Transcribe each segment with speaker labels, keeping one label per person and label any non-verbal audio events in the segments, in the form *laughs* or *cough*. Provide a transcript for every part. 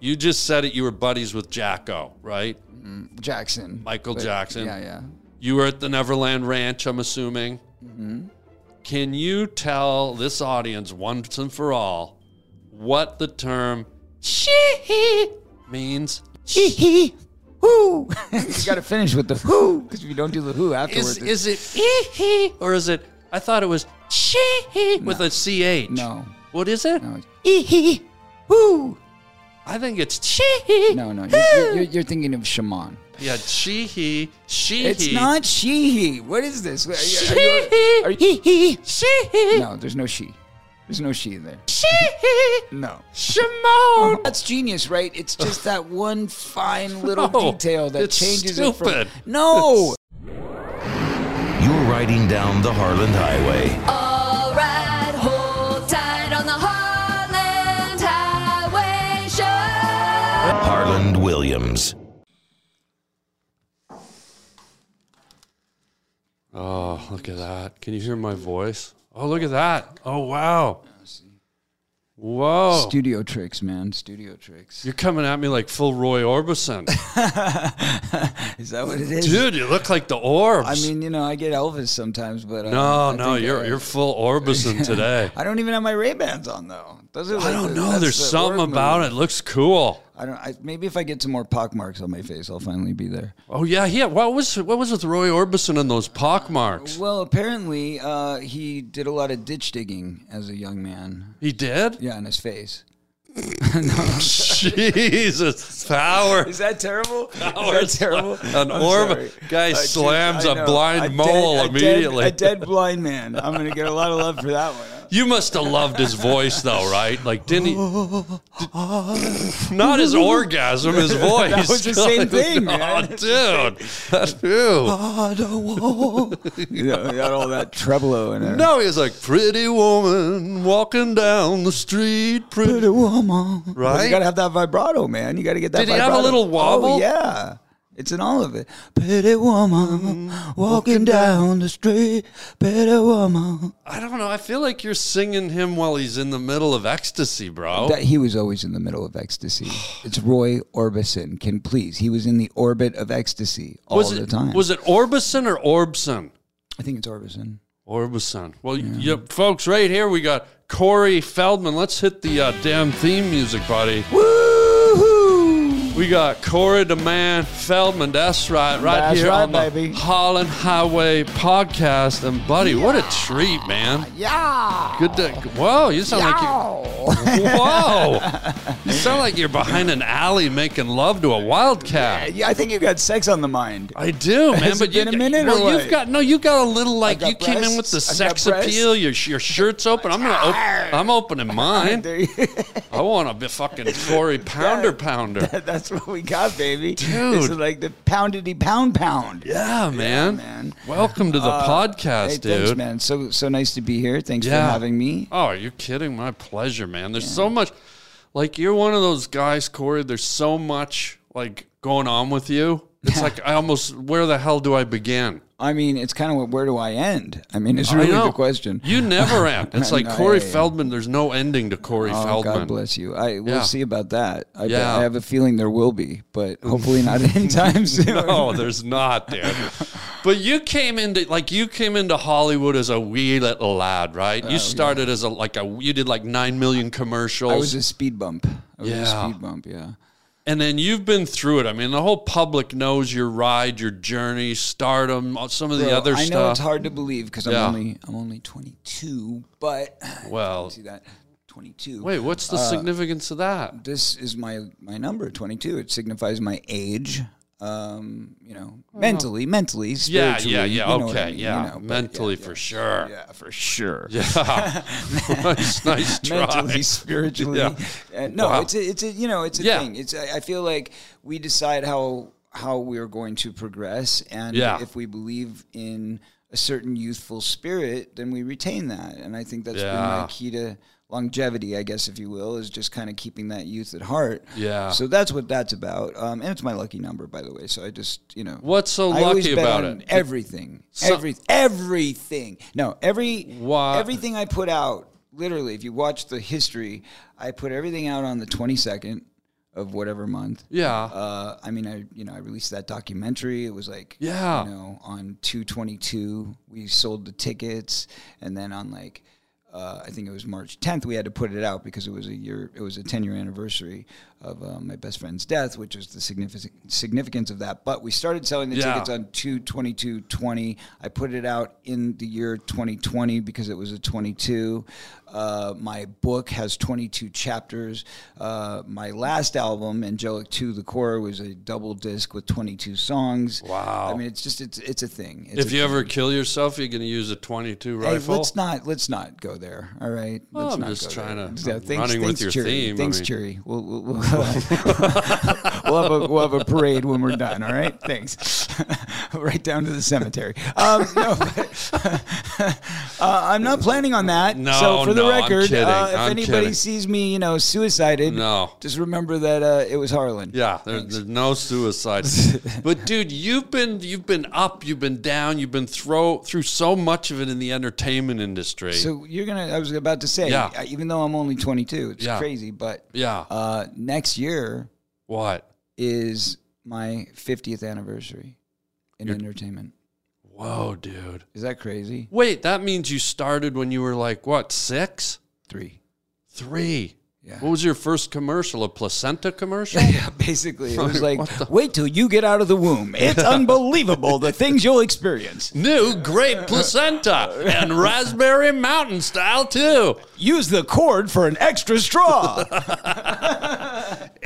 Speaker 1: You just said it. You were buddies with Jacko, right?
Speaker 2: Jackson.
Speaker 1: Michael Jackson.
Speaker 2: Yeah, *laughs* yeah.
Speaker 1: You were at the Neverland Ranch, I'm assuming.
Speaker 2: Mm-hmm.
Speaker 1: Can you tell this audience once and for all what the term she means?
Speaker 2: Hee Whoo! you gotta finish with the whoo, because if you don't do the who afterwards,
Speaker 1: Is,
Speaker 2: it's-
Speaker 1: is it or is it? I thought it was she with a ch.
Speaker 2: No.
Speaker 1: What is it?
Speaker 2: no, it's whoo.
Speaker 1: I think it's she.
Speaker 2: No, no, you're, you're, you're, you're thinking of Shaman.
Speaker 1: Yeah, she he she
Speaker 2: It's
Speaker 1: he.
Speaker 2: not she. What is this? Are you- are you-
Speaker 1: she he she he
Speaker 2: no, there's no she. There's no she in there.
Speaker 1: she he.
Speaker 2: No.
Speaker 1: Shimon.
Speaker 2: That's genius, right? It's just that
Speaker 1: *laughs*
Speaker 2: one fine little
Speaker 1: No,
Speaker 2: detail that
Speaker 1: it's
Speaker 2: changes it
Speaker 1: stupid.
Speaker 2: from. No,
Speaker 3: You're riding down the Harland Highway.
Speaker 4: All right, hold tight on the Heartland Highway Show.
Speaker 3: Harland Williams.
Speaker 1: Oh, look at that. Can you hear my voice? Oh, look at that. Oh, wow. Whoa.
Speaker 2: studio tricks, man. Studio tricks.
Speaker 1: You're coming at me like full Roy
Speaker 2: *laughs*
Speaker 1: Orbison.
Speaker 2: Is that what it is?
Speaker 1: Dude, you look like the orbs.
Speaker 2: I mean, you know, I get Elvis sometimes, but uh,
Speaker 1: no,
Speaker 2: I
Speaker 1: no,
Speaker 2: think,
Speaker 1: you're
Speaker 2: uh,
Speaker 1: you're full
Speaker 2: *laughs*
Speaker 1: Orbison today.
Speaker 2: I don't even have my Ray Bans on though. Those are
Speaker 1: I
Speaker 2: like
Speaker 1: don't
Speaker 2: the-
Speaker 1: know.
Speaker 2: that's
Speaker 1: There's
Speaker 2: the
Speaker 1: something
Speaker 2: orb
Speaker 1: about
Speaker 2: move.
Speaker 1: it. Looks cool.
Speaker 2: I don't. I, maybe if I get some more pock marks on my face, I'll finally be there.
Speaker 1: Oh yeah, yeah. What was what was with Roy Orbison and those pock marks?
Speaker 2: Well, apparently, uh, he did a lot of ditch digging as a young man.
Speaker 1: He did.
Speaker 2: *laughs*
Speaker 1: *laughs*
Speaker 2: Yeah, on his face.
Speaker 1: Jesus, power.
Speaker 2: Is that
Speaker 1: *laughs*
Speaker 2: terrible?
Speaker 1: Power
Speaker 2: Is that terrible?
Speaker 1: slam. *laughs* An orb- guy slams
Speaker 2: a
Speaker 1: a blind mole immediately. *laughs*
Speaker 2: A dead, blind man. I'm gonna get a lot of love for that one.
Speaker 1: You must have loved his voice though, right? Like didn't he? not his orgasm, his voice.
Speaker 2: *laughs* That was the
Speaker 1: *laughs*
Speaker 2: same thing, man.
Speaker 1: Oh, dude. That's- *laughs* ew.
Speaker 2: I don't want. *laughs* you know, got all that trebolo in there.
Speaker 1: No, he's like pretty woman walking down the street.
Speaker 2: Pretty
Speaker 1: Pretty.
Speaker 2: woman. Well,
Speaker 1: Right?
Speaker 2: you gotta have that vibrato, man. You gotta get that.
Speaker 1: Did he have a
Speaker 2: vibrato.
Speaker 1: little wobble?
Speaker 2: Oh, yeah. It's in all of it. Pretty woman Mm-hmm. walking down the street. Pretty woman.
Speaker 1: I don't know. I feel like you're singing him while he's in the middle of ecstasy, bro.
Speaker 2: That he was always in the middle of *sighs* ecstasy. It's Roy Orbison. Can please? He was in the orbit of ecstasy all
Speaker 1: was
Speaker 2: the
Speaker 1: it,
Speaker 2: time.
Speaker 1: Was it Orbison or Orbson?
Speaker 2: I think it's Orbison.
Speaker 1: Orbison. Well, you, folks, right here we got Corey Feldman. Let's hit the uh, damn theme music, buddy.
Speaker 2: Woohoo!
Speaker 1: We got Corey the Man Feldman. That's right, right
Speaker 2: That's
Speaker 1: here
Speaker 2: right,
Speaker 1: on the
Speaker 2: baby.
Speaker 1: Holland Highway podcast. And buddy, what a treat, man!
Speaker 2: Yeah.
Speaker 1: Good to whoa. You sound like you
Speaker 2: *laughs*
Speaker 1: whoa. you sound like you're behind an alley making love to a wildcat.
Speaker 2: Yeah, I think you got sex on the mind.
Speaker 1: I do, man.
Speaker 2: Has
Speaker 1: but
Speaker 2: it
Speaker 1: you,
Speaker 2: been a minute or
Speaker 1: well, you've
Speaker 2: what?
Speaker 1: got no. You got a little like
Speaker 2: got
Speaker 1: you came in with the
Speaker 2: breasts. I got
Speaker 1: sex
Speaker 2: breasts.
Speaker 1: appeal. Your your
Speaker 2: *laughs*
Speaker 1: shirt's open. I'm gonna. Op- I'm opening mine.
Speaker 2: There you- *laughs*
Speaker 1: I want a bit fucking Corey Pounder
Speaker 2: *laughs*
Speaker 1: Pounder.
Speaker 2: That's what we got, baby.
Speaker 1: Dude.
Speaker 2: It's like the poundity pound pound.
Speaker 1: Yeah, man.
Speaker 2: man.
Speaker 1: Welcome to the podcast,
Speaker 2: Uh, Hey,
Speaker 1: dude.
Speaker 2: thanks, man. So so nice to be here. Thanks for
Speaker 1: Yeah.
Speaker 2: having me.
Speaker 1: Oh, are you kidding? My pleasure, man. There's so much. Like you're one of those guys, Corey. There's so much like going on with you. It's like I almost. Where the hell do I begin?
Speaker 2: I mean, it's kind of what, where do I end? I mean, it's really
Speaker 1: I know.
Speaker 2: the question.
Speaker 1: You never
Speaker 2: *laughs*
Speaker 1: end. It's like
Speaker 2: No,
Speaker 1: Corey
Speaker 2: yeah, yeah.
Speaker 1: Feldman. There's no ending to Corey
Speaker 2: Oh,
Speaker 1: Feldman. *laughs*
Speaker 2: God bless you. I we'll
Speaker 1: Yeah.
Speaker 2: see about that. I,
Speaker 1: Yeah.
Speaker 2: I have a feeling there will be, but
Speaker 1: *laughs*
Speaker 2: hopefully not anytime soon.
Speaker 1: No, there's not, dude.
Speaker 2: *laughs*
Speaker 1: But you came into like you came into Hollywood as a wee little lad, right?
Speaker 2: Oh,
Speaker 1: you started as a like a you did like nine million commercials,
Speaker 2: I was a speed bump. I was a
Speaker 1: Yeah.
Speaker 2: speed bump. Yeah.
Speaker 1: and then you've been through it. I mean, the whole public knows your ride, your journey, stardom, some of the
Speaker 2: Bro,
Speaker 1: other
Speaker 2: I know
Speaker 1: stuff.
Speaker 2: it's hard to believe because
Speaker 1: Yeah.
Speaker 2: I'm only I'm only 22, but *sighs*
Speaker 1: Well,
Speaker 2: see that 22.
Speaker 1: wait, what's
Speaker 2: Uh,
Speaker 1: the significance of that?
Speaker 2: this is my my number 22 it signifies my age um you know mentally mentally
Speaker 1: Yeah,
Speaker 2: spiritually,
Speaker 1: yeah, yeah.
Speaker 2: you know what
Speaker 1: okay,
Speaker 2: I mean, you
Speaker 1: yeah.
Speaker 2: know, but
Speaker 1: Mentally for sure.
Speaker 2: yeah for sure
Speaker 1: *laughs* Yeah.
Speaker 2: *laughs*
Speaker 1: nice, nice try.
Speaker 2: mentally spiritually
Speaker 1: Yeah.
Speaker 2: Uh, no
Speaker 1: Wow.
Speaker 2: it's a, it's a you know it's a
Speaker 1: Yeah.
Speaker 2: thing it's I, I feel like we decide how how we're going to progress and
Speaker 1: Yeah.
Speaker 2: if we believe in a certain youthful spirit then we retain that and i think that's been
Speaker 1: Yeah.
Speaker 2: my key to longevity i guess if you will is just kind of keeping that youth at heart
Speaker 1: Yeah.
Speaker 2: so that's what that's about um, and it's my lucky number by the way so i just you know
Speaker 1: What's so
Speaker 2: I always
Speaker 1: lucky
Speaker 2: bet
Speaker 1: about
Speaker 2: on
Speaker 1: it?
Speaker 2: Everything,
Speaker 1: So-
Speaker 2: every, everything. No, every
Speaker 1: Why-
Speaker 2: everything I put out. Literally, if you watch the history, I put everything out on the twenty second of whatever month.
Speaker 1: Yeah.
Speaker 2: Uh, I mean, I you know I released that documentary. It was like
Speaker 1: Yeah.
Speaker 2: you know on two twenty two we sold the tickets, and then on like uh, I think it was March tenth we had to put it out because it was a year it was a ten year anniversary of uh, my best friend's death, which is the significant significance of that. But we started selling the
Speaker 1: Yeah.
Speaker 2: tickets on two twenty two twenty. I put it out in the year twenty twenty because it was a twenty two. Uh, my book has twenty two chapters. Uh, my last album, Angelic Two, the core was a double disc with twenty two songs.
Speaker 1: Wow.
Speaker 2: I mean, it's just it's it's a thing. It's
Speaker 1: if
Speaker 2: a
Speaker 1: you
Speaker 2: thing.
Speaker 1: ever kill yourself, you're going to use a 22
Speaker 2: Hey,
Speaker 1: rifle.
Speaker 2: let's not let's not go there. All right. Let's
Speaker 1: Well, I'm
Speaker 2: not
Speaker 1: just
Speaker 2: go
Speaker 1: trying
Speaker 2: there.
Speaker 1: to-
Speaker 2: So
Speaker 1: I'm running with your
Speaker 2: Cheery.
Speaker 1: theme, I
Speaker 2: Thanks,
Speaker 1: mean-
Speaker 2: Cheery. We'll,
Speaker 1: *laughs*
Speaker 2: we'll, we'll, we'll have a, we'll have a parade when we're done. All right. Thanks. *laughs* right down to the cemetery. Um, no, but, *laughs* uh, I'm not planning on that.
Speaker 1: No,
Speaker 2: So for the
Speaker 1: no, I'm
Speaker 2: record,
Speaker 1: kidding.
Speaker 2: uh, if
Speaker 1: I'm
Speaker 2: anybody
Speaker 1: kidding.
Speaker 2: sees me, you know, suicided,
Speaker 1: No.
Speaker 2: just remember that uh, it was Harlan.
Speaker 1: Yeah, there, there's no
Speaker 2: *laughs*
Speaker 1: suicide. but dude, you've been you've been up, you've been down, you've been throw through so much of it in the entertainment industry.
Speaker 2: So you're gonna. I was about to say.
Speaker 1: Yeah.
Speaker 2: uh, Even though I'm only 22, it's
Speaker 1: Yeah.
Speaker 2: crazy. But
Speaker 1: yeah.
Speaker 2: uh, next year,
Speaker 1: what?
Speaker 2: is my 50th anniversary in entertainment.
Speaker 1: Whoa, dude.
Speaker 2: Is that crazy?
Speaker 1: Wait, that means you started when you were like what, six?
Speaker 2: Three.
Speaker 1: Three.
Speaker 2: Yeah.
Speaker 1: What was your first commercial? A placenta commercial?
Speaker 2: Yeah, *laughs* basically, it was like, wait till you get out of
Speaker 1: *laughs*
Speaker 2: the womb. It's unbelievable the things you'll experience.
Speaker 1: New great placenta and raspberry mountain style too.
Speaker 2: Use the cord for an
Speaker 1: *laughs*
Speaker 2: extra straw.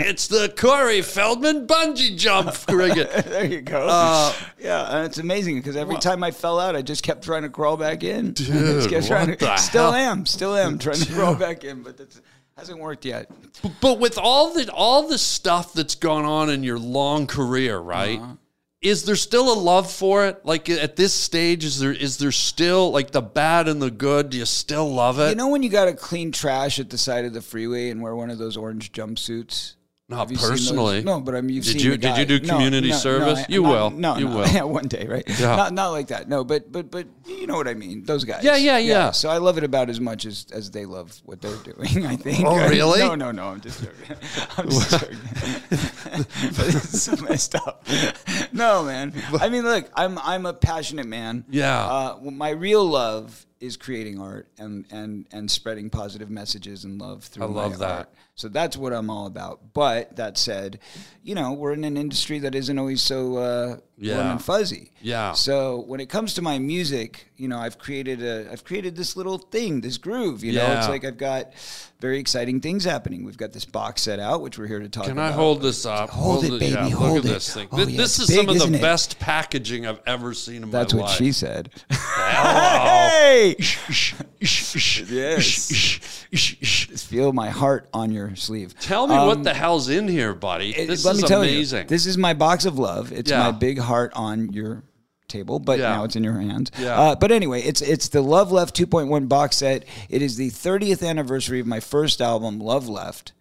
Speaker 1: It's the Corey Feldman bungee jump
Speaker 2: *laughs*
Speaker 1: cricket.
Speaker 2: there you go.
Speaker 1: Uh,
Speaker 2: yeah, and it's amazing because every time I fell out, I just kept trying to crawl back in. I *laughs* just kept
Speaker 1: Dude,
Speaker 2: trying
Speaker 1: what
Speaker 2: to-
Speaker 1: the
Speaker 2: still
Speaker 1: hell?
Speaker 2: am, still am trying to crawl back in, but that hasn't worked yet.
Speaker 1: But with all the all the stuff that's gone on in your long career, right? Is there still a love for it? Like at this stage, is there is there still like the bad and the good? Do you still love it?
Speaker 2: You know when you got to clean trash at the side of the freeway and wear one of those orange jumpsuits?
Speaker 1: Not
Speaker 2: Have you seen those?
Speaker 1: personally.
Speaker 2: No, but I mean, you've
Speaker 1: Did
Speaker 2: seen
Speaker 1: you-
Speaker 2: the
Speaker 1: did you
Speaker 2: guy.
Speaker 1: do
Speaker 2: No,
Speaker 1: community
Speaker 2: no, no,
Speaker 1: service?
Speaker 2: I-
Speaker 1: You
Speaker 2: not-
Speaker 1: will.
Speaker 2: No,
Speaker 1: You
Speaker 2: *laughs* no.
Speaker 1: will.
Speaker 2: Yeah, one day, right?
Speaker 1: Yeah.
Speaker 2: Not not like that. No, but but but you know what I mean. Those guys.
Speaker 1: Yeah, yeah, yeah.
Speaker 2: So I love it about as much as as they love what they're doing. *laughs* I think.
Speaker 1: Oh, really?
Speaker 2: No, no, no. I'm just joking. *laughs* I'm just joking. *laughs* but it's so messed up. No, man. I mean, look, I'm I'm a passionate man.
Speaker 1: Yeah.
Speaker 2: Uh, well, my real love is creating art and and and spreading positive messages and love through.
Speaker 1: I
Speaker 2: my
Speaker 1: love that.
Speaker 2: art. So that's what I'm all about. But that said, you know, we're in an industry that isn't always so uh,
Speaker 1: Yeah.
Speaker 2: warm and fuzzy.
Speaker 1: Yeah.
Speaker 2: So when it comes to my music, you know, I've created a, I've created this little thing, this groove. You know, it's
Speaker 1: Yeah.
Speaker 2: like I've got very exciting things happening. We've got this box set out, which we're here to talk.
Speaker 1: Can I
Speaker 2: about.
Speaker 1: hold this up?
Speaker 2: Hold it, baby,
Speaker 1: look
Speaker 2: hold
Speaker 1: at
Speaker 2: it.
Speaker 1: this thing.
Speaker 2: Oh,
Speaker 1: Th-
Speaker 2: yeah,
Speaker 1: this is
Speaker 2: it's
Speaker 1: some
Speaker 2: big,
Speaker 1: of the
Speaker 2: isn't it?
Speaker 1: best packaging I've ever seen in
Speaker 2: That's
Speaker 1: my Oh.
Speaker 2: what
Speaker 1: life.
Speaker 2: she said.
Speaker 1: Hello.
Speaker 2: *laughs* hey. yes. Feel my heart on your sleeve.
Speaker 1: Tell me
Speaker 2: Um,
Speaker 1: what the hell's in here, buddy.
Speaker 2: it-
Speaker 1: this
Speaker 2: let
Speaker 1: is
Speaker 2: me tell
Speaker 1: amazing.
Speaker 2: you, this is my box of love. It's
Speaker 1: Yeah.
Speaker 2: my big heart on your table, but
Speaker 1: Yeah.
Speaker 2: now it's in your hands.
Speaker 1: Yeah.
Speaker 2: Uh, but anyway, it's it's the Love Left 2.1 box set. It is the 30th anniversary of my first album, Love Left.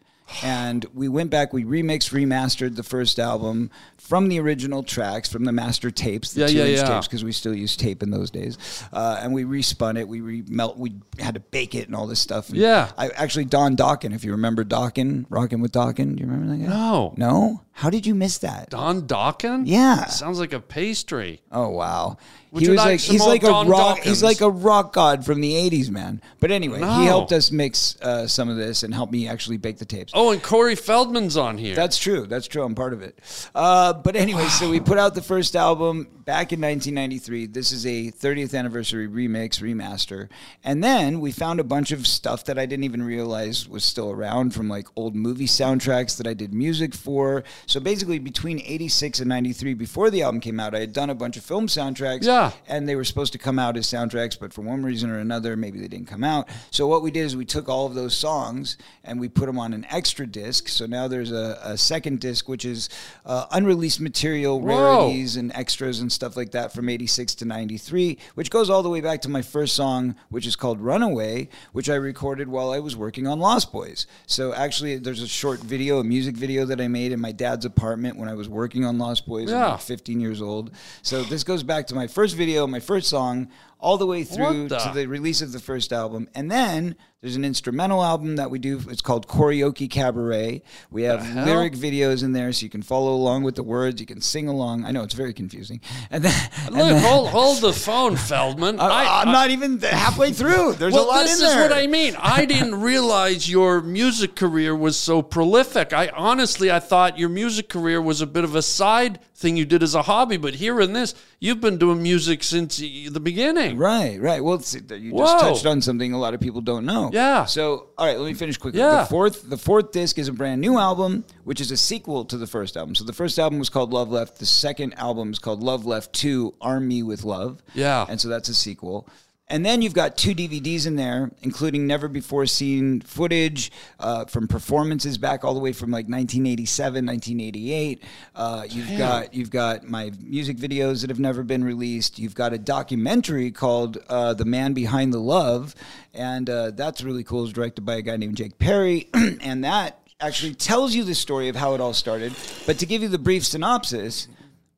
Speaker 2: And we went back, we remixed, remastered the first album from the original tracks, from the master tapes, the
Speaker 1: Yeah,
Speaker 2: two
Speaker 1: yeah,
Speaker 2: inch
Speaker 1: yeah.
Speaker 2: tapes, because we still used tape in those days. Uh, and we respun it, we remelt, we had to bake it and all this stuff. And
Speaker 1: Yeah.
Speaker 2: I actually, Don Dawkin, if you remember Dawkin, Rockin' with Dawkin, do you remember that guy?
Speaker 1: No.
Speaker 2: No? How did you miss that?
Speaker 1: Don Dawkin?
Speaker 2: Yeah.
Speaker 1: Sounds like a pastry.
Speaker 2: Oh wow.
Speaker 1: Would
Speaker 2: he
Speaker 1: you
Speaker 2: was
Speaker 1: like
Speaker 2: like
Speaker 1: some
Speaker 2: he's
Speaker 1: old
Speaker 2: like
Speaker 1: Don
Speaker 2: a rock
Speaker 1: Dawkins?
Speaker 2: he's like a rock god from the 80s, man. But anyway,
Speaker 1: No.
Speaker 2: he helped us mix uh, some of this and helped me actually bake the tapes.
Speaker 1: Oh, and Corey Feldman's on here.
Speaker 2: That's true. That's true. I'm part of it. Uh, but anyway, so we put out the first album back in 1993. This is a 30th anniversary remix, remaster. And then we found a bunch of stuff that I didn't even realize was still around from like old movie soundtracks that I did music for. So basically, between 86 and 93, before the album came out, I had done a bunch of film soundtracks.
Speaker 1: Yeah.
Speaker 2: And they were supposed to come out as soundtracks, but for one reason or another, maybe they didn't come out. So what we did is we took all of those songs and we put them on an extra disc. So now there's a, a second disc, which is uh, unreleased material,
Speaker 1: Whoa.
Speaker 2: rarities, and extras and stuff like that from 86 to 93, which goes all the way back to my first song, which is called Runaway, which I recorded while I was working on Lost Boys. So actually, there's a short video, a music video that I made in my dad's apartment when I was working on Lost Boys. I'm
Speaker 1: Yeah.
Speaker 2: like 15 years old. So this goes back to my first video, my first song all the way through
Speaker 1: What the-
Speaker 2: to the release of the first album. And then there's an instrumental album that we do. It's called Karaoke Cabaret. We have lyric videos in there so you can follow along with the words. You can sing along. I know it's very confusing. And then, and
Speaker 1: Look,
Speaker 2: *laughs* then-
Speaker 1: hold, hold the phone, Feldman.
Speaker 2: I,
Speaker 1: I-
Speaker 2: am not even halfway through. There's
Speaker 1: well,
Speaker 2: a lot
Speaker 1: this
Speaker 2: in there.
Speaker 1: is what I mean.
Speaker 2: *laughs*
Speaker 1: I didn't realize your music career was so prolific. I honestly, I thought your music career was a bit of a side thing you did as a hobby, but here in this, you've been doing music since y- the beginning.
Speaker 2: Right, right. Well, it's, you just
Speaker 1: Whoa.
Speaker 2: touched on something a lot of people don't know.
Speaker 1: Yeah.
Speaker 2: So, all right, let me finish quickly.
Speaker 1: Yeah.
Speaker 2: The fourth, the fourth disc is a brand new album, which is a sequel to the first album. So the first album was called Love Left. The second album is called Love Left Two: Arm Me with Love.
Speaker 1: Yeah.
Speaker 2: And so that's a sequel. And then you've got two DVDs in there, including never before seen footage uh, from performances back all the way from like 1987, 1988. Uh, you've got you've got my music videos that have never been released. You've got a documentary called uh, "The Man Behind the Love," and uh, that's really cool. It's directed by a guy named Jake Perry, *clears throat* and that actually tells you the story of how it all started. But to give you the brief synopsis,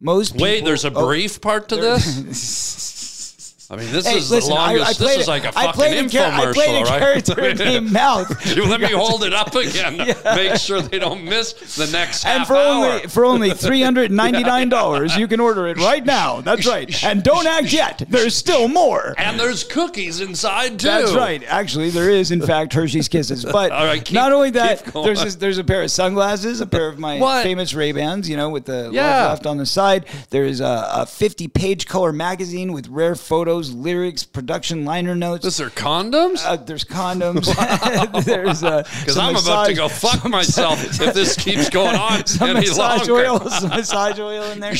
Speaker 2: most people,
Speaker 1: Wait, there's a
Speaker 2: Oh,
Speaker 1: brief part to this.
Speaker 2: *laughs*
Speaker 1: I mean, this
Speaker 2: Hey,
Speaker 1: is
Speaker 2: listen,
Speaker 1: the
Speaker 2: I-
Speaker 1: longest.
Speaker 2: I
Speaker 1: this
Speaker 2: played
Speaker 1: is
Speaker 2: a-
Speaker 1: like a
Speaker 2: I
Speaker 1: fucking
Speaker 2: played a char- I
Speaker 1: infomercial,
Speaker 2: played a
Speaker 1: right? *laughs*
Speaker 2: character named Mouth.
Speaker 1: You let me hold it up
Speaker 2: *laughs*
Speaker 1: again. Make sure they don't miss the next
Speaker 2: And
Speaker 1: half
Speaker 2: for
Speaker 1: hour.
Speaker 2: only for only three hundred ninety nine dollars, you can order it right now. That's right. And don't act yet. There's still more.
Speaker 1: and there's cookies inside too.
Speaker 2: That's right. Actually, there is in fact Hershey's Kisses.
Speaker 1: *laughs*
Speaker 2: But
Speaker 1: All right, keep-
Speaker 2: not only that,
Speaker 1: keep going.
Speaker 2: there's this, there's a pair of sunglasses, a pair of my
Speaker 1: What?
Speaker 2: famous Ray Bans, you know, with the
Speaker 1: Yeah.
Speaker 2: left on the side. There is a, a fifty page color magazine with rare photos, lyrics, production liner notes.
Speaker 1: Those are condoms.
Speaker 2: Uh, there's condoms. *laughs*
Speaker 1: *laughs*
Speaker 2: there's uh,
Speaker 1: Because I'm
Speaker 2: some
Speaker 1: about to
Speaker 2: *laughs* massage-
Speaker 1: go fuck myself if this keeps going on
Speaker 2: *laughs* Some
Speaker 1: any
Speaker 2: massage
Speaker 1: longer.
Speaker 2: oil,
Speaker 1: *laughs*
Speaker 2: some massage oil in there,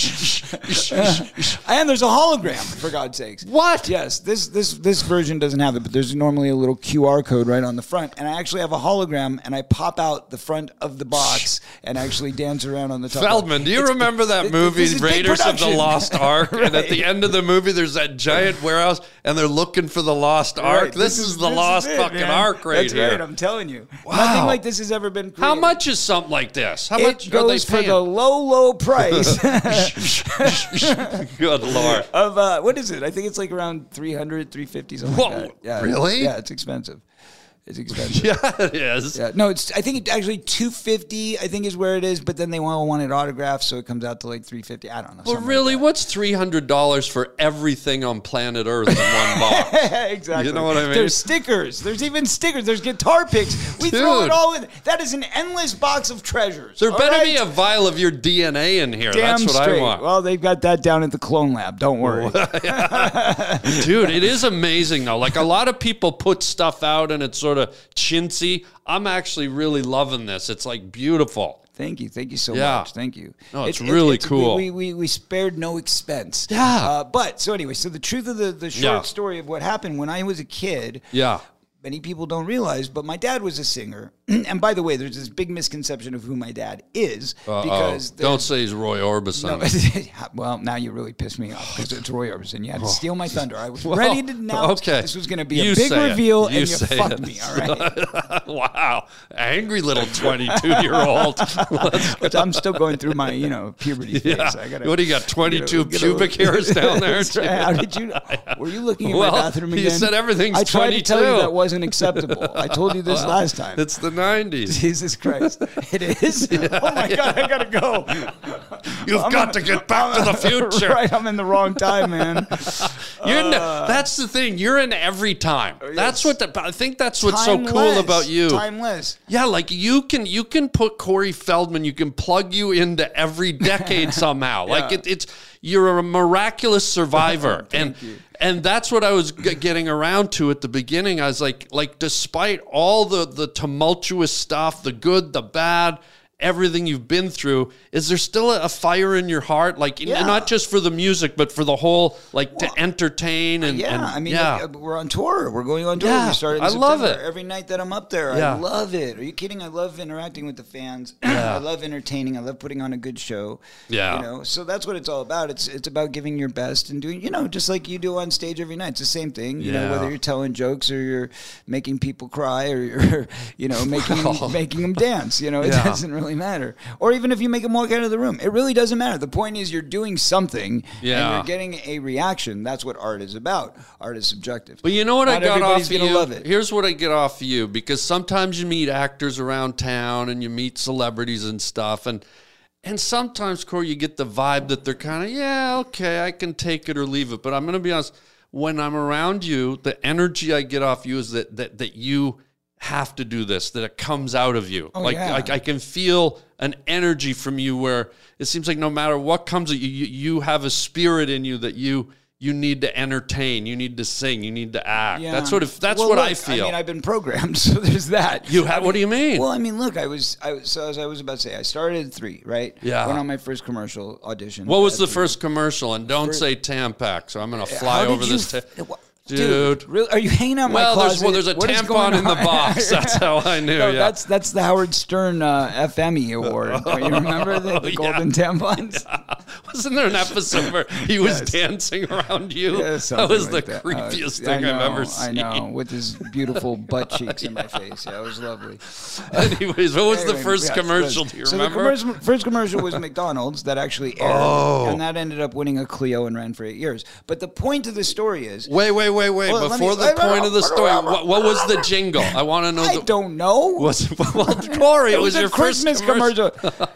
Speaker 2: and there's a hologram. For God's sakes,
Speaker 1: What?
Speaker 2: Yes, this this this version doesn't have it, but there's normally a little QR code right on the front, and I actually have a hologram, and I pop out the front of the box and actually dance around on the top.
Speaker 1: Feldman, do you
Speaker 2: It's-
Speaker 1: remember that
Speaker 2: it-
Speaker 1: movie
Speaker 2: this is big
Speaker 1: Raiders of the
Speaker 2: production. *laughs*
Speaker 1: Lost Ark? And at the end of the movie, there's that giant warehouse, and they're looking for the Lost Ark.
Speaker 2: Right,
Speaker 1: This, is the
Speaker 2: this
Speaker 1: Lost
Speaker 2: it,
Speaker 1: fucking
Speaker 2: man.
Speaker 1: Ark right
Speaker 2: That's
Speaker 1: here.
Speaker 2: right. I'm telling you,
Speaker 1: Wow.
Speaker 2: nothing like this has ever been. Created.
Speaker 1: How much is something like this? How much
Speaker 2: it goes
Speaker 1: are
Speaker 2: for
Speaker 1: they
Speaker 2: the
Speaker 1: paying?
Speaker 2: low,
Speaker 1: *laughs*
Speaker 2: low price
Speaker 1: Good lord! *laughs*
Speaker 2: of uh, what is it? I think it's like around 300, 350 something.
Speaker 1: Whoa,
Speaker 2: like that. Yeah,
Speaker 1: really?
Speaker 2: Yeah, it's expensive. It's expensive. yeah.
Speaker 1: *laughs* Yeah, it is.
Speaker 2: no, it's. I think it actually two fifty. I think is where it is, but then they want want it autographed, so it comes out to like three fifty. I don't know.
Speaker 1: Well,
Speaker 2: something
Speaker 1: really,
Speaker 2: like
Speaker 1: what's three hundred dollars for everything on planet Earth in one box?
Speaker 2: *laughs* that. exactly.
Speaker 1: You know what I mean?
Speaker 2: There's stickers. There's even stickers. There's guitar picks. We throw
Speaker 1: Dude.
Speaker 2: it all in. That is an endless box of treasures.
Speaker 1: There
Speaker 2: all
Speaker 1: better be
Speaker 2: right?
Speaker 1: a vial of your DNA in here. That's what I want.
Speaker 2: Well, they've got that down at the clone lab.
Speaker 1: *laughs*
Speaker 2: Don't worry.
Speaker 1: Dude, it is amazing though. Like a lot of people put stuff out and it's sort of chintzy. I'm actually really loving this. It's like beautiful.
Speaker 2: Thank you. Thank you so
Speaker 1: Yeah.
Speaker 2: much. Thank you.
Speaker 1: No, it's really cool.
Speaker 2: We, we, we spared no expense.
Speaker 1: Yeah.
Speaker 2: Uh, but so anyway, so the truth of the, the short
Speaker 1: Yeah.
Speaker 2: story of what happened when I was a kid,
Speaker 1: Yeah.
Speaker 2: many people don't realize, but my dad was a singer. *clears throat* and by the way, there's this big misconception of who my dad is because
Speaker 1: Uh-oh.
Speaker 2: *laughs* there's-
Speaker 1: don't say he's Roy Orbison.
Speaker 2: *laughs* well, now you really pissed me off because it's Roy Orbison. You had to steal my thunder.
Speaker 1: *laughs*
Speaker 2: I was ready to announce
Speaker 1: Oh. okay.
Speaker 2: this was going to be
Speaker 1: You
Speaker 2: a big
Speaker 1: say it.
Speaker 2: reveal,
Speaker 1: You
Speaker 2: and you
Speaker 1: say
Speaker 2: fucked
Speaker 1: it. *laughs*
Speaker 2: me. All right,
Speaker 1: *laughs*
Speaker 2: *laughs*
Speaker 1: wow. Angry little 22 year old.
Speaker 2: *laughs*
Speaker 1: *laughs*
Speaker 2: But I'm still going through my you know puberty phase. I gotta,
Speaker 1: What do you got? 22
Speaker 2: Get a-
Speaker 1: pubic
Speaker 2: get a-
Speaker 1: hairs
Speaker 2: *laughs*
Speaker 1: down there?
Speaker 2: That's right. How did you?
Speaker 1: *laughs*
Speaker 2: Were you looking at
Speaker 1: Well,
Speaker 2: my bathroom
Speaker 1: you
Speaker 2: again?
Speaker 1: said everything's
Speaker 2: I tried to tell
Speaker 1: 22.
Speaker 2: you that wasn't acceptable. I told
Speaker 1: *laughs*
Speaker 2: you this last time.
Speaker 1: It's the
Speaker 2: *laughs*
Speaker 1: 90s.
Speaker 2: Jesus Christ! It is.
Speaker 1: *laughs*
Speaker 2: oh my God! I gotta go.
Speaker 1: You've
Speaker 2: I'm
Speaker 1: got
Speaker 2: a-
Speaker 1: to get back to the future.
Speaker 2: *laughs* right, I'm in the wrong time, man.
Speaker 1: You're in, that's the thing. You're in every time. That's
Speaker 2: Oh, yes.
Speaker 1: what the, I think. That's what's so cool
Speaker 2: Timeless,
Speaker 1: about you.
Speaker 2: Timeless.
Speaker 1: Yeah, like you can you can put Corey Feldman, you can plug you into every
Speaker 2: *laughs*
Speaker 1: decade somehow. Like it, it's you're a miraculous
Speaker 2: *laughs*
Speaker 1: survivor, and and that's what I was g- getting around to at the beginning. I was like, like despite all the the tumultuous stuff, the good, the bad. Everything you've been through, is there still a, a fire in your heart? Like, n-
Speaker 2: Yeah.
Speaker 1: not just for the music, but for the whole, like, to entertain and
Speaker 2: Yeah,
Speaker 1: and-
Speaker 2: I mean,
Speaker 1: yeah.
Speaker 2: uh, we're on tour. We're going on tour.
Speaker 1: Yeah,
Speaker 2: we started. in
Speaker 1: I love
Speaker 2: September.
Speaker 1: it.
Speaker 2: every night that I'm up there.
Speaker 1: Yeah.
Speaker 2: I love it. Are you kidding? I love interacting with the fans. *clears throat* I love entertaining. I love putting on a good show.
Speaker 1: Yeah.
Speaker 2: you know. So that's what it's all about. It's it's about giving your best and doing you know just like you do on stage every night. It's the same thing. You
Speaker 1: Yeah.
Speaker 2: know whether you're telling jokes or you're *laughs* making people cry or you're you know making
Speaker 1: Well. *laughs*
Speaker 2: making them dance. You know it
Speaker 1: Yeah.
Speaker 2: doesn't really really matter. Or even if you make them walk out of the room, it really doesn't matter. The point is you're doing something and
Speaker 1: Yeah.
Speaker 2: you're getting a reaction. That's what art is about. Art is subjective.
Speaker 1: But you know what
Speaker 2: Not
Speaker 1: I got
Speaker 2: everybody's
Speaker 1: off
Speaker 2: gonna
Speaker 1: you?
Speaker 2: love it.
Speaker 1: Here's what I get off you because sometimes you meet actors around town and you meet celebrities and stuff and and sometimes Corey you get the vibe that they're kind of yeah, okay, I can take it or leave it, but I'm going to be honest, when I'm around you, the energy I get off you is that that that you have to do this, that it comes out of you. like
Speaker 2: yeah.
Speaker 1: like I can feel an energy from you where it seems like no matter what comes at you, you, you have a spirit in you that you you need to entertain, you need to sing, you need to act.
Speaker 2: Yeah.
Speaker 1: That's sort of that's
Speaker 2: Well,
Speaker 1: what
Speaker 2: look,
Speaker 1: I feel.
Speaker 2: I mean, I've been programmed, *laughs* so there's that.
Speaker 1: you have what do you mean?
Speaker 2: Well, I mean, look, I was, I was, so as I was about to say, I started at three, right?
Speaker 1: Yeah.
Speaker 2: Went on my first commercial audition.
Speaker 1: what was
Speaker 2: at
Speaker 1: the
Speaker 2: three.
Speaker 1: first commercial? And don't say Tampax, or I'm gonna fly
Speaker 2: How did
Speaker 1: over
Speaker 2: you
Speaker 1: this.
Speaker 2: f-
Speaker 1: ta-
Speaker 2: uh, wha-
Speaker 1: dude.
Speaker 2: really, are you hanging out
Speaker 1: well,
Speaker 2: my
Speaker 1: there's
Speaker 2: closet?
Speaker 1: well, there's a
Speaker 2: What is
Speaker 1: tampon
Speaker 2: going
Speaker 1: in the
Speaker 2: on?
Speaker 1: box. That's how I knew.
Speaker 2: *laughs* No,
Speaker 1: yeah,
Speaker 2: that's that's the Howard Stern uh, FME
Speaker 1: *laughs*
Speaker 2: award. Don't you remember the, the
Speaker 1: Oh, yeah. *laughs*
Speaker 2: golden tampons?
Speaker 1: Wasn't there an episode where he was dancing around you?
Speaker 2: *laughs* Yeah,
Speaker 1: that
Speaker 2: something
Speaker 1: was
Speaker 2: like
Speaker 1: the
Speaker 2: that. Uh,
Speaker 1: creepiest
Speaker 2: I
Speaker 1: thing
Speaker 2: know,
Speaker 1: I've ever seen.
Speaker 2: I know, with his beautiful butt cheeks in my face. Yeah, it was lovely.
Speaker 1: *laughs* Anyways, what was
Speaker 2: Anyway,
Speaker 1: the first
Speaker 2: yes,
Speaker 1: commercial?
Speaker 2: yes.
Speaker 1: Do you
Speaker 2: so
Speaker 1: remember? Oh.
Speaker 2: The commercial, first commercial was McDonald's that actually aired, and that ended up winning a Clio and ran for eight years. But the point of the story is,
Speaker 1: Wait, wait, wait, wait.
Speaker 2: Well, let
Speaker 1: Before
Speaker 2: me-
Speaker 1: the point of the story, what, what was the jingle? I want to know.
Speaker 2: I
Speaker 1: the,
Speaker 2: don't know.
Speaker 1: Was *laughs* well, Corey, it, was,
Speaker 2: a
Speaker 1: your
Speaker 2: Christmas
Speaker 1: first commercial.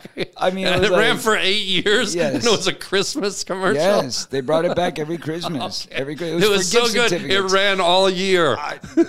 Speaker 1: *laughs*
Speaker 2: I mean,
Speaker 1: and
Speaker 2: was
Speaker 1: it ran
Speaker 2: like-
Speaker 1: for eight years. *laughs*
Speaker 2: Yes.
Speaker 1: And it was a Christmas commercial.
Speaker 2: Yes, they brought it back every Christmas. Every
Speaker 1: *laughs*
Speaker 2: Chri-
Speaker 1: It was, so
Speaker 2: for gift
Speaker 1: good. It
Speaker 2: certificates.
Speaker 1: ran all year.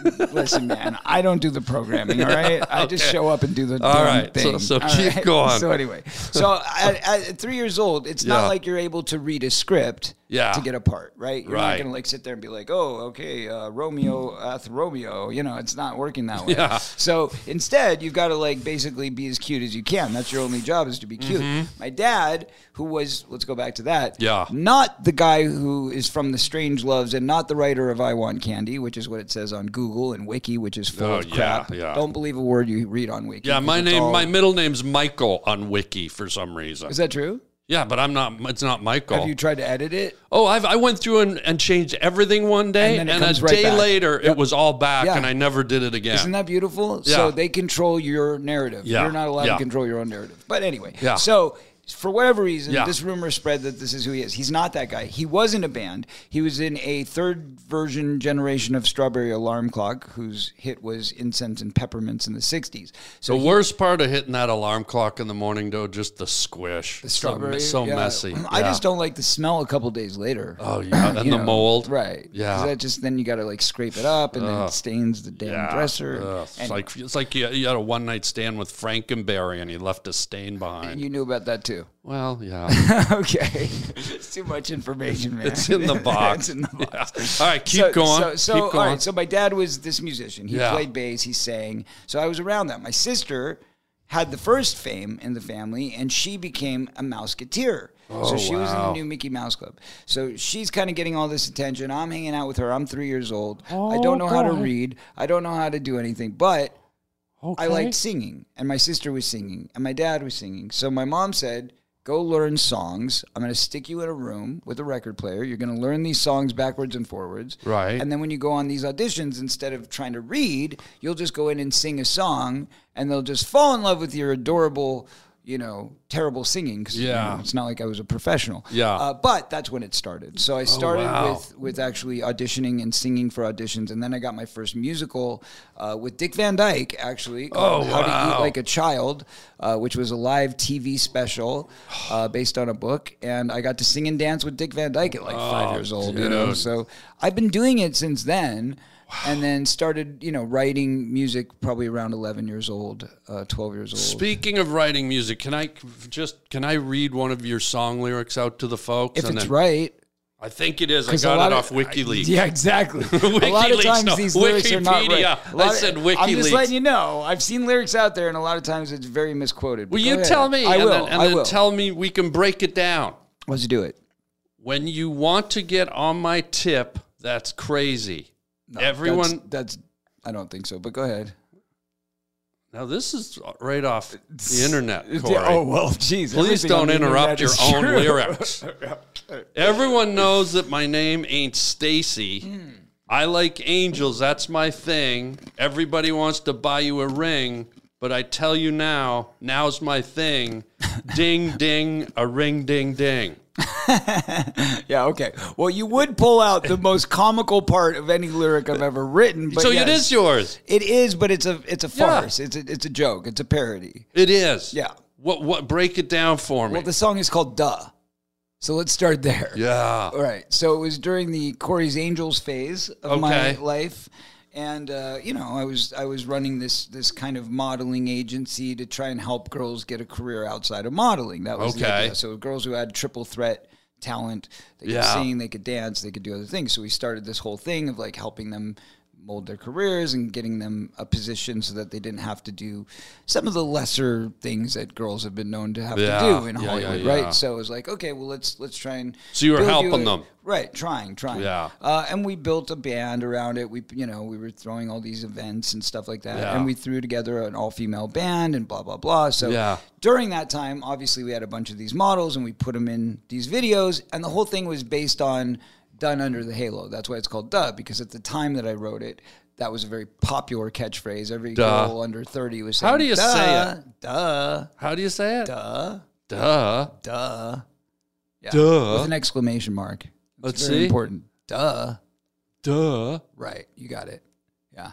Speaker 2: Listen, man, I don't do the programming. All right, I just
Speaker 1: Okay.
Speaker 2: show up and do the
Speaker 1: All
Speaker 2: dumb
Speaker 1: right, so-
Speaker 2: thing.
Speaker 1: so keep going.
Speaker 2: So anyway, so at, at three years old, it's
Speaker 1: Yeah.
Speaker 2: not like you're able to read a script
Speaker 1: Yeah.
Speaker 2: to get a part, right? You're not
Speaker 1: Right.
Speaker 2: gonna like sit there and be like, oh, okay, uh, Romeo, ath Romeo. You know, it's not working that way.
Speaker 1: Yeah.
Speaker 2: So instead, you've got to like basically be as cute as you can. That's your only job is to be cute. My dad, who was, let's go back to that.
Speaker 1: Mm-hmm. Yeah.
Speaker 2: Not the guy who is from the Strange Loves and not the writer of I Want Candy, which is what it says on Google and Wiki, which is full
Speaker 1: Oh,
Speaker 2: of
Speaker 1: yeah,
Speaker 2: crap.
Speaker 1: yeah.
Speaker 2: Don't believe a word you read on Wiki.
Speaker 1: yeah, my
Speaker 2: because it's
Speaker 1: name,
Speaker 2: all-
Speaker 1: my middle name's Michael on Wiki for some reason.
Speaker 2: Is that true?
Speaker 1: yeah, but I'm not. It's not Michael.
Speaker 2: Have you tried to edit it?
Speaker 1: Oh, I've, I went through and, and changed everything one day,
Speaker 2: And then
Speaker 1: and,
Speaker 2: it
Speaker 1: a
Speaker 2: comes right
Speaker 1: day
Speaker 2: back.
Speaker 1: later it was all back,
Speaker 2: Yeah.
Speaker 1: and I never did it again.
Speaker 2: Isn't that beautiful?
Speaker 1: Yeah.
Speaker 2: So they control your narrative.
Speaker 1: Yeah.
Speaker 2: You're not allowed to
Speaker 1: Yeah.
Speaker 2: control your own narrative. But anyway,
Speaker 1: Yeah.
Speaker 2: so for whatever reason,
Speaker 1: Yeah.
Speaker 2: this rumor spread that this is who he is. He's not that guy. He was in a band. He was in a third version generation of Strawberry Alarm Clock, whose hit was Incense and Peppermints in the 60s. So
Speaker 1: the worst part of hitting that alarm clock in the morning, though, just the squish. The
Speaker 2: strawberry.
Speaker 1: so,
Speaker 2: yeah. Mm,
Speaker 1: messy.
Speaker 2: I
Speaker 1: Yeah.
Speaker 2: just don't like the smell a couple days later.
Speaker 1: Oh
Speaker 2: *clears throat*
Speaker 1: yeah, and
Speaker 2: you
Speaker 1: the
Speaker 2: know,
Speaker 1: mold.
Speaker 2: *laughs* right? 'Cause
Speaker 1: Yeah.
Speaker 2: that just then you got to like scrape it up, and then it stains the damn
Speaker 1: Yeah.
Speaker 2: dresser.
Speaker 1: Ugh, It's
Speaker 2: And-
Speaker 1: like it's like you, you had a one night stand with Frankenberry and he left a stain behind.
Speaker 2: you knew about that too.
Speaker 1: well,
Speaker 2: *laughs*
Speaker 1: yeah, *laughs*
Speaker 2: okay, it's too much information, man.
Speaker 1: it's in the box.
Speaker 2: *laughs* it's in the box.
Speaker 1: Yeah. All right, keep
Speaker 2: so,
Speaker 1: going.
Speaker 2: So, so,
Speaker 1: keep
Speaker 2: all
Speaker 1: going.
Speaker 2: right. So my dad was this musician. He
Speaker 1: Yeah.
Speaker 2: played bass. He sang. So I was around that. My sister had the first fame in the family, and she became a mouseketeer.
Speaker 1: Oh,
Speaker 2: so she was in the new Mickey Mouse Club. So she's kind of getting all this attention. I'm hanging out with her. I'm three years old. I don't know how
Speaker 1: Oh,
Speaker 2: to read. I don't know how to do anything. But I liked singing, and my sister was singing, and my dad was singing. So my mom said, Go learn songs. I'm going to stick you in a room with a record player. You're going to learn these songs backwards and forwards.
Speaker 1: Right.
Speaker 2: And then when you go on these auditions, instead of trying to read, you'll just go in and sing a song, and they'll just fall in love with your adorable, you know, terrible singing. 'cause, you
Speaker 1: Yeah.
Speaker 2: know, it's not like I was a professional.
Speaker 1: Yeah.
Speaker 2: Uh, but that's when it started. So I started
Speaker 1: Oh, wow.
Speaker 2: with with actually auditioning and singing for auditions, and then I got my first musical uh, with Dick Van Dyke, actually. called
Speaker 1: Oh,
Speaker 2: How to Eat
Speaker 1: wow.
Speaker 2: Like a Child, uh, which was a live TV special
Speaker 1: *sighs*
Speaker 2: uh, based on a book, and I got to sing and dance with Dick Van Dyke at like five years old. You know,
Speaker 1: Oh, dude.
Speaker 2: so I've been doing it since then. And then started, you know, writing music probably around 11 years old, uh, 12 years old.
Speaker 1: Speaking of writing music, can I c- just can I read one of your song lyrics out to the folks?
Speaker 2: if it's right,
Speaker 1: I think it is. I
Speaker 2: 'Cause a
Speaker 1: got it
Speaker 2: lot of-
Speaker 1: off WikiLeaks. *laughs*
Speaker 2: Yeah, exactly. a lot of
Speaker 1: WikiLeaks,
Speaker 2: times
Speaker 1: no,
Speaker 2: these lyrics are not right.
Speaker 1: Wikipedia.
Speaker 2: A lot
Speaker 1: I
Speaker 2: of-
Speaker 1: said
Speaker 2: I'm just
Speaker 1: WikiLeaks.
Speaker 2: letting you know. I've seen lyrics out there, and a lot of times it's very misquoted. but
Speaker 1: Will
Speaker 2: go
Speaker 1: you
Speaker 2: ahead.
Speaker 1: tell me?
Speaker 2: I
Speaker 1: and
Speaker 2: will.
Speaker 1: Then, and
Speaker 2: I
Speaker 1: then
Speaker 2: will.
Speaker 1: tell me we can break it down.
Speaker 2: Let's do it.
Speaker 1: When you want to get on my tip, that's crazy. Everyone,
Speaker 2: That's, that's. I don't think so, but go ahead.
Speaker 1: now this is right off
Speaker 2: *laughs*
Speaker 1: the internet.
Speaker 2: Yeah,
Speaker 1: Corey.
Speaker 2: Oh well, jeez.
Speaker 1: Please
Speaker 2: everything on
Speaker 1: don't
Speaker 2: the
Speaker 1: interrupt
Speaker 2: internet
Speaker 1: your
Speaker 2: is
Speaker 1: own
Speaker 2: true. *laughs*
Speaker 1: lyrics. Everyone knows that my name ain't Stacy. I like angels, that's my thing. Everybody wants to buy you a ring, But I tell you now, now's my
Speaker 2: *laughs*
Speaker 1: thing. ding, ding, a ring, ding, ding.
Speaker 2: Yeah, okay. Well, you would pull out the most comical part of any lyric I've ever written. But
Speaker 1: so
Speaker 2: yes,
Speaker 1: it is yours.
Speaker 2: It is, but it's a it's a
Speaker 1: Yeah.
Speaker 2: farce. It's a, it's a joke. It's a parody.
Speaker 1: It is.
Speaker 2: Yeah.
Speaker 1: What? What? Break it down for me.
Speaker 2: Well, the song is called "Duh," so let's start there.
Speaker 1: yeah.
Speaker 2: All right. So it was during the Corey's Angels phase of my
Speaker 1: Okay.
Speaker 2: life, and uh, you know, I was I was running this this kind of modeling agency to try and help girls get a career outside of modeling. That was the
Speaker 1: Okay.
Speaker 2: idea. So girls who had triple threat talent, they could
Speaker 1: Yeah.
Speaker 2: sing, they could dance, they could do other things. So we started this whole thing of like helping them mold their careers and getting them a position so that they didn't have to do some of the lesser things that girls have been known to have
Speaker 1: Yeah.
Speaker 2: to do in
Speaker 1: Yeah, yeah,
Speaker 2: Hollywood,
Speaker 1: yeah.
Speaker 2: right? So it was like, okay, well let's let's try and
Speaker 1: So you were
Speaker 2: build
Speaker 1: helping
Speaker 2: a-
Speaker 1: them.
Speaker 2: Right, trying, trying.
Speaker 1: Yeah.
Speaker 2: Uh, and we built a band around it. We, you know, we were throwing all these events and stuff like that.
Speaker 1: Yeah.
Speaker 2: And we threw together an all female band and blah, blah, blah. So
Speaker 1: Yeah.
Speaker 2: during that time, obviously, we had a bunch of these models and we put them in these videos. And the whole thing was based on Done Under the Halo. That's why it's called Duh, because at the time that I wrote it, that was a very popular catchphrase. Every
Speaker 1: Duh.
Speaker 2: girl under 30 was saying,
Speaker 1: How do you
Speaker 2: Duh,
Speaker 1: say
Speaker 2: Duh,
Speaker 1: How do you say it?
Speaker 2: duh,
Speaker 1: Duh.
Speaker 2: duh. Yeah.
Speaker 1: Duh.
Speaker 2: With an exclamation mark. It's
Speaker 1: Let's
Speaker 2: very
Speaker 1: see.
Speaker 2: important. Duh.
Speaker 1: Duh.
Speaker 2: Right. You got it. Yeah.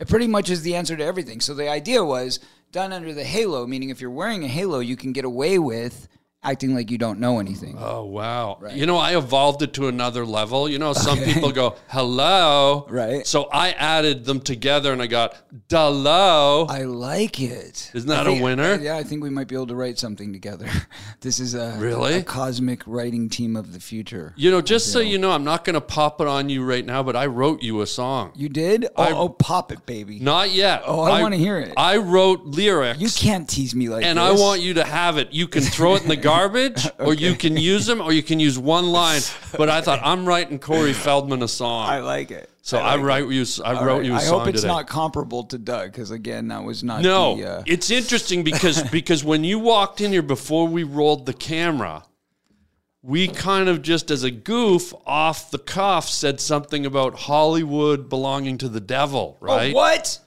Speaker 2: It pretty much is the answer to everything. So the idea was done under the halo, meaning if you're wearing a halo, you can get away with acting like you don't know anything.
Speaker 1: Oh wow! You know, I evolved it to another level. You know, some people go hello,
Speaker 2: Right.
Speaker 1: So I added them together, and I got hello.
Speaker 2: I like it.
Speaker 1: Isn't that
Speaker 2: I
Speaker 1: a
Speaker 2: think-
Speaker 1: winner?
Speaker 2: Yeah, I think we might be able to write something together. *laughs* this is a
Speaker 1: Really?
Speaker 2: a cosmic writing team of the future.
Speaker 1: You know, just so you know, I'm not going to pop it on you right now, but I wrote you a song.
Speaker 2: You did? Oh, oh, pop it, baby.
Speaker 1: Not yet.
Speaker 2: Oh, I wanna hear it.
Speaker 1: I wrote lyrics.
Speaker 2: You can't tease me like
Speaker 1: and
Speaker 2: this.
Speaker 1: I want you to have it. You can throw
Speaker 2: *laughs*
Speaker 1: it in the garbage, or you can use them, or you can use one line. But I
Speaker 2: *laughs*
Speaker 1: thought I'm writing Corey Feldman a song,
Speaker 2: I like it.
Speaker 1: so I, write you. I
Speaker 2: All
Speaker 1: wrote
Speaker 2: right.
Speaker 1: you a
Speaker 2: I
Speaker 1: song
Speaker 2: hope it's
Speaker 1: today.
Speaker 2: not comparable to Doug, because again, that was not
Speaker 1: No,
Speaker 2: the, uh,
Speaker 1: it's interesting
Speaker 2: *laughs*
Speaker 1: because because when you walked in here before we rolled the camera, we kind of just as a goof off the cuff said something about Hollywood belonging to the devil, right?
Speaker 2: Oh, what?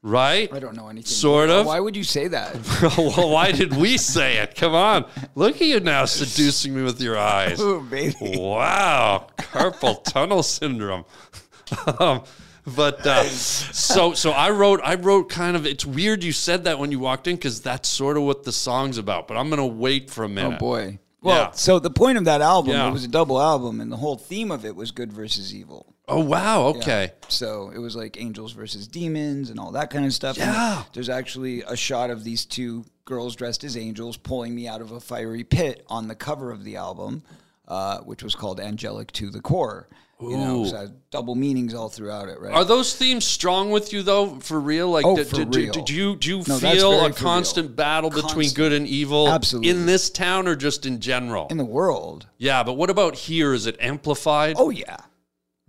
Speaker 1: Right?
Speaker 2: I don't know anything.
Speaker 1: Sort of.
Speaker 2: Why would you say that?
Speaker 1: *laughs* well, why did
Speaker 2: *laughs*
Speaker 1: we say it? Come on. Look at you now seducing me with your eyes.
Speaker 2: Ooh,
Speaker 1: Oh,
Speaker 2: baby.
Speaker 1: Wow, carpal tunnel syndrome. *laughs* um, but uh, so so I wrote I wrote kind of it's weird you said that when you walked in because that's sort of what the song's about. But I'm gonna wait for a
Speaker 2: Oh
Speaker 1: minute.
Speaker 2: boy. Well,
Speaker 1: Yeah.
Speaker 2: so the point of that album,
Speaker 1: Yeah.
Speaker 2: it was a double album, and the whole theme of it was good versus evil.
Speaker 1: Oh wow. Okay.
Speaker 2: So it was like angels versus demons and all that kind of stuff. And
Speaker 1: Yeah.
Speaker 2: there's actually a shot of these two girls dressed as angels pulling me out of a fiery pit on the cover of the album, uh, which was called Angelic to the Core. You know,
Speaker 1: Ooh.
Speaker 2: so I had double meanings all throughout it, right?
Speaker 1: Are those themes strong with you though? For real? Like,
Speaker 2: Oh,
Speaker 1: did,
Speaker 2: for
Speaker 1: did-
Speaker 2: real.
Speaker 1: did you do you
Speaker 2: No, that's
Speaker 1: feel
Speaker 2: very
Speaker 1: a
Speaker 2: for real.
Speaker 1: constant battle between
Speaker 2: Constant.
Speaker 1: good and evil?
Speaker 2: Absolutely.
Speaker 1: In this town or just in general?
Speaker 2: in the world.
Speaker 1: yeah, but what about here? Is it amplified?
Speaker 2: Oh, yeah.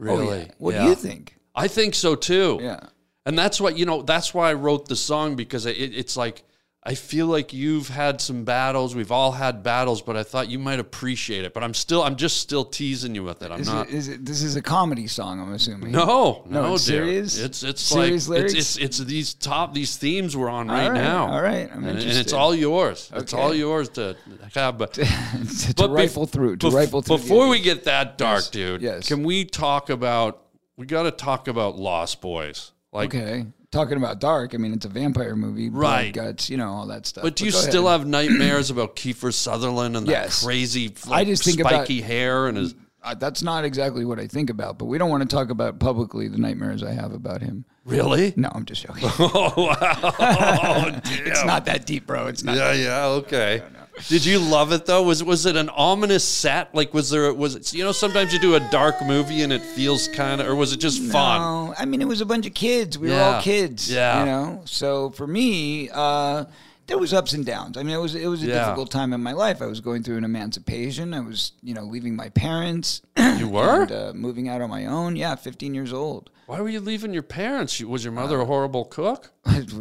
Speaker 2: Oh, yeah.
Speaker 1: really?
Speaker 2: What
Speaker 1: Yeah.
Speaker 2: do you think?
Speaker 1: I think so too.
Speaker 2: Yeah.
Speaker 1: And that's what you know. That's why I wrote the song because it, it's like I feel like you've had some battles. We've all had battles, but I thought you might appreciate it. But I'm still, I'm just still teasing you with it. I'm
Speaker 2: Is
Speaker 1: not.
Speaker 2: it, is it, this is a comedy song, I'm assuming.
Speaker 1: no,
Speaker 2: No,
Speaker 1: no,
Speaker 2: it's
Speaker 1: dear.
Speaker 2: serious?
Speaker 1: It's it's
Speaker 2: Serious
Speaker 1: like
Speaker 2: lyrics?
Speaker 1: it's, it's it's these top these themes we're on right,
Speaker 2: right,
Speaker 1: now.
Speaker 2: all right, I'm
Speaker 1: and, and it's
Speaker 2: interested.
Speaker 1: all yours. It's all
Speaker 2: Okay.
Speaker 1: yours to have. But
Speaker 2: *laughs* to, to
Speaker 1: But bef-
Speaker 2: rifle through, to
Speaker 1: bef-
Speaker 2: rifle through. the
Speaker 1: Before we
Speaker 2: others.
Speaker 1: get that dark, dude,
Speaker 2: yes.
Speaker 1: can we talk about? We got to talk about Lost Boys. Like,
Speaker 2: okay, talking about dark. I mean, it's a vampire movie, blood,
Speaker 1: Right.
Speaker 2: Guts, you know, all that stuff.
Speaker 1: But do you
Speaker 2: go
Speaker 1: still
Speaker 2: ahead.
Speaker 1: have nightmares about Kiefer Sutherland and that
Speaker 2: Yes.
Speaker 1: crazy,
Speaker 2: I
Speaker 1: like,
Speaker 2: just think about-
Speaker 1: spiky hair and his?
Speaker 2: Uh, that's not exactly what I think about, but we don't want to talk about publicly the nightmares I have about him.
Speaker 1: Really?
Speaker 2: *laughs* No, I'm just
Speaker 1: *laughs*
Speaker 2: joking.
Speaker 1: Oh wow! Oh, damn.
Speaker 2: *laughs* it's not that deep, bro. It's not.
Speaker 1: Yeah, yeah, okay. Did you love it though? Was was it an ominous set? Like, was there was it? You know, sometimes you do a dark movie and it feels kind of, or was it just fun?
Speaker 2: No, I mean, it was a bunch of kids. We were
Speaker 1: Yeah.
Speaker 2: all kids.
Speaker 1: Yeah.
Speaker 2: You know, so for me, uh, there was ups and downs. I mean, it was it was a
Speaker 1: Yeah.
Speaker 2: difficult time in my life. I was going through an emancipation. I was, you know, leaving my parents. *clears throat*
Speaker 1: You were.
Speaker 2: and uh, moving out on my own. Yeah, 15 years old. *laughs*
Speaker 1: Why were you leaving your parents? You- Was your mother a horrible cook?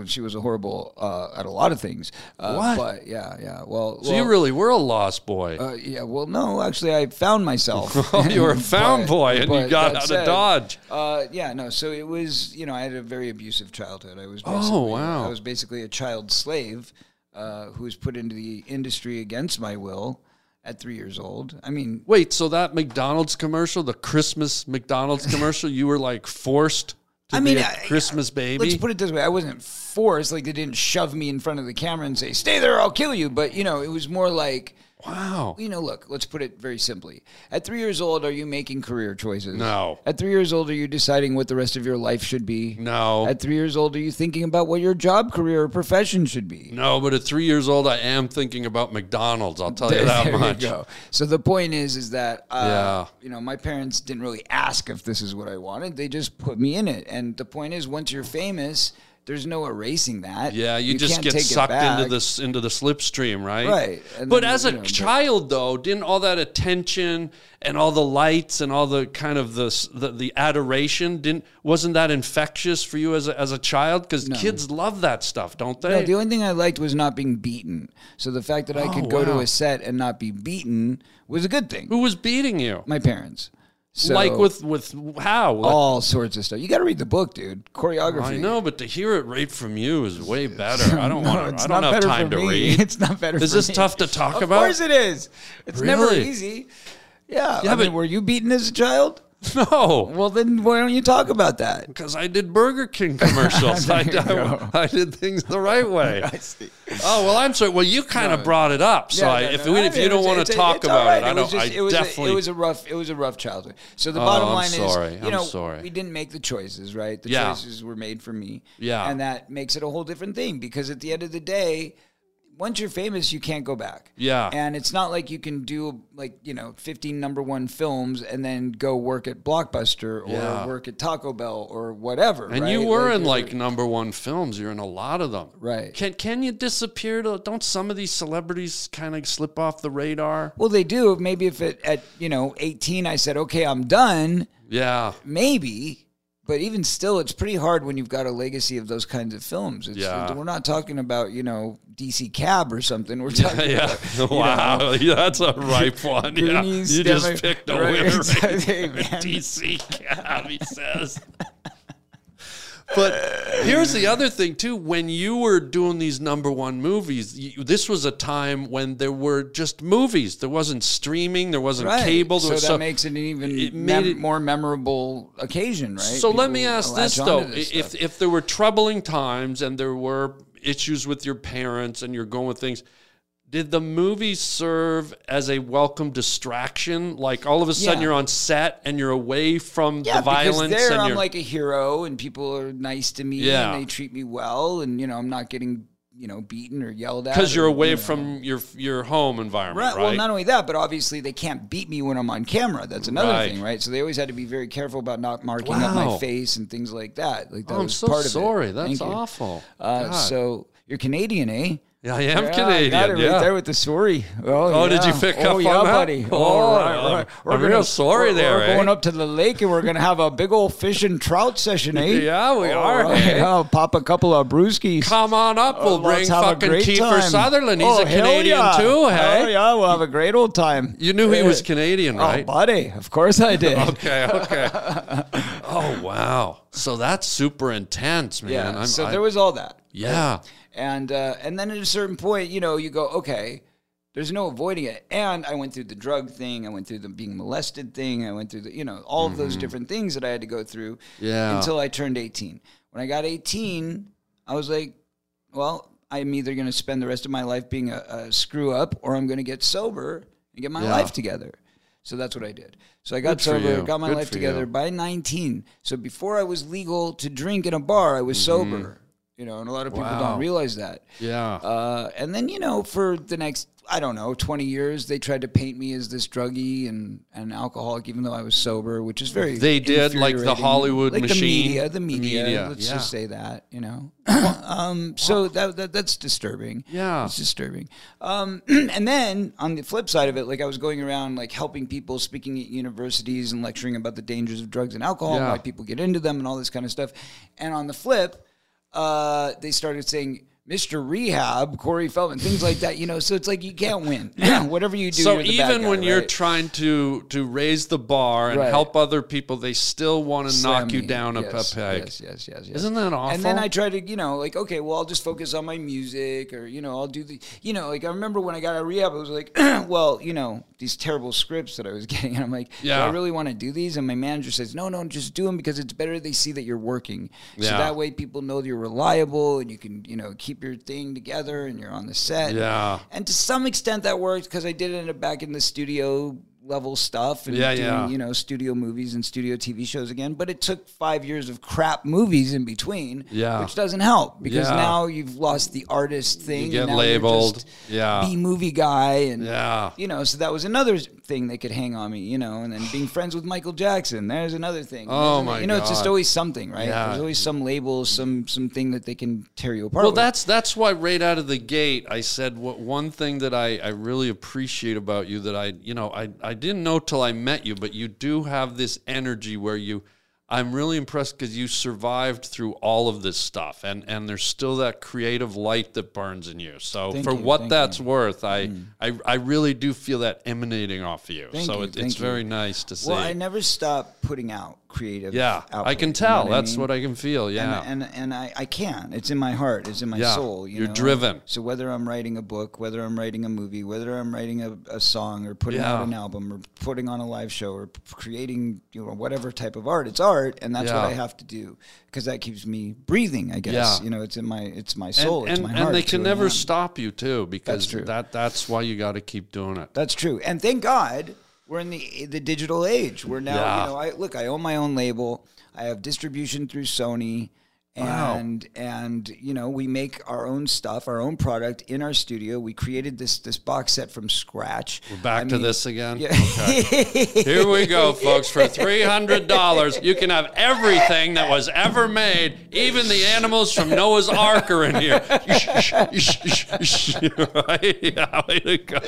Speaker 2: she was a horrible uh, at a lot of things. Uh,
Speaker 1: What?
Speaker 2: But yeah, yeah. Well,
Speaker 1: So you
Speaker 2: well,
Speaker 1: really were a lost boy.
Speaker 2: uh, yeah. Well, no, actually, I found myself.
Speaker 1: *laughs* oh, you were a found
Speaker 2: *laughs* But-
Speaker 1: boy and you
Speaker 2: but
Speaker 1: got
Speaker 2: that
Speaker 1: out of
Speaker 2: said,
Speaker 1: Dodge.
Speaker 2: Uh, yeah, no. So it was, you know, I had a very abusive childhood. I was basically,
Speaker 1: Oh, wow.
Speaker 2: I was basically a child slave uh, who was put into the industry against my will at three years old. I mean,
Speaker 1: Wait, so that McDonald's commercial, the Christmas McDonald's commercial, you were like forced to
Speaker 2: I mean,
Speaker 1: be a
Speaker 2: I-
Speaker 1: Christmas
Speaker 2: let's
Speaker 1: baby?
Speaker 2: put it this way: I wasn't forced. Like they didn't shove me in front of the camera and say, "Stay there, I'll kill you." But you know, it was more like.
Speaker 1: wow.
Speaker 2: you know, look, let's put it very simply. At three years old, are you making career choices?
Speaker 1: No.
Speaker 2: At three years old, are you deciding what the rest of your life should be?
Speaker 1: No.
Speaker 2: At three years old, are you thinking about what your job, career, or profession should be?
Speaker 1: No, but at three years old, I am thinking about McDonald's. I'll tell you that
Speaker 2: there
Speaker 1: much.
Speaker 2: you go. So the point is, is that uh,
Speaker 1: Yeah.
Speaker 2: you know, my parents didn't really ask if this is what I wanted. They just put me in it. And the point is, once you're famous, there's no erasing that.
Speaker 1: Yeah, you, just
Speaker 2: can't
Speaker 1: get
Speaker 2: take it
Speaker 1: sucked into
Speaker 2: back.
Speaker 1: this into the slipstream, right?
Speaker 2: Right, and
Speaker 1: but
Speaker 2: then,
Speaker 1: as
Speaker 2: you
Speaker 1: a
Speaker 2: know, but-
Speaker 1: child, though, didn't all that attention and all the lights and all the kind of the s- the, the adoration didn't wasn't that infectious for you as a, as a child? Because kids love that stuff, don't they?
Speaker 2: No, the only thing I liked was not being beaten. So the fact that I could go to
Speaker 1: Oh, wow.
Speaker 2: a set and not be beaten was a good thing.
Speaker 1: Who was beating you?
Speaker 2: My parents. So,
Speaker 1: like with with how? Like-
Speaker 2: all sorts of stuff. You got to read the book, dude. Choreography.
Speaker 1: I know, but to hear it right from you is
Speaker 2: *laughs*
Speaker 1: way better. I don't
Speaker 2: No,
Speaker 1: want.
Speaker 2: it's
Speaker 1: I
Speaker 2: not
Speaker 1: don't have
Speaker 2: better
Speaker 1: time
Speaker 2: for
Speaker 1: to
Speaker 2: me.
Speaker 1: read.
Speaker 2: *laughs* It's not better.
Speaker 1: Is
Speaker 2: for
Speaker 1: this
Speaker 2: me.
Speaker 1: tough to talk
Speaker 2: of
Speaker 1: about?
Speaker 2: Of course it is. It's never
Speaker 1: Really?
Speaker 2: easy. Yeah.
Speaker 1: Yeah,
Speaker 2: I mean,
Speaker 1: but-
Speaker 2: were you beaten as a child?
Speaker 1: No.
Speaker 2: Well, then why don't you talk about that?
Speaker 1: Because I did Burger King
Speaker 2: *laughs*
Speaker 1: commercials. I,
Speaker 2: There you go.
Speaker 1: I, I did things the right
Speaker 2: *laughs*
Speaker 1: way. I see. Oh well, I'm sorry. Well, you kind of brought it up, so
Speaker 2: Yeah,
Speaker 1: I,
Speaker 2: no,
Speaker 1: if,
Speaker 2: no,
Speaker 1: we,
Speaker 2: I
Speaker 1: if
Speaker 2: mean,
Speaker 1: you don't
Speaker 2: it's-
Speaker 1: want
Speaker 2: it's-
Speaker 1: to talk
Speaker 2: it's all
Speaker 1: about
Speaker 2: right.
Speaker 1: it, I
Speaker 2: was
Speaker 1: don't.
Speaker 2: just-
Speaker 1: I
Speaker 2: it was
Speaker 1: definitely.
Speaker 2: A, it was a rough. It was a rough childhood. So the
Speaker 1: Oh,
Speaker 2: bottom
Speaker 1: I'm
Speaker 2: line
Speaker 1: sorry.
Speaker 2: is, you
Speaker 1: I'm
Speaker 2: know,
Speaker 1: sorry.
Speaker 2: we didn't make the choices, right? The
Speaker 1: Yeah.
Speaker 2: choices were made for me.
Speaker 1: Yeah.
Speaker 2: and that makes it a whole different thing because at the end of the day. Once you're famous, you can't go back.
Speaker 1: Yeah.
Speaker 2: And it's not like you can do like, you know, 15 number one films and then go work at Blockbuster or
Speaker 1: Yeah.
Speaker 2: work at Taco Bell or whatever.
Speaker 1: and
Speaker 2: right?
Speaker 1: you were in
Speaker 2: you're-
Speaker 1: like number one films. You're in a lot of them.
Speaker 2: Right.
Speaker 1: Can can you disappear? To, don't some of these celebrities kind of slip off the radar?
Speaker 2: Well, they do. Maybe if it, at, you know, 18, I said, okay, I'm done.
Speaker 1: Yeah.
Speaker 2: maybe but even still it's pretty hard when you've got a legacy of those kinds of films it's,
Speaker 1: Yeah.
Speaker 2: we're not talking about you know dc cab or something we're talking
Speaker 1: *laughs* *laughs* Yeah. Wow. *laughs* Yeah, that's a ripe one. Yeah. You
Speaker 2: Goonies, Demi-
Speaker 1: just picked a
Speaker 2: *laughs* right,
Speaker 1: winner. *laughs*
Speaker 2: exactly,
Speaker 1: right there.
Speaker 2: man. *laughs*
Speaker 1: DC cab, he says. But here's the other thing too. When you were doing these number one movies, you, this was a time when there were just movies. There wasn't streaming. There wasn't
Speaker 2: right
Speaker 1: cable.
Speaker 2: so
Speaker 1: There
Speaker 2: that
Speaker 1: was
Speaker 2: makes it an even
Speaker 1: it made
Speaker 2: mem-
Speaker 1: it-
Speaker 2: more memorable occasion right
Speaker 1: So let me
Speaker 2: People
Speaker 1: ask
Speaker 2: latch
Speaker 1: this
Speaker 2: onto
Speaker 1: though:
Speaker 2: this
Speaker 1: if
Speaker 2: stuff.
Speaker 1: if there were troubling times and there were issues with your parents and you're going with things, did the movie serve as a welcome distraction? Like all of a sudden
Speaker 2: Yeah.
Speaker 1: you're on set and you're away from
Speaker 2: yeah,
Speaker 1: the violence
Speaker 2: because there
Speaker 1: and
Speaker 2: I'm
Speaker 1: you're
Speaker 2: like a hero, and people are nice to me,
Speaker 1: Yeah.
Speaker 2: and they treat me well, and you know I'm not getting you know beaten or yelled at
Speaker 1: because you're
Speaker 2: or,
Speaker 1: away
Speaker 2: you know.
Speaker 1: from your your home environment,
Speaker 2: Right.
Speaker 1: right?
Speaker 2: Well, not only that, but obviously they can't beat me when I'm on camera. That's another
Speaker 1: Right.
Speaker 2: thing, right? So they always had to be very careful about not marking up
Speaker 1: Wow.
Speaker 2: my face and things like that. Like that
Speaker 1: Oh, I'm
Speaker 2: was
Speaker 1: so
Speaker 2: part of it.
Speaker 1: sorry.
Speaker 2: Thank
Speaker 1: That's
Speaker 2: you.
Speaker 1: awful.
Speaker 2: Uh,
Speaker 1: God.
Speaker 2: so you're Canadian, eh?
Speaker 1: yeah, I am
Speaker 2: Yeah, I
Speaker 1: Canadian.
Speaker 2: Got it right
Speaker 1: yeah.
Speaker 2: there with the sorry. Oh,
Speaker 1: Oh, did
Speaker 2: yeah.
Speaker 1: you pick
Speaker 2: oh,
Speaker 1: up on
Speaker 2: yeah,
Speaker 1: that?
Speaker 2: buddy?
Speaker 1: Oh,
Speaker 2: All right,
Speaker 1: I'm-
Speaker 2: all right. We're
Speaker 1: I'm
Speaker 2: gonna-
Speaker 1: real sorry
Speaker 2: we're,
Speaker 1: there,
Speaker 2: We're going
Speaker 1: eh?
Speaker 2: up to the lake and we're gonna have a big old fish and trout
Speaker 1: *laughs*
Speaker 2: session, eh?
Speaker 1: Yeah, we
Speaker 2: All *laughs*
Speaker 1: are,
Speaker 2: right.
Speaker 1: eh?
Speaker 2: I'll pop a couple of brewskis.
Speaker 1: Come on up. We'll
Speaker 2: Oh,
Speaker 1: bring
Speaker 2: Let's have a
Speaker 1: fucking
Speaker 2: great
Speaker 1: Kiefer
Speaker 2: time.
Speaker 1: Sutherland. He's
Speaker 2: Oh,
Speaker 1: a
Speaker 2: hell
Speaker 1: Canadian
Speaker 2: yeah.
Speaker 1: too, hey?
Speaker 2: Oh yeah, we'll have a great old time.
Speaker 1: You knew he
Speaker 2: Yeah.
Speaker 1: was Canadian, right?
Speaker 2: Oh, *laughs* buddy, of
Speaker 1: *laughs*
Speaker 2: course I did.
Speaker 1: okay,
Speaker 2: *laughs*
Speaker 1: okay. oh wow. So that's super intense, man.
Speaker 2: Yeah.
Speaker 1: I'm,
Speaker 2: so
Speaker 1: I-
Speaker 2: there was all that,
Speaker 1: yeah.
Speaker 2: and uh, and then at a certain point, you know, you go, okay, there's no avoiding it. And I went through the drug thing, I went through the being molested thing, I went through the, you know, all of those different things that I had to go through.
Speaker 1: Mm-hmm. Yeah.
Speaker 2: Until I turned 18. When I got 18, I was like, well, I'm either going to spend the rest of my life being a, a screw up, or I'm going to get sober and get my
Speaker 1: Yeah.
Speaker 2: life together. So that's what I did. So I got
Speaker 1: Good for
Speaker 2: sober,
Speaker 1: you.
Speaker 2: got my
Speaker 1: Good
Speaker 2: life
Speaker 1: for you.
Speaker 2: together by 19. So before I was legal to drink in a bar, I was sober. You know, and a lot of people
Speaker 1: Mm-hmm. Wow.
Speaker 2: don't realize that.
Speaker 1: Yeah.
Speaker 2: Uh, and then you know, for the next I don't know twenty years, they tried to paint me as this druggie and an alcoholic, even though I was sober, which is very
Speaker 1: They did, like the
Speaker 2: infuriating.
Speaker 1: Hollywood
Speaker 2: like
Speaker 1: machine.
Speaker 2: the media,
Speaker 1: The
Speaker 2: the media.
Speaker 1: media,
Speaker 2: let's
Speaker 1: yeah.
Speaker 2: just say that
Speaker 1: *coughs*
Speaker 2: you know. um, so that, that that's disturbing.
Speaker 1: Yeah.
Speaker 2: it's disturbing. Um, *clears throat* and then on the flip side of it, like I was going around like helping people, speaking at universities and lecturing about the dangers of drugs and alcohol, and
Speaker 1: Yeah.
Speaker 2: why people get into them, and all this kind of stuff. And on the flip uh, they started saying Mr. Rehab, Corey Feldman, things like that. You know, so it's like you can't
Speaker 1: *laughs*
Speaker 2: win. Whatever you do,
Speaker 1: so
Speaker 2: you're the bad
Speaker 1: even
Speaker 2: guy,
Speaker 1: when you're
Speaker 2: right?
Speaker 1: trying to to raise the bar and
Speaker 2: Right.
Speaker 1: help other people, they still want to
Speaker 2: Slam
Speaker 1: knock you
Speaker 2: me.
Speaker 1: down a
Speaker 2: yes,
Speaker 1: peg.
Speaker 2: Yes, yes, yes, yes.
Speaker 1: Isn't that
Speaker 2: And then
Speaker 1: awful?
Speaker 2: I try to, you know, like okay, well, I'll just focus on my music, or you know, I'll do the, you know, like I remember when I got out of rehab, I was like, *clears throat* well, you know, these terrible scripts that I was *laughs* getting, and I'm like, yeah,
Speaker 1: Yeah.
Speaker 2: I really want to do these, and my manager says, no, no, just do them because it's better they see that you're working, so
Speaker 1: Yeah.
Speaker 2: that way people know that you're reliable and you can, you know, keep your thing together and you're on the set.
Speaker 1: Yeah.
Speaker 2: And to some extent that worked because I did end up back in the studio level stuff and
Speaker 1: Yeah,
Speaker 2: doing,
Speaker 1: yeah.
Speaker 2: you know, studio movies and studio TV shows again. But it took five years of crap movies in between,
Speaker 1: Yeah.
Speaker 2: which doesn't help because
Speaker 1: Yeah.
Speaker 2: now you've lost the artist thing.
Speaker 1: You get
Speaker 2: and now you're
Speaker 1: labeled.
Speaker 2: just
Speaker 1: Yeah.
Speaker 2: B movie guy. And,
Speaker 1: Yeah.
Speaker 2: you know, so that was another thing they could hang on me, you know, and then being friends with Michael Jackson. There's another thing.
Speaker 1: Oh,
Speaker 2: There's another-
Speaker 1: my
Speaker 2: You know, it's just
Speaker 1: God.
Speaker 2: always something, right?
Speaker 1: Yeah.
Speaker 2: There's always some label, some, some thing that they can tear you apart
Speaker 1: Well,
Speaker 2: with.
Speaker 1: that's that's why right out of the gate I said what one thing that I, I really appreciate about you that I you know I, I didn't know till I met you, but you do have this energy where you I'm really impressed because you survived through all of this stuff and and there's still that creative light that burns in you. So
Speaker 2: Thank
Speaker 1: for
Speaker 2: you,
Speaker 1: what
Speaker 2: thank
Speaker 1: that's worth, I, I I really do feel that emanating off you.
Speaker 2: Thank
Speaker 1: so
Speaker 2: you,
Speaker 1: it, it's
Speaker 2: thank you.
Speaker 1: very nice to see.
Speaker 2: Well, I never stop putting out creative.
Speaker 1: yeah, I
Speaker 2: output,
Speaker 1: can
Speaker 2: you
Speaker 1: tell.
Speaker 2: know
Speaker 1: that's
Speaker 2: mean?
Speaker 1: what I can feel. Yeah.
Speaker 2: And and, and I, I can. It's in my heart. It's in my
Speaker 1: Yeah,
Speaker 2: soul. You
Speaker 1: you're
Speaker 2: know?
Speaker 1: driven.
Speaker 2: So whether I'm writing a book, whether I'm writing a movie, whether I'm writing a, a song, or putting
Speaker 1: Yeah.
Speaker 2: out an album, or putting on a live show, or p- creating you know whatever type of art, it's art, and that's
Speaker 1: Yeah.
Speaker 2: what I have to do because that keeps me breathing. I guess
Speaker 1: Yeah.
Speaker 2: you know it's in my it's my soul.
Speaker 1: and,
Speaker 2: it's
Speaker 1: and,
Speaker 2: my
Speaker 1: and
Speaker 2: heart.
Speaker 1: they
Speaker 2: it's
Speaker 1: can
Speaker 2: who I
Speaker 1: never
Speaker 2: am.
Speaker 1: stop you too because
Speaker 2: true.
Speaker 1: that that's why you got to keep doing it
Speaker 2: That's true. And thank God we're in the the digital age. We're now,
Speaker 1: Yeah.
Speaker 2: you know, I look, I own my own label. I have distribution through Sony and and you know, we make our own stuff, our own product in our studio. We created this this box set from scratch. We're
Speaker 1: back to this again Okay. here we go folks for $300 you can have everything that was ever made even the animals from noah's ark are in here *laughs* right yeah, way to go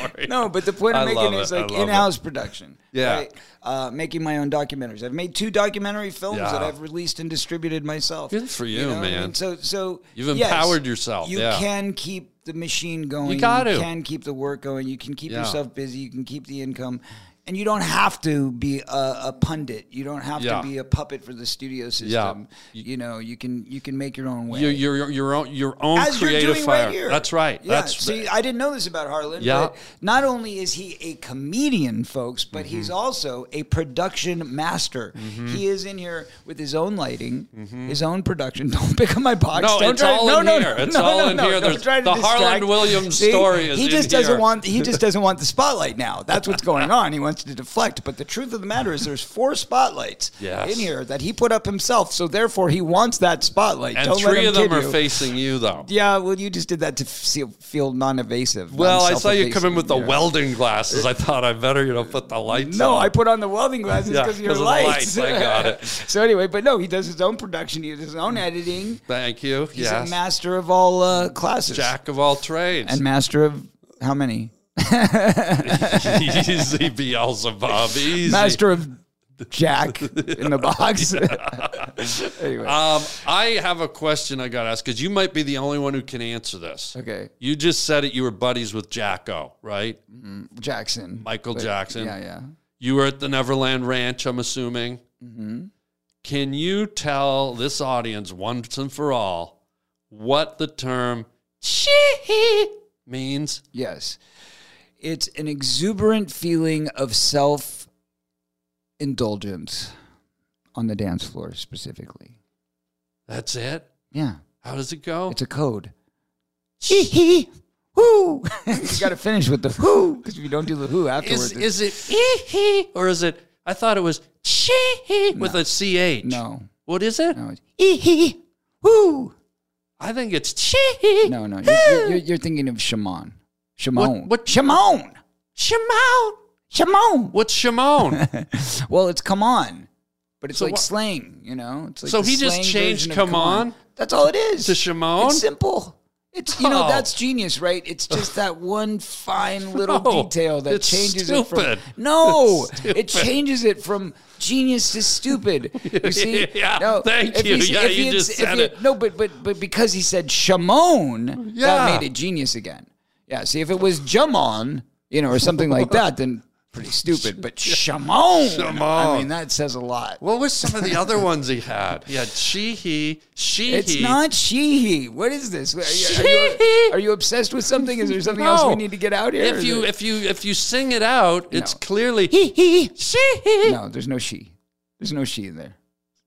Speaker 1: Corey.
Speaker 2: No, but the point I'm
Speaker 1: I
Speaker 2: making
Speaker 1: love
Speaker 2: is
Speaker 1: it. I
Speaker 2: like
Speaker 1: love it.
Speaker 2: in-house production.
Speaker 1: Yeah.
Speaker 2: Uh, making my own documentaries. I've made two documentary films
Speaker 1: Yeah.
Speaker 2: that I've released and distributed myself.
Speaker 1: Good for you,
Speaker 2: what I
Speaker 1: man.
Speaker 2: mean? So, so
Speaker 1: You've
Speaker 2: yes,
Speaker 1: empowered yourself,
Speaker 2: You
Speaker 1: yeah.
Speaker 2: can keep the machine going.
Speaker 1: gotta.
Speaker 2: You can keep the work going. You can keep
Speaker 1: Yeah.
Speaker 2: yourself busy. You can keep the income. And you don't have to be a, a pundit. You don't have
Speaker 1: Yeah.
Speaker 2: to be a puppet for the studio system. You know, you can you can make your own way
Speaker 1: your, your, your, your own, your own
Speaker 2: as you're
Speaker 1: creative
Speaker 2: doing
Speaker 1: fire
Speaker 2: right here.
Speaker 1: that's right
Speaker 2: Yeah.
Speaker 1: that's
Speaker 2: See, I didn't know this about Harlan.
Speaker 1: Yeah.
Speaker 2: But not only is he a comedian, folks, but he's
Speaker 1: Mm-hmm.
Speaker 2: also a production master. He is in here with his own lighting, his own production. *laughs* Don't pick up my
Speaker 1: Mm-hmm.
Speaker 2: box.
Speaker 1: No,
Speaker 2: Don't
Speaker 1: it's
Speaker 2: try,
Speaker 1: all
Speaker 2: no,
Speaker 1: in
Speaker 2: no,
Speaker 1: here.
Speaker 2: No,
Speaker 1: It's
Speaker 2: no,
Speaker 1: all
Speaker 2: no,
Speaker 1: in
Speaker 2: no,
Speaker 1: here.
Speaker 2: Don't
Speaker 1: There's-
Speaker 2: try to
Speaker 1: the Harlan
Speaker 2: distract.
Speaker 1: Williams
Speaker 2: See?
Speaker 1: story is
Speaker 2: He
Speaker 1: in
Speaker 2: just doesn't
Speaker 1: here.
Speaker 2: want.
Speaker 1: *laughs*
Speaker 2: He just doesn't want the spotlight now. That's what's going on. He wants to deflect. But the truth of the matter is, there's four spotlights
Speaker 1: Yes.
Speaker 2: in here that he put up himself. So therefore, he wants that spotlight.
Speaker 1: and
Speaker 2: Don't let
Speaker 1: three
Speaker 2: him
Speaker 1: of them
Speaker 2: kid
Speaker 1: are
Speaker 2: you.
Speaker 1: facing you though
Speaker 2: Yeah, well, you just did that to feel, feel non-evasive.
Speaker 1: well i saw you
Speaker 2: non-self-effacing,
Speaker 1: come in with the
Speaker 2: you know.
Speaker 1: welding glasses i thought i better you know put the lights
Speaker 2: No,
Speaker 1: on.
Speaker 2: I put on the welding glasses
Speaker 1: Yeah,
Speaker 2: because of your
Speaker 1: 'cause of the
Speaker 2: lights.
Speaker 1: lights, I got it.
Speaker 2: *laughs* so anyway, but no, he does his own production. He does his own editing.
Speaker 1: thank you
Speaker 2: He's
Speaker 1: yes
Speaker 2: a master of all uh, classes.
Speaker 1: jack of all trades
Speaker 2: And *laughs* master of how many?
Speaker 1: *laughs* easy Beelzebub, easy. *laughs*
Speaker 2: Master of Jack in the box. *laughs* anyway,
Speaker 1: Um, I have a question I got to ask because you might be the only one who can answer this.
Speaker 2: Okay.
Speaker 1: You just said it. You were buddies with Jacko, right?
Speaker 2: Jackson.
Speaker 1: Michael
Speaker 2: But-
Speaker 1: Jackson.
Speaker 2: Yeah, yeah.
Speaker 1: You were at the Neverland Ranch, I'm assuming.
Speaker 2: Mm-hmm.
Speaker 1: Can you tell this audience once and for all what the term "chee" means?
Speaker 2: Yes. It's an exuberant feeling of self indulgence on the dance floor specifically.
Speaker 1: That's it.
Speaker 2: Yeah.
Speaker 1: How does it go?
Speaker 2: It's a code. Hee hee. Whoo. *laughs* you got to finish with the whoo because if you don't do the whoo afterwards.
Speaker 1: is is it "ee" or is it? I thought it was "chee" with a ch.
Speaker 2: no.
Speaker 1: What is it?
Speaker 2: No. It's hee hee. Whoo.
Speaker 1: I think it's Chee.
Speaker 2: No, no, you're, you're, you're- you're thinking of Shimon. Shimon.
Speaker 1: What- what-
Speaker 2: Shimon.
Speaker 1: Shimon.
Speaker 2: Shimon.
Speaker 1: What's
Speaker 2: *laughs*
Speaker 1: Shimon?
Speaker 2: Well, it's come on, but it's
Speaker 1: So
Speaker 2: like
Speaker 1: what-
Speaker 2: slang, you know. It's like
Speaker 1: So
Speaker 2: the
Speaker 1: he just
Speaker 2: slang
Speaker 1: changed
Speaker 2: version of
Speaker 1: come on
Speaker 2: That's all it is.
Speaker 1: to Shimon?
Speaker 2: It's simple. It's you know
Speaker 1: Oh.
Speaker 2: that's genius, right? It's just that one fine little
Speaker 1: *laughs* No,
Speaker 2: detail that
Speaker 1: it's
Speaker 2: changes it
Speaker 1: stupid.
Speaker 2: from
Speaker 1: *laughs*
Speaker 2: no,
Speaker 1: It's
Speaker 2: it
Speaker 1: stupid.
Speaker 2: changes it from genius to stupid. You see?
Speaker 1: *laughs* Yeah,
Speaker 2: no,
Speaker 1: thank
Speaker 2: if
Speaker 1: you.
Speaker 2: he's-
Speaker 1: Yeah,
Speaker 2: if
Speaker 1: you
Speaker 2: he'd
Speaker 1: just
Speaker 2: s- if
Speaker 1: said
Speaker 2: he-
Speaker 1: it.
Speaker 2: No, but but but because he said Shimon,
Speaker 1: Yeah.
Speaker 2: that made it genius again. Yeah. See, if it was Jamon, you know, or something like that,
Speaker 1: *laughs*
Speaker 2: then pretty stupid. But Shimon, I
Speaker 1: Shimon.
Speaker 2: mean, that says a lot.
Speaker 1: what was some of the other ones he had? He had she, he, she,
Speaker 2: It's
Speaker 1: he.
Speaker 2: not Sheehy. What is this? Are you, are you, are you obsessed with something? Is there something else we
Speaker 1: No.
Speaker 2: need to get out here?
Speaker 1: If
Speaker 2: Is
Speaker 1: you
Speaker 2: it-
Speaker 1: if you if you sing it out, it's
Speaker 2: No.
Speaker 1: clearly he he she he.
Speaker 2: no, there's no she. There's no she in there.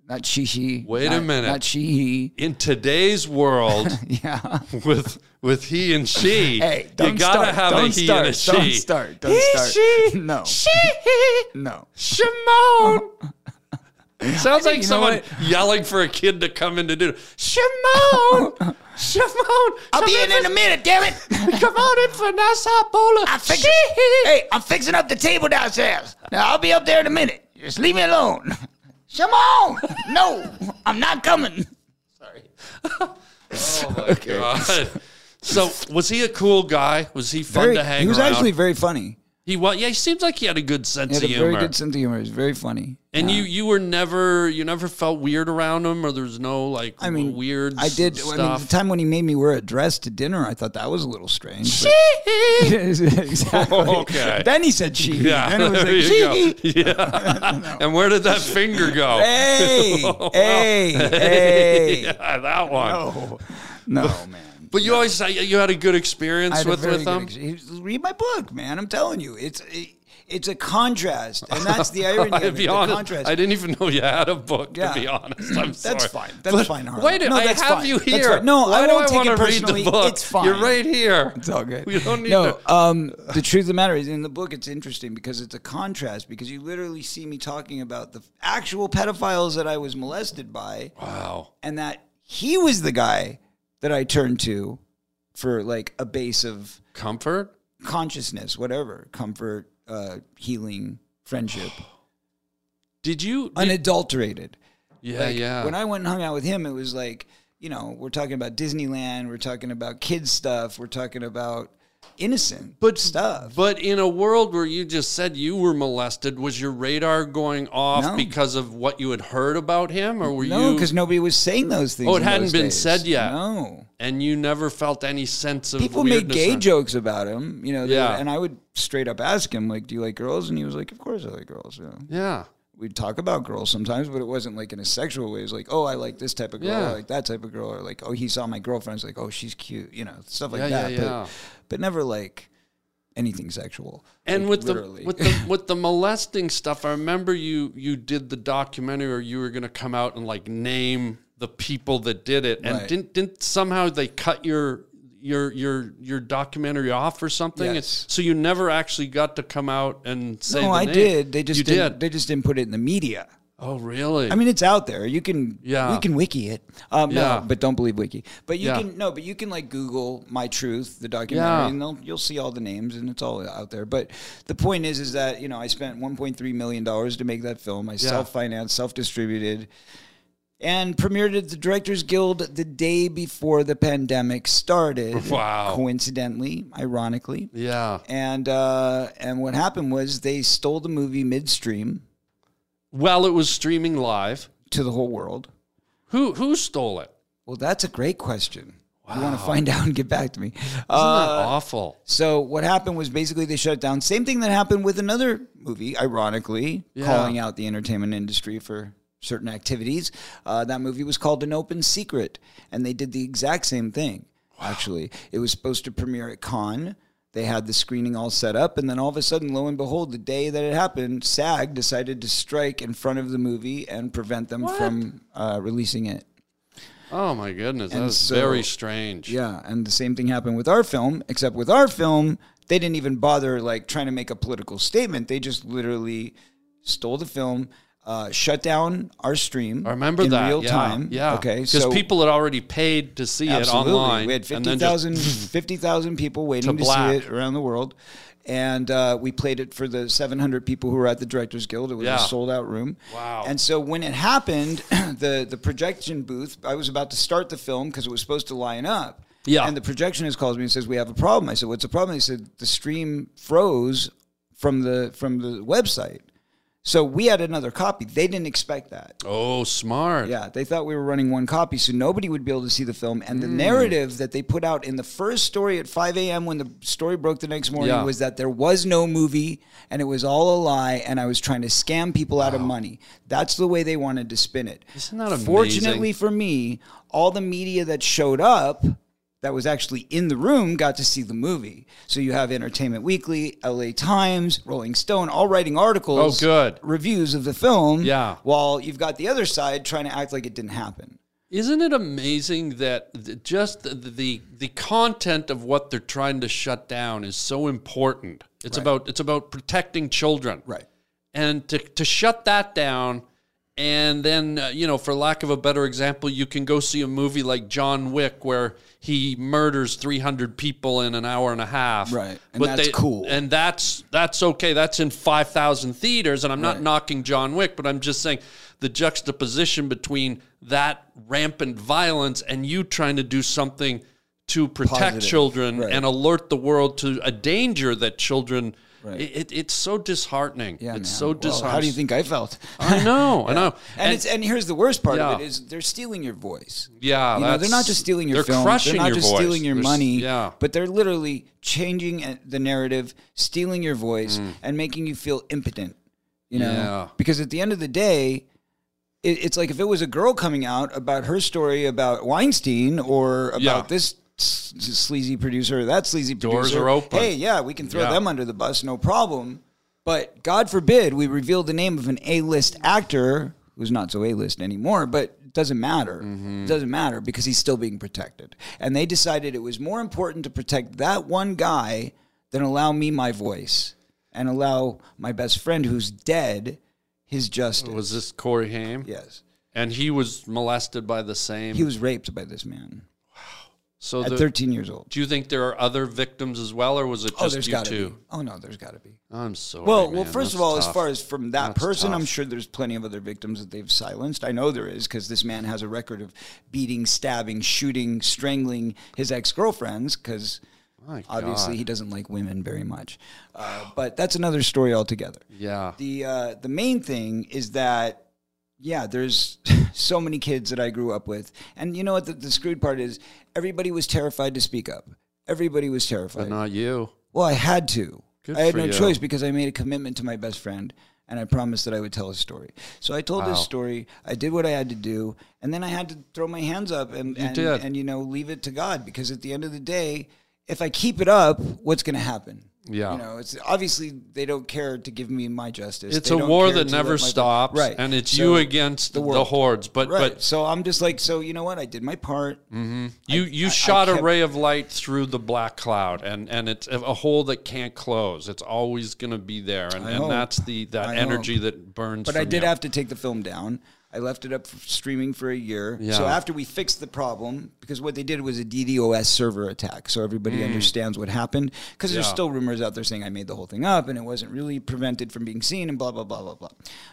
Speaker 2: Not Sheehy.
Speaker 1: Wait a
Speaker 2: not,
Speaker 1: minute.
Speaker 2: Not Sheehy. *laughs*
Speaker 1: In today's world, *laughs*
Speaker 2: Yeah.
Speaker 1: with with he and she,
Speaker 2: Hey, don't
Speaker 1: you gotta
Speaker 2: start.
Speaker 1: have
Speaker 2: don't
Speaker 1: a he
Speaker 2: start.
Speaker 1: and a she.
Speaker 2: Don't start. Don't
Speaker 1: He,
Speaker 2: start.
Speaker 1: she,
Speaker 2: *laughs* no.
Speaker 1: she he.
Speaker 2: No.
Speaker 1: Shimon.
Speaker 2: *laughs*
Speaker 1: Sounds like
Speaker 2: you know
Speaker 1: someone yelling for a kid to come in to do.
Speaker 2: *laughs*
Speaker 1: Shimon, Shimon,
Speaker 2: I'll be in in a minute, damn it. *laughs*
Speaker 1: Come on in for Nasa Bola. I
Speaker 2: Fix- Hey, I'm fixing up the table downstairs. Now I'll be up there in a minute. Just leave me alone. *laughs* Come on. No, I'm not coming.
Speaker 1: God. So was he a cool guy? Was he fun to hang
Speaker 2: he was
Speaker 1: around?
Speaker 2: actually very funny.
Speaker 1: he was. Yeah, he seems like he had a good sense
Speaker 2: He had a
Speaker 1: of humor.
Speaker 2: very good sense of humor. It was very funny.
Speaker 1: and you, you were never, you never felt weird around him, or there's no like,
Speaker 2: I mean,
Speaker 1: weird.
Speaker 2: I did.
Speaker 1: Stuff.
Speaker 2: I mean, the time when he made me wear a dress to dinner, I thought that was a little strange. *laughs* but- exactly.
Speaker 1: Okay.
Speaker 2: Then he said she.
Speaker 1: yeah, *laughs*
Speaker 2: Then it was
Speaker 1: there
Speaker 2: like
Speaker 1: you go.
Speaker 2: she. *laughs*
Speaker 1: Yeah. And where did that finger go? *laughs*
Speaker 2: Hey, hey, hey.
Speaker 1: yeah, that one.
Speaker 2: No, no, man.
Speaker 1: But you always say you had a good experience
Speaker 2: I had a
Speaker 1: with
Speaker 2: very
Speaker 1: with
Speaker 2: good
Speaker 1: them.
Speaker 2: ex- he was- read my book, man. I'm telling you, it's it, it's a contrast, and
Speaker 1: *laughs*
Speaker 2: that's the irony of
Speaker 1: to
Speaker 2: it.
Speaker 1: be
Speaker 2: the
Speaker 1: honest,
Speaker 2: contrast.
Speaker 1: I didn't even know you had a book.
Speaker 2: Yeah.
Speaker 1: To be honest, I'm sorry.
Speaker 2: That's fine. That's
Speaker 1: But
Speaker 2: fine, Harlan.
Speaker 1: Wait,
Speaker 2: No,
Speaker 1: I
Speaker 2: that's
Speaker 1: have
Speaker 2: fine.
Speaker 1: you
Speaker 2: That's
Speaker 1: here.
Speaker 2: fine. No, I
Speaker 1: Why do
Speaker 2: won't take it
Speaker 1: wanna
Speaker 2: personally.
Speaker 1: Read the book?
Speaker 2: It's fine.
Speaker 1: You're right here.
Speaker 2: It's all
Speaker 1: *laughs*
Speaker 2: good.
Speaker 1: We don't need
Speaker 2: no,
Speaker 1: to.
Speaker 2: um, the truth of the matter is, in the book, it's interesting because it's a contrast because you literally see me talking about the actual pedophiles that I was molested by,
Speaker 1: Wow.
Speaker 2: and that he was the guy that I turned to for like a base of
Speaker 1: Comfort.
Speaker 2: consciousness, whatever comfort, uh, healing,
Speaker 1: *sighs*
Speaker 2: friendship,
Speaker 1: Did you? Did,
Speaker 2: unadulterated.
Speaker 1: yeah, Uh, yeah.
Speaker 2: When I went and hung out with him, it was like, you know, we're talking about Disneyland, we're talking about kids stuff, we're talking about innocent but stuff.
Speaker 1: but in a world where you just said you were molested, was your radar going off
Speaker 2: No.
Speaker 1: because of what you had heard about him, or were
Speaker 2: No,
Speaker 1: you?
Speaker 2: because nobody was saying those things.
Speaker 1: Oh, it
Speaker 2: in
Speaker 1: hadn't
Speaker 2: those
Speaker 1: been
Speaker 2: days.
Speaker 1: said yet.
Speaker 2: No.
Speaker 1: and you never felt any sense of
Speaker 2: People made
Speaker 1: weirdness
Speaker 2: gay
Speaker 1: or-
Speaker 2: jokes about him, you know, they-
Speaker 1: Yeah.
Speaker 2: and I would straight up ask him, like, do you like girls? And he was like, of course I like girls. You know.
Speaker 1: Yeah.
Speaker 2: We'd talk about girls sometimes, but it wasn't like in a sexual way. It was like, oh, I like this type of girl,
Speaker 1: Yeah.
Speaker 2: I like that type of girl, or like, oh, he saw my girlfriend. It's like, oh, she's cute, you know, stuff like
Speaker 1: Yeah, yeah,
Speaker 2: that.
Speaker 1: yeah.
Speaker 2: But, but never like anything sexual.
Speaker 1: And
Speaker 2: Like,
Speaker 1: with
Speaker 2: literally.
Speaker 1: the with the with the molesting stuff, I remember you you did the documentary, or you were going to come out and like name the people that did it, and
Speaker 2: Right.
Speaker 1: didn't didn't somehow they cut your your your your documentary off or something,
Speaker 2: Yes.
Speaker 1: so you never actually got to come out and say.
Speaker 2: *laughs* no,
Speaker 1: the
Speaker 2: I
Speaker 1: name.
Speaker 2: did. They just
Speaker 1: you
Speaker 2: didn't,
Speaker 1: did.
Speaker 2: They just didn't put it in the media.
Speaker 1: oh, really?
Speaker 2: I mean, it's out there. You can,
Speaker 1: Yeah.
Speaker 2: we can wiki it. Um,
Speaker 1: Yeah.
Speaker 2: no, but don't believe wiki. But you
Speaker 1: Yeah.
Speaker 2: can, no, but you can like Google my truth, the documentary,
Speaker 1: Yeah.
Speaker 2: and they'll, you'll see all the names and it's all out there. But the point is, is that you know I spent 1.3 million dollars to make that film. I self-financed, self-distributed, and premiered at the Directors Guild the day before the pandemic started.
Speaker 1: *laughs* Wow.
Speaker 2: Coincidentally, ironically,
Speaker 1: yeah.
Speaker 2: and uh, and what happened was they stole the movie midstream
Speaker 1: Well, it was streaming live.
Speaker 2: to the whole world.
Speaker 1: Who who stole it?
Speaker 2: Well, that's a great question. You want to find *laughs* out and get back to me.
Speaker 1: Isn't
Speaker 2: Uh,
Speaker 1: that awful?
Speaker 2: so what happened was basically they shut it down. Same thing that happened with another movie, ironically,
Speaker 1: Yeah.
Speaker 2: calling out the entertainment industry for certain activities. Uh, that movie was called An Open Secret, and they did the exact same thing. Actually, it was supposed to premiere at Cannes. They had the screening all set up, and then all of a sudden, lo and behold, the day that it happened, SAG decided to strike in front of the movie and prevent them from uh, releasing it.
Speaker 1: Oh my goodness,
Speaker 2: and
Speaker 1: that's
Speaker 2: so-
Speaker 1: very strange.
Speaker 2: Yeah, and the same thing happened with our film, except with our film, they didn't even bother like trying to make a political statement. They just literally stole the film. uh, shut down our stream.
Speaker 1: I remember
Speaker 2: in
Speaker 1: that.
Speaker 2: real
Speaker 1: yeah,
Speaker 2: time.
Speaker 1: Yeah.
Speaker 2: Okay.
Speaker 1: Because
Speaker 2: So
Speaker 1: people had already paid to see
Speaker 2: absolutely.
Speaker 1: it online.
Speaker 2: We had
Speaker 1: and then
Speaker 2: 50,000 50,000 people waiting to, see
Speaker 1: black.
Speaker 2: it around the world. And uh, we played it for the 700 people who were at the Directors Guild. It was
Speaker 1: Yeah.
Speaker 2: a sold out room.
Speaker 1: Wow.
Speaker 2: And so when it happened, *clears throat* the, the projection booth, I was about to start the film because it was supposed to line up.
Speaker 1: Yeah.
Speaker 2: And the projectionist calls me and says, "We have a problem." I said, "What's the problem?" They said, "The stream froze from the from the website." So we had another copy. They didn't expect that.
Speaker 1: Oh, smart.
Speaker 2: Yeah, they thought we were running one copy, so nobody would be able to see the film. And the
Speaker 1: Mm.
Speaker 2: narrative that they put out in the first story at 5 a.m. when the story broke the next morning
Speaker 1: Yeah.
Speaker 2: was that there was no movie and it was all a lie, and I was trying to scam people out of money. That's the way they wanted to spin it.
Speaker 1: Isn't that amazing?
Speaker 2: Fortunately for me, all the media that showed up that was actually in the room got to see the movie. So you have Entertainment Weekly, LA Times, Rolling Stone, all writing articles.
Speaker 1: Oh, good.
Speaker 2: Reviews of the film.
Speaker 1: Yeah.
Speaker 2: While you've got the other side trying to act like it didn't happen.
Speaker 1: Isn't it amazing that th- just the, the the content of what they're trying to shut down is so important? It's about it's about protecting children,
Speaker 2: Right.
Speaker 1: And to to shut that down, and then uh, you know, for lack of a better example, you can go see a movie like John Wick where he murders three hundred people in an hour and a half,
Speaker 2: Right. And that's
Speaker 1: they-
Speaker 2: cool.
Speaker 1: and that's that's okay. That's in five thousand theaters, and I'm not knocking John Wick, but I'm just saying the juxtaposition between that rampant violence and you trying to do something to protect
Speaker 2: Positive,
Speaker 1: children
Speaker 2: right.
Speaker 1: and alert the world to a danger that children. It, it, it's so disheartening.
Speaker 2: Yeah,
Speaker 1: it's
Speaker 2: man.
Speaker 1: so
Speaker 2: Well,
Speaker 1: disheartening.
Speaker 2: how do you think I felt?
Speaker 1: I know. I know.
Speaker 2: *laughs* And, it's and here's the worst part of
Speaker 1: Yeah.
Speaker 2: it is they're stealing your voice.
Speaker 1: Yeah,
Speaker 2: you know, they're
Speaker 1: that's-
Speaker 2: not just stealing your
Speaker 1: they're
Speaker 2: film.
Speaker 1: crushing
Speaker 2: they're not
Speaker 1: your
Speaker 2: just
Speaker 1: voice.
Speaker 2: stealing your
Speaker 1: They're s-
Speaker 2: money.
Speaker 1: yeah.
Speaker 2: but they're literally changing uh, the narrative, stealing your voice, and making you feel impotent. You know,
Speaker 1: Mm. Yeah.
Speaker 2: because at the end of the day. It, it's like if it was a girl coming out about her story about Weinstein or about
Speaker 1: Yeah.
Speaker 2: this s- s- sleazy producer or that sleazy
Speaker 1: Doors
Speaker 2: producer.
Speaker 1: are open.
Speaker 2: Hey, yeah, we can throw
Speaker 1: Yeah.
Speaker 2: them under the bus, no problem. But God forbid we reveal the name of an A-list actor who's not so A-list anymore, but it doesn't matter.
Speaker 1: Mm-hmm.
Speaker 2: It doesn't matter because he's still being protected. And they decided it was more important to protect that one guy than allow me my voice and allow my best friend who's dead his justice.
Speaker 1: Was this Corey Haim?
Speaker 2: yes.
Speaker 1: And he was molested by the same.
Speaker 2: He was raped by this man
Speaker 1: so
Speaker 2: at
Speaker 1: the,
Speaker 2: 13 years old.
Speaker 1: do you think there are other victims as well, or was it
Speaker 2: Oh,
Speaker 1: just
Speaker 2: there's
Speaker 1: you
Speaker 2: got to
Speaker 1: two?
Speaker 2: be. Oh no, there's got to be.
Speaker 1: I'm sorry.
Speaker 2: Well, well,
Speaker 1: Oh, man.
Speaker 2: first
Speaker 1: That's
Speaker 2: of all, as
Speaker 1: tough.
Speaker 2: far as from that
Speaker 1: That's
Speaker 2: person, I'm
Speaker 1: tough.
Speaker 2: sure there's plenty of other victims that they've silenced. I know there is because this man has a record of beating, stabbing, shooting, strangling his ex girlfriends because
Speaker 1: My
Speaker 2: obviously
Speaker 1: God.
Speaker 2: he doesn't like women very much. Uh, but that's another story altogether.
Speaker 1: yeah,
Speaker 2: The uh, the main thing is that yeah, there's *laughs* so many kids that I grew up with, and you know what the, the screwed part is? Everybody was terrified to speak up. Everybody was terrified.
Speaker 1: but not you.
Speaker 2: Well, I had to.
Speaker 1: Good
Speaker 2: I had
Speaker 1: for
Speaker 2: no
Speaker 1: you.
Speaker 2: choice because I made a commitment to my best friend and I promised that I would tell his story. So I told his
Speaker 1: Wow.
Speaker 2: story. I did what I had to do. And then I had to throw my hands up and, and,
Speaker 1: did.
Speaker 2: and, you know, leave it to God because at the end of the day, if I keep it up, what's going to happen?
Speaker 1: Yeah.
Speaker 2: You know, it's obviously they don't care to give me my justice.
Speaker 1: It's
Speaker 2: They
Speaker 1: a
Speaker 2: don't
Speaker 1: war
Speaker 2: care
Speaker 1: that
Speaker 2: to let
Speaker 1: never
Speaker 2: my-
Speaker 1: stops,
Speaker 2: Right.
Speaker 1: and it's
Speaker 2: So-
Speaker 1: you against the,
Speaker 2: world.
Speaker 1: hordes. But
Speaker 2: Right.
Speaker 1: but
Speaker 2: so I'm just like, so you know what? I did my part.
Speaker 1: you you shot a
Speaker 2: kept-
Speaker 1: ray of light through the black cloud, and and it's a a hole that can't close. It's always going to be there, and,
Speaker 2: hope.
Speaker 1: and that's the that
Speaker 2: I
Speaker 1: energy
Speaker 2: hope.
Speaker 1: that burns.
Speaker 2: But I
Speaker 1: from
Speaker 2: did
Speaker 1: you.
Speaker 2: have to take the film down. I left it up for streaming for a year. So
Speaker 1: Yeah.
Speaker 2: after we fixed the problem, because what they did was a DDoS server attack, so everybody understands what happened. Because there's
Speaker 1: Mm. Yeah.
Speaker 2: still rumors out there saying I made the whole thing up and it wasn't really prevented from being seen and blah blah blah blah blah.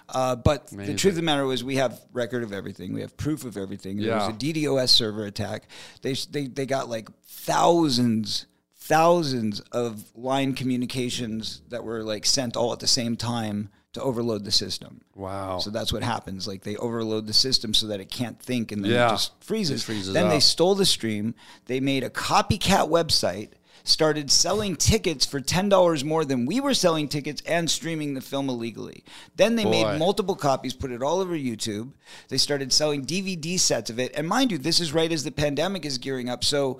Speaker 2: Uh, but the truth of the matter was we have record of everything. We have proof of everything. There was
Speaker 1: Yeah.
Speaker 2: a DDoS server attack. They they they got like thousands. Thousands of line communications that were like sent all at the same time to overload the system.
Speaker 1: Wow.
Speaker 2: So that's what happens. Like they overload the system so that it can't think and then
Speaker 1: Yeah.
Speaker 2: it just freezes.
Speaker 1: It freezes
Speaker 2: then they
Speaker 1: up.
Speaker 2: stole the stream. They made a copycat website, started selling tickets for $10 more than we were selling tickets and streaming the film illegally. Then they
Speaker 1: Boy.
Speaker 2: made multiple copies, put it all over YouTube. They started selling DVD sets of it. And mind you, this is right as the pandemic is gearing up. So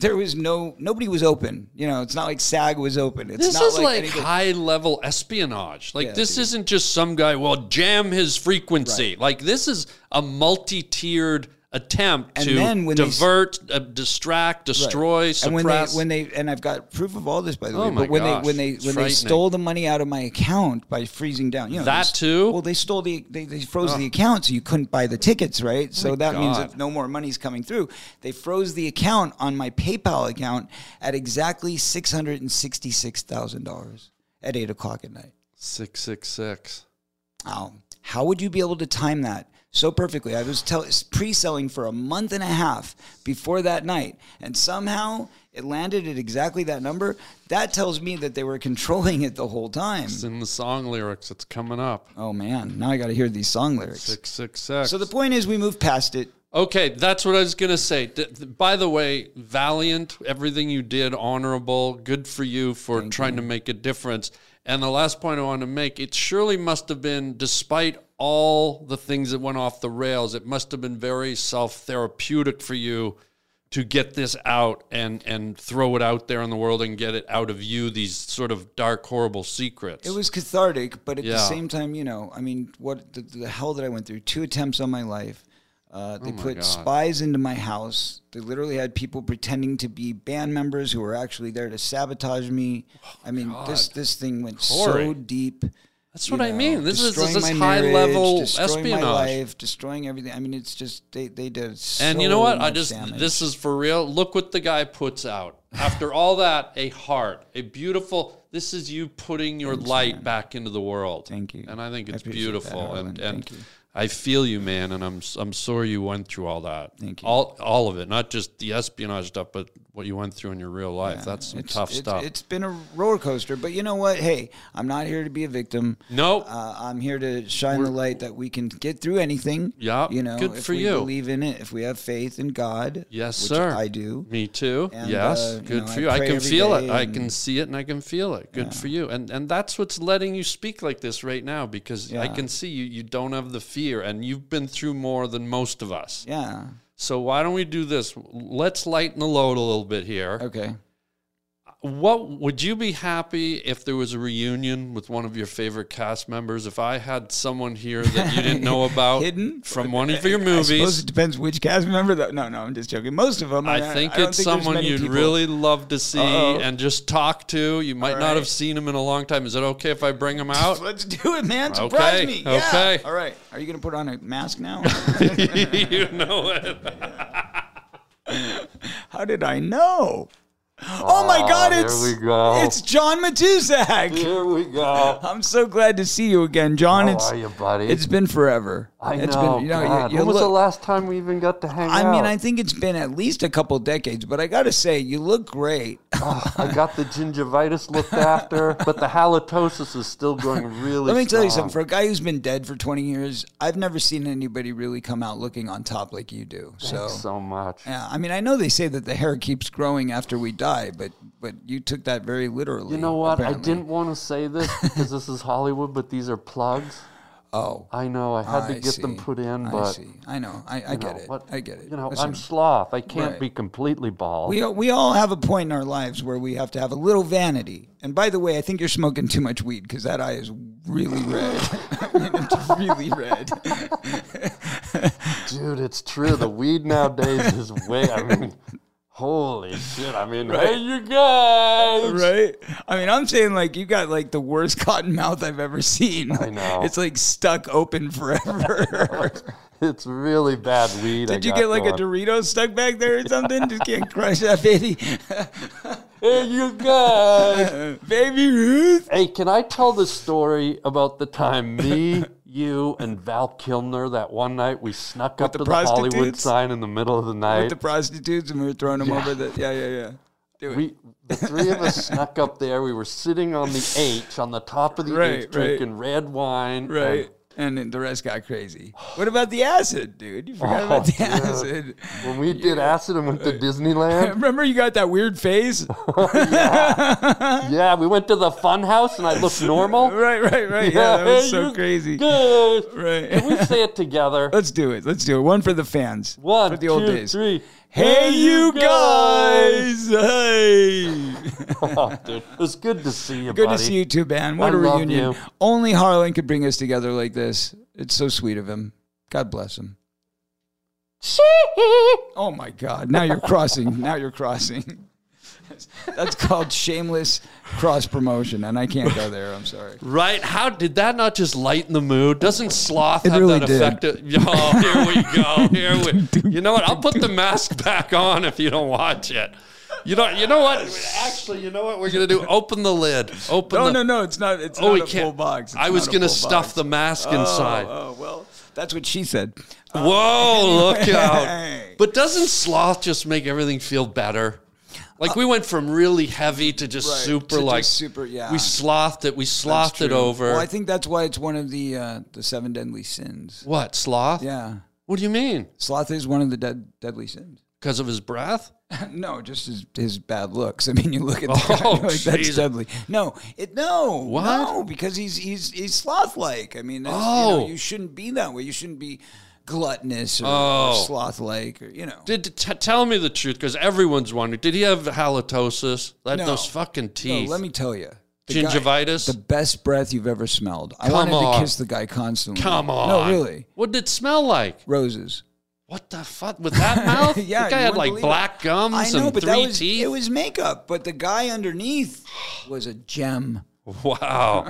Speaker 2: there was no nobody was open. You know, it's not like SAG was open. It's
Speaker 1: This
Speaker 2: not
Speaker 1: is like,
Speaker 2: anything-
Speaker 1: high level espionage. Like
Speaker 2: Yeah,
Speaker 1: this
Speaker 2: dude.
Speaker 1: isn't just some guy. Well, jam his frequency. Like this is a multi tiered attempt
Speaker 2: And
Speaker 1: to
Speaker 2: then when they s-
Speaker 1: divert, uh, distract, destroy,
Speaker 2: and when they
Speaker 1: suppress.
Speaker 2: when they and I've got proof of all this by the
Speaker 1: Oh
Speaker 2: way.
Speaker 1: my
Speaker 2: But when
Speaker 1: gosh,
Speaker 2: they when they
Speaker 1: it's
Speaker 2: when they
Speaker 1: frightening.
Speaker 2: stole the money out of my account by freezing down, you know they
Speaker 1: That
Speaker 2: s-
Speaker 1: too? Oh.
Speaker 2: Well, they stole the they, they froze the account, so you couldn't buy the tickets, right? So that means
Speaker 1: God.
Speaker 2: if no more money's coming through, they froze the account on my PayPal account at exactly six hundred and sixty six thousand dollars at eight o'clock at night.
Speaker 1: 666.
Speaker 2: Wow. Um, How would you be able to time that so perfectly? I was tell- pre selling for a month and a half before that night, and somehow it landed at exactly that number. That tells me that they were *laughs* controlling it the whole time.
Speaker 1: It's in the song lyrics. It's coming up.
Speaker 2: Oh man, now I got to hear these song lyrics.
Speaker 1: 666.
Speaker 2: So the point is, we moved past it.
Speaker 1: Okay, that's what I was going to say. Th- th- By the way, valiant, everything you did, honorable, good for you for trying to make a difference. And the last point I want to make, it surely must have been, despite all the things that went off the rails, it must have been very self therapeutic for you to get this out and, and throw it out there in the world and get it out of you, these sort of dark, horrible secrets.
Speaker 2: It was cathartic, but at the
Speaker 1: Yeah.
Speaker 2: same time, you know, I mean, what the, the hell that I went through? Two attempts on my life. Uh,
Speaker 1: Oh
Speaker 2: they put spies into my house. They literally had people pretending to be band members who were actually there to sabotage me. I mean, this this thing went so
Speaker 1: Oh Corey.
Speaker 2: deep.
Speaker 1: that's
Speaker 2: you
Speaker 1: what I
Speaker 2: know,
Speaker 1: mean. This is this
Speaker 2: destroying
Speaker 1: is
Speaker 2: my
Speaker 1: high
Speaker 2: marriage,
Speaker 1: level
Speaker 2: destroying
Speaker 1: espionage.
Speaker 2: My life, destroying everything. I mean, it's just they they did. So
Speaker 1: And you know what? I
Speaker 2: much
Speaker 1: just
Speaker 2: damage.
Speaker 1: this is for real. Look what the guy puts out. After all that, a heart, a beautiful. This is you putting your light back into the world.
Speaker 2: Thank you.
Speaker 1: And I think
Speaker 2: I
Speaker 1: it's
Speaker 2: appreciate
Speaker 1: beautiful.
Speaker 2: that,
Speaker 1: and
Speaker 2: Harlan.
Speaker 1: and
Speaker 2: Thank you.
Speaker 1: I feel you, man. And I'm s- I'm sorry you went through all that.
Speaker 2: Thank you.
Speaker 1: All all of it, not just the espionage stuff, but what you went through in your real life. That's some
Speaker 2: It's-
Speaker 1: tough
Speaker 2: it's-
Speaker 1: stuff.
Speaker 2: It's been a roller coaster, but you know what? Hey, I'm not here to be a victim.
Speaker 1: Nope.
Speaker 2: Uh, I'm here to shine the light that we can get through anything.
Speaker 1: Yeah,
Speaker 2: You know,
Speaker 1: good
Speaker 2: if
Speaker 1: for
Speaker 2: we
Speaker 1: you.
Speaker 2: believe in it, if we have faith in God.
Speaker 1: yes,
Speaker 2: which
Speaker 1: sir.
Speaker 2: I do.
Speaker 1: Me too.
Speaker 2: And, uh,
Speaker 1: yes.
Speaker 2: you
Speaker 1: Good
Speaker 2: know,
Speaker 1: for
Speaker 2: I
Speaker 1: you. I
Speaker 2: pray
Speaker 1: can
Speaker 2: every
Speaker 1: feel it.
Speaker 2: day
Speaker 1: I
Speaker 2: and-
Speaker 1: can see it and I can feel it. Good for you. And and that's what's letting you speak like this right now because I
Speaker 2: Yeah.
Speaker 1: can see you you don't have the fear and you've been through more than most of us.
Speaker 2: Yeah.
Speaker 1: So why don't we do this? Let's lighten the load a little bit here.
Speaker 2: Okay.
Speaker 1: What would you be happy if there was a reunion with one of your favorite cast members? If I had someone here that you didn't
Speaker 2: *laughs*
Speaker 1: know about
Speaker 2: Hidden?
Speaker 1: from one of your
Speaker 2: I suppose
Speaker 1: movies?
Speaker 2: it depends which cast member. Though. No, no, I'm just joking. Most of them.
Speaker 1: I
Speaker 2: mean,
Speaker 1: think
Speaker 2: I don't
Speaker 1: it's
Speaker 2: there's
Speaker 1: someone
Speaker 2: many
Speaker 1: you'd
Speaker 2: people.
Speaker 1: really love to see
Speaker 2: Uh-oh.
Speaker 1: and just talk to. You might not
Speaker 2: right.
Speaker 1: have seen him in a long time. Is it okay if I bring him
Speaker 2: *laughs*
Speaker 1: out? *laughs*
Speaker 2: *laughs* Let's do it, man. Surprise
Speaker 1: Okay,
Speaker 2: me. Yeah.
Speaker 1: okay.
Speaker 2: All right. Are you going to put on a
Speaker 1: *laughs*
Speaker 2: mask now?
Speaker 1: you know it.
Speaker 2: How did I know? Oh my
Speaker 5: Ah,
Speaker 2: God! It's it's John Matuszak.
Speaker 5: Here we go.
Speaker 2: I'm so glad to see you again, John.
Speaker 5: How
Speaker 2: it's
Speaker 5: are you, buddy?
Speaker 2: it's been forever.
Speaker 5: I
Speaker 2: It's
Speaker 5: know.
Speaker 2: Been, you know, you-
Speaker 5: God.
Speaker 2: you
Speaker 5: when was the
Speaker 2: look-
Speaker 5: last time we even got to hang
Speaker 2: I
Speaker 5: out?
Speaker 2: mean, I think it's been at least a couple decades, but I gotta say, you look great. *laughs*
Speaker 5: I got the gingivitis looked after, but the halitosis is still going
Speaker 2: *laughs*
Speaker 5: really.
Speaker 2: Let me tell you
Speaker 5: strong.
Speaker 2: something. For a guy who's been dead for 20 years, I've never seen anybody really come out looking on top like you do. So,
Speaker 5: so much.
Speaker 2: yeah, I mean, I know they say that the hair keeps growing after we die, but but you took that very literally.
Speaker 5: You know what? I
Speaker 2: apparently.
Speaker 5: didn't want to
Speaker 2: *laughs*
Speaker 5: say this because this is Hollywood, but these are plugs.
Speaker 2: Oh,
Speaker 5: I know. I had to
Speaker 2: I
Speaker 5: get them
Speaker 2: see.
Speaker 5: put in,
Speaker 2: I
Speaker 5: but
Speaker 2: see. I know. I, I
Speaker 5: you know,
Speaker 2: get it.
Speaker 5: what-
Speaker 2: I get it.
Speaker 5: You know,
Speaker 2: Listen.
Speaker 5: I'm sloth. I can't
Speaker 2: Right.
Speaker 5: be completely bald.
Speaker 2: We, we all have a point in our lives where we have to have a little vanity. And by the way, I think you're smoking too much weed because that eye is really red. *laughs* it's really
Speaker 5: *laughs*
Speaker 2: red.
Speaker 5: Dude, it's true. The weed nowadays is way. I mean, holy shit. I mean, hey, you guys.
Speaker 2: Right? I mean, I'm saying like you got like the worst cotton mouth I've ever seen.
Speaker 5: I know.
Speaker 2: *laughs* It's like stuck open
Speaker 5: *laughs*
Speaker 2: forever.
Speaker 5: It's really bad
Speaker 2: *laughs*
Speaker 5: weed.
Speaker 2: Did you get like a Dorito stuck back there or something? Just
Speaker 5: *laughs*
Speaker 2: can't crush that baby. *laughs*
Speaker 5: hey, you guys.
Speaker 2: baby Ruth.
Speaker 5: *laughs* hey, can I tell the story about the
Speaker 2: *laughs*
Speaker 5: time me, you, and Val Kilmer that one night we snuck up
Speaker 2: the
Speaker 5: to the Hollywood
Speaker 2: prostitutes?
Speaker 5: sign in the middle of the night?
Speaker 2: With the prostitutes and we were throwing them over the yeah, yeah, yeah. Do it.
Speaker 5: we, the three of us snuck up there. We were sitting on the H, on the top of the
Speaker 2: Right,
Speaker 5: H,
Speaker 2: right.
Speaker 5: drinking red wine. and
Speaker 2: Right. And then the rest got crazy. What about the acid, dude? You forgot
Speaker 5: Oh,
Speaker 2: about the
Speaker 5: dude.
Speaker 2: acid.
Speaker 5: when we did acid and went to
Speaker 2: Uh,
Speaker 5: Disneyland,
Speaker 2: *laughs* Remember you got that weird
Speaker 5: *laughs*
Speaker 2: face?
Speaker 5: Oh. Yeah, we went to the fun
Speaker 2: *laughs*
Speaker 5: house and I looked normal.
Speaker 2: right, right, right. Yeah, that was so
Speaker 5: you
Speaker 2: crazy.
Speaker 5: guys. Can
Speaker 2: *laughs*
Speaker 5: we
Speaker 2: Right.
Speaker 5: say it together?
Speaker 2: Let's do it. Let's do it. One for the fans.
Speaker 5: One,
Speaker 2: for the old
Speaker 5: two,
Speaker 2: days.
Speaker 5: three.
Speaker 2: Hey, you guys! Hey,
Speaker 5: Oh, dude, it was good to see you,
Speaker 2: good
Speaker 5: buddy.
Speaker 2: to see you too, man. What
Speaker 5: I
Speaker 2: a
Speaker 5: love
Speaker 2: reunion!
Speaker 5: you.
Speaker 2: Only Harlan could bring us together like this. It's so sweet of him. God bless him. Oh my God! Now you're crossing. now you're crossing. That's called shameless cross promotion, and I can't go there. I'm sorry.
Speaker 1: Right? How did that not just lighten the mood? Doesn't sloth
Speaker 2: It
Speaker 1: have
Speaker 2: really
Speaker 1: that
Speaker 2: did.
Speaker 1: effect? Of, oh, here we go. Here
Speaker 2: *laughs*
Speaker 1: we. You know what? I'll put the mask back on if you don't watch it. You know. You know what? Actually, you know what we're gonna do? Open the lid. Open.
Speaker 2: No,
Speaker 1: the,
Speaker 2: no, no! It's not. It's
Speaker 1: Oh,
Speaker 2: not
Speaker 1: we
Speaker 2: a
Speaker 1: can't.
Speaker 2: full box. It's
Speaker 1: I was
Speaker 2: not a
Speaker 1: gonna
Speaker 2: full
Speaker 1: stuff
Speaker 2: box.
Speaker 1: the mask inside.
Speaker 2: Oh, oh well, that's what she said.
Speaker 1: Whoa!
Speaker 2: *laughs*
Speaker 1: Look
Speaker 2: Hey.
Speaker 1: out! But doesn't sloth just make everything feel better? Like we went from really heavy to just
Speaker 2: Right,
Speaker 1: super,
Speaker 2: to
Speaker 1: like
Speaker 2: just super, yeah.
Speaker 1: We slothed it. We
Speaker 2: That's
Speaker 1: slothed it
Speaker 2: true.
Speaker 1: over.
Speaker 2: Well, I think that's why it's one of the uh, the seven deadly sins.
Speaker 1: what sloth?
Speaker 2: Yeah,
Speaker 1: What do you mean?
Speaker 2: sloth is one of the dead, deadly sins.
Speaker 1: Because of his breath?
Speaker 2: No, just his, his bad looks. *laughs* I mean, you look at that,
Speaker 1: Oh,
Speaker 2: you're like, that's
Speaker 1: Jesus.
Speaker 2: deadly. No, it no,
Speaker 1: What?
Speaker 2: no, because he's he's he's sloth like. I mean, it's, you,
Speaker 1: Oh.
Speaker 2: know, you shouldn't be that way. You shouldn't be gluttonous or,
Speaker 1: Oh.
Speaker 2: sloth like, or you know.
Speaker 1: Did t- tell me the truth, because everyone's wondering. Did he have halitosis? That
Speaker 2: No.
Speaker 1: those fucking
Speaker 2: No,
Speaker 1: teeth.
Speaker 2: let me tell you, the guy-
Speaker 1: Gingivitis.
Speaker 2: the best breath you've ever smelled. I
Speaker 1: Come
Speaker 2: wanted to
Speaker 1: on.
Speaker 2: kiss the guy constantly.
Speaker 1: Come on.
Speaker 2: no, really,
Speaker 1: What did it smell like?
Speaker 2: roses. *laughs*
Speaker 1: What the fuck with that mouth? The
Speaker 2: yeah, you
Speaker 1: guy had
Speaker 2: wouldn't
Speaker 1: like
Speaker 2: believe
Speaker 1: black
Speaker 2: it.
Speaker 1: gums
Speaker 2: I know,
Speaker 1: and
Speaker 2: but
Speaker 1: three
Speaker 2: that was,
Speaker 1: teeth.
Speaker 2: It was makeup, but the guy underneath was a gem.
Speaker 1: *laughs*
Speaker 2: *laughs*
Speaker 1: wow.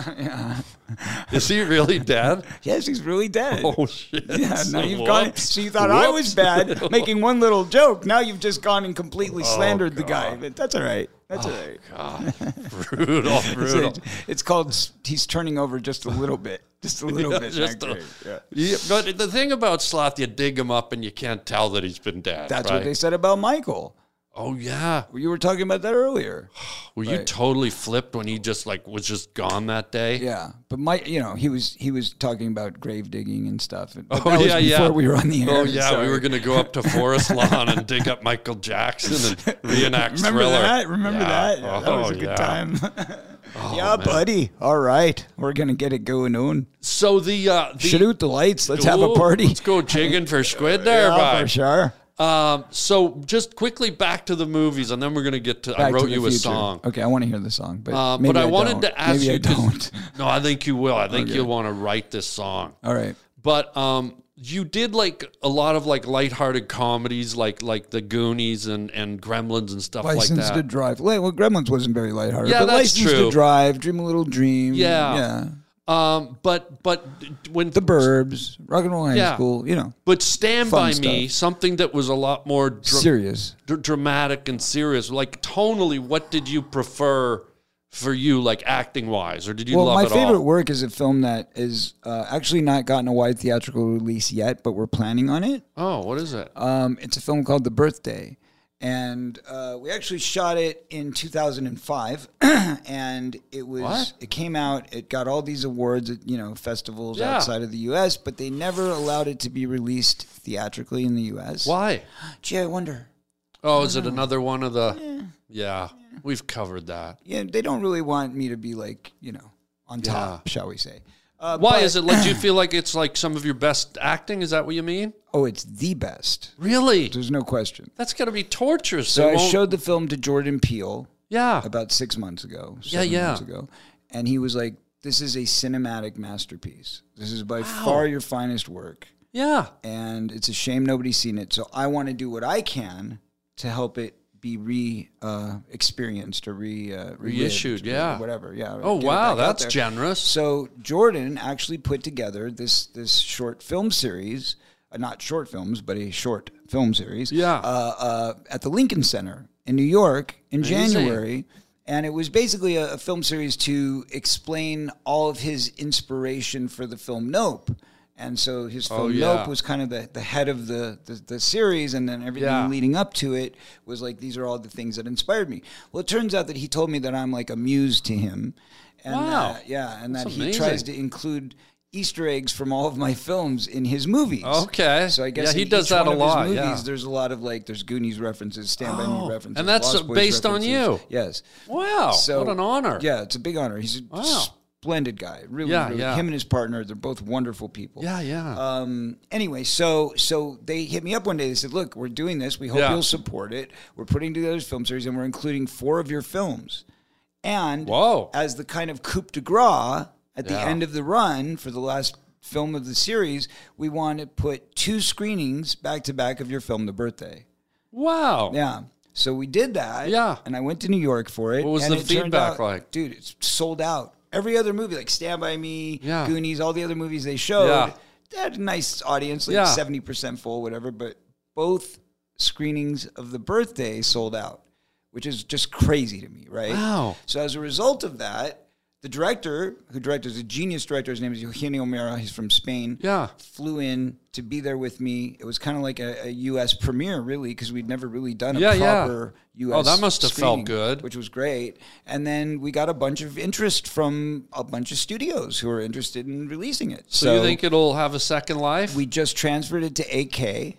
Speaker 1: Is he really dead? *laughs*
Speaker 2: Yes, he's really dead.
Speaker 1: Oh shit.
Speaker 2: Yeah, now you've gone. *laughs*
Speaker 1: Whoops.
Speaker 2: So you thought I
Speaker 1: Whoops.
Speaker 2: was *laughs* bad making one little joke. Now you've just gone and completely slandered the guy. But that's all right. That's all right.
Speaker 1: *laughs* brutal,
Speaker 2: *laughs* It's,
Speaker 1: brutal.
Speaker 2: it's called s- he's turning over just a little bit, *laughs* just a little
Speaker 1: Yeah,
Speaker 2: bit.
Speaker 1: just
Speaker 2: not
Speaker 1: a-
Speaker 2: great. Yeah.
Speaker 1: Yeah, but the thing about sloth, you dig him up and you can't tell that he's been dead.
Speaker 2: That's
Speaker 1: right?
Speaker 2: what they said about Michael.
Speaker 1: Oh yeah.
Speaker 2: You were talking about that *sighs* earlier.
Speaker 1: Were you
Speaker 2: Right.
Speaker 1: totally flipped when he just like was just gone that day?
Speaker 2: Yeah, but Mike, you know, he was he was talking about grave digging and stuff. and- but
Speaker 1: Oh
Speaker 2: that was
Speaker 1: yeah, yeah.
Speaker 2: Before we were on the air.
Speaker 1: Oh yeah,
Speaker 2: Sorry.
Speaker 1: we were gonna go up to
Speaker 2: *laughs*
Speaker 1: Forest Lawn and dig up Michael Jackson and reenact
Speaker 2: Remember
Speaker 1: Thriller.
Speaker 2: that? Remember
Speaker 1: Yeah.
Speaker 2: that? Yeah, Oh, that was
Speaker 1: Oh,
Speaker 2: a good
Speaker 1: yeah.
Speaker 2: time. *laughs* yeah, buddy. All right, we're gonna get it going on.
Speaker 1: So the uh, the,
Speaker 2: Shoot out the lights. Let's have a
Speaker 1: Ooh,
Speaker 2: party.
Speaker 1: Let's go jigging for squid there,
Speaker 2: *laughs* yeah,
Speaker 1: bud.
Speaker 2: for sure.
Speaker 1: Um, so just quickly back to the movies, and then we're gonna get to. I
Speaker 2: Back to
Speaker 1: wrote
Speaker 2: the
Speaker 1: you a
Speaker 2: future.
Speaker 1: song.
Speaker 2: Okay, I want to hear the song, but
Speaker 1: Uh,
Speaker 2: maybe
Speaker 1: but I, wanted
Speaker 2: don't.
Speaker 1: to ask
Speaker 2: maybe
Speaker 1: you.
Speaker 2: I
Speaker 1: 'cause-
Speaker 2: don't. *laughs*
Speaker 1: *laughs* No, I think you will. I think
Speaker 2: Okay.
Speaker 1: you'll want to write this song.
Speaker 2: All right.
Speaker 1: But um, you did like a lot of like lighthearted comedies, like like The Goonies and and Gremlins and stuff
Speaker 2: License
Speaker 1: like
Speaker 2: to
Speaker 1: that.
Speaker 2: Drive. Like, Well, Gremlins wasn't very lighthearted.
Speaker 1: Yeah,
Speaker 2: but
Speaker 1: that's
Speaker 2: License to
Speaker 1: true.
Speaker 2: Drive, Dream a Little Dream.
Speaker 1: Yeah.
Speaker 2: Yeah.
Speaker 1: um, but but when
Speaker 2: The Burbs, Rock and Roll High
Speaker 1: Yeah.
Speaker 2: School, you know,
Speaker 1: But Stand
Speaker 2: Fun
Speaker 1: by Me,
Speaker 2: stuff.
Speaker 1: something that was a lot more dra-
Speaker 2: serious.
Speaker 1: dr- dramatic and serious. Like tonally, what did you prefer for you, like acting wise, or did you
Speaker 2: Well,
Speaker 1: love
Speaker 2: my
Speaker 1: it
Speaker 2: favorite
Speaker 1: all?
Speaker 2: work is a film that is uh, actually not gotten a wide theatrical release yet, but we're planning on it.
Speaker 1: oh, what is it?
Speaker 2: Um, it's a film called The Birthday. And uh, we actually shot it in 2005, *clears throat* and it was
Speaker 1: What?
Speaker 2: it came out. It got all these awards at you know festivals
Speaker 1: Yeah.
Speaker 2: outside of the U.S., but they never allowed it to be released theatrically in the U.S.
Speaker 1: Why?
Speaker 2: Gee, I wonder.
Speaker 1: Oh, is it another one of the? Yeah, we've covered that.
Speaker 2: Yeah, they don't really want me to be like you know on top, shall we say? Uh,
Speaker 1: Why
Speaker 2: but-
Speaker 1: is it like?
Speaker 2: *clears throat*
Speaker 1: Do you feel like it's like some of your best acting? Is that what you mean?
Speaker 2: Oh, it's the best.
Speaker 1: Really?
Speaker 2: There's no question.
Speaker 1: That's gotta be torturous.
Speaker 2: So
Speaker 1: They
Speaker 2: I
Speaker 1: won't-
Speaker 2: showed the film to Jordan Peele
Speaker 1: Yeah.
Speaker 2: about six months ago.
Speaker 1: Yeah,
Speaker 2: seven
Speaker 1: yeah.
Speaker 2: Months ago, and he was like, "This is a cinematic masterpiece. This is by far your finest work,
Speaker 1: Yeah.
Speaker 2: and it's a shame nobody's seen it. So I want to do what I can to help it." Be re uh, experienced or re uh, relived
Speaker 1: Reissued,
Speaker 2: or
Speaker 1: yeah.
Speaker 2: whatever, yeah.
Speaker 1: Oh
Speaker 2: get it
Speaker 1: wow,
Speaker 2: back out
Speaker 1: that's
Speaker 2: there.
Speaker 1: generous.
Speaker 2: So Jordan actually put together this this short film series, uh, not short films, but a short film series.
Speaker 1: Yeah.
Speaker 2: Uh, uh, at the Lincoln Center in New York in January. And it was basically a, a film series to explain all of his inspiration for the film Nope. And so his film
Speaker 1: Oh, yeah.
Speaker 2: Nope was kind of the, the head of the, the, the series, and then everything
Speaker 1: Yeah.
Speaker 2: leading up to it was like, these are all the things that inspired me. Well, it turns out that he told me that I'm like a muse to him. And
Speaker 1: Wow.
Speaker 2: that- yeah, and that
Speaker 1: That's
Speaker 2: he tries
Speaker 1: amazing.
Speaker 2: to include Easter eggs from all of my films in his movies.
Speaker 1: Okay.
Speaker 2: So I
Speaker 1: Yeah,
Speaker 2: guess
Speaker 1: he
Speaker 2: in
Speaker 1: does
Speaker 2: each
Speaker 1: that
Speaker 2: one
Speaker 1: a
Speaker 2: of his
Speaker 1: lot,
Speaker 2: movies,
Speaker 1: yeah.
Speaker 2: There's a lot of like there's Goonies references, Stand by
Speaker 1: Oh,
Speaker 2: Me references,
Speaker 1: and that's,
Speaker 2: Lost
Speaker 1: uh,
Speaker 2: Boys
Speaker 1: based on
Speaker 2: references.
Speaker 1: you.
Speaker 2: Yes.
Speaker 1: Wow.
Speaker 2: So-
Speaker 1: what an honor.
Speaker 2: Yeah, it's a big honor. He's a
Speaker 1: Wow.
Speaker 2: splendid guy. Really,
Speaker 1: Yeah,
Speaker 2: really.
Speaker 1: yeah.
Speaker 2: Him and his partner, they're both wonderful people.
Speaker 1: Yeah, yeah.
Speaker 2: Um, anyway, so so they hit me up one day. They said, "Look, we're doing this. We hope
Speaker 1: Yeah.
Speaker 2: you'll support it. We're putting together this film series, and we're including four of your films." And
Speaker 1: Whoa.
Speaker 2: as the kind of coup de grace at the
Speaker 1: Yeah.
Speaker 2: end of the run for the last film of the series, we want to put two screenings back to back of your film, The Birthday.
Speaker 1: Wow.
Speaker 2: Yeah. So we did that.
Speaker 1: Yeah.
Speaker 2: And I went to New York for it.
Speaker 1: What was
Speaker 2: and
Speaker 1: the
Speaker 2: it turned
Speaker 1: feedback
Speaker 2: out-
Speaker 1: like?
Speaker 2: Dude, it's sold out. Every other movie, like Stand By Me,
Speaker 1: Yeah.
Speaker 2: Goonies, all the other movies they showed,
Speaker 1: Yeah.
Speaker 2: they had a nice audience, like
Speaker 1: Yeah.
Speaker 2: 70% full, whatever. But both screenings of The Birthday sold out, which is just crazy to me, right?
Speaker 1: Wow.
Speaker 2: So as a result of that, the director, who directed, is a genius director, his name is Eugenio Mera, he's from Spain
Speaker 1: Yeah.
Speaker 2: flew in to be there with me. It was kind of like a, a U.S. premiere, really, because we'd never really done a
Speaker 1: Yeah, yeah.
Speaker 2: proper U.S.
Speaker 1: Oh, that must have felt
Speaker 2: screening,
Speaker 1: good.
Speaker 2: which was great. And then we got a bunch of interest from a bunch of studios who are interested in releasing it.
Speaker 1: So, you think it'll have a second life?
Speaker 2: we just transferred it to AK,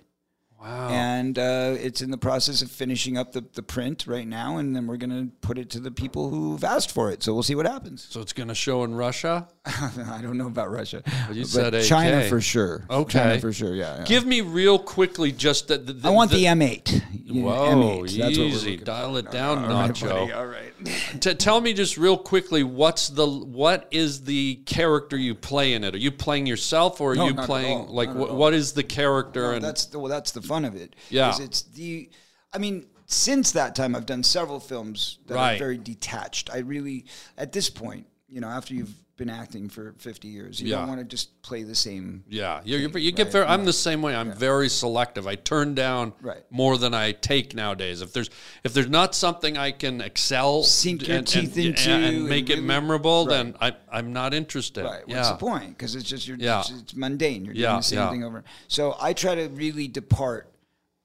Speaker 1: wow.
Speaker 2: and uh, it's in the process of finishing up the, the print right now, and then we're gonna put it to the people who've asked for it. So we'll see what happens. *laughs*
Speaker 1: so it's going to show in Russia?
Speaker 2: I don't know about Russia,
Speaker 1: you
Speaker 2: but
Speaker 1: said AK.
Speaker 2: China for sure.
Speaker 1: Okay.
Speaker 2: China for sure. Yeah. yeah.
Speaker 1: Give me real quickly just that. The,
Speaker 2: I want the, M8. You know,
Speaker 1: Whoa,
Speaker 2: M8. That's what we're
Speaker 1: easy.
Speaker 2: looking for.
Speaker 1: Dial it down, Nacho.
Speaker 2: All right.
Speaker 1: T- tell me just real quickly, what's the what is the character you play in it? Are you playing yourself, or are
Speaker 2: No,
Speaker 1: you
Speaker 2: not at
Speaker 1: playing
Speaker 2: all.
Speaker 1: like
Speaker 2: Not at
Speaker 1: wh-
Speaker 2: all.
Speaker 1: what is the character? and
Speaker 2: *laughs* That's the, well, that's the fun of it.
Speaker 1: Yeah.
Speaker 2: is It's the, I mean, since that time, I've done several films that
Speaker 1: Right.
Speaker 2: are very detached. I really, at this point, you know, after you've been acting for 50 years, you
Speaker 1: Yeah.
Speaker 2: don't want to just play the same.
Speaker 1: yeah, you, you, you get very. I'm the same way. I'm very selective. I turn down
Speaker 2: Right.
Speaker 1: more than I take nowadays. If there's if there's not something I can excel,
Speaker 2: Sink your teeth into
Speaker 1: and,
Speaker 2: and
Speaker 1: make it
Speaker 2: really-
Speaker 1: memorable, then I I'm not interested.
Speaker 2: Right. What's
Speaker 1: yeah.
Speaker 2: the point? Because it's just you're
Speaker 1: Yeah.
Speaker 2: it's, it's mundane. You're
Speaker 1: Yeah,
Speaker 2: doing the same
Speaker 1: yeah.
Speaker 2: thing over. So I try to really depart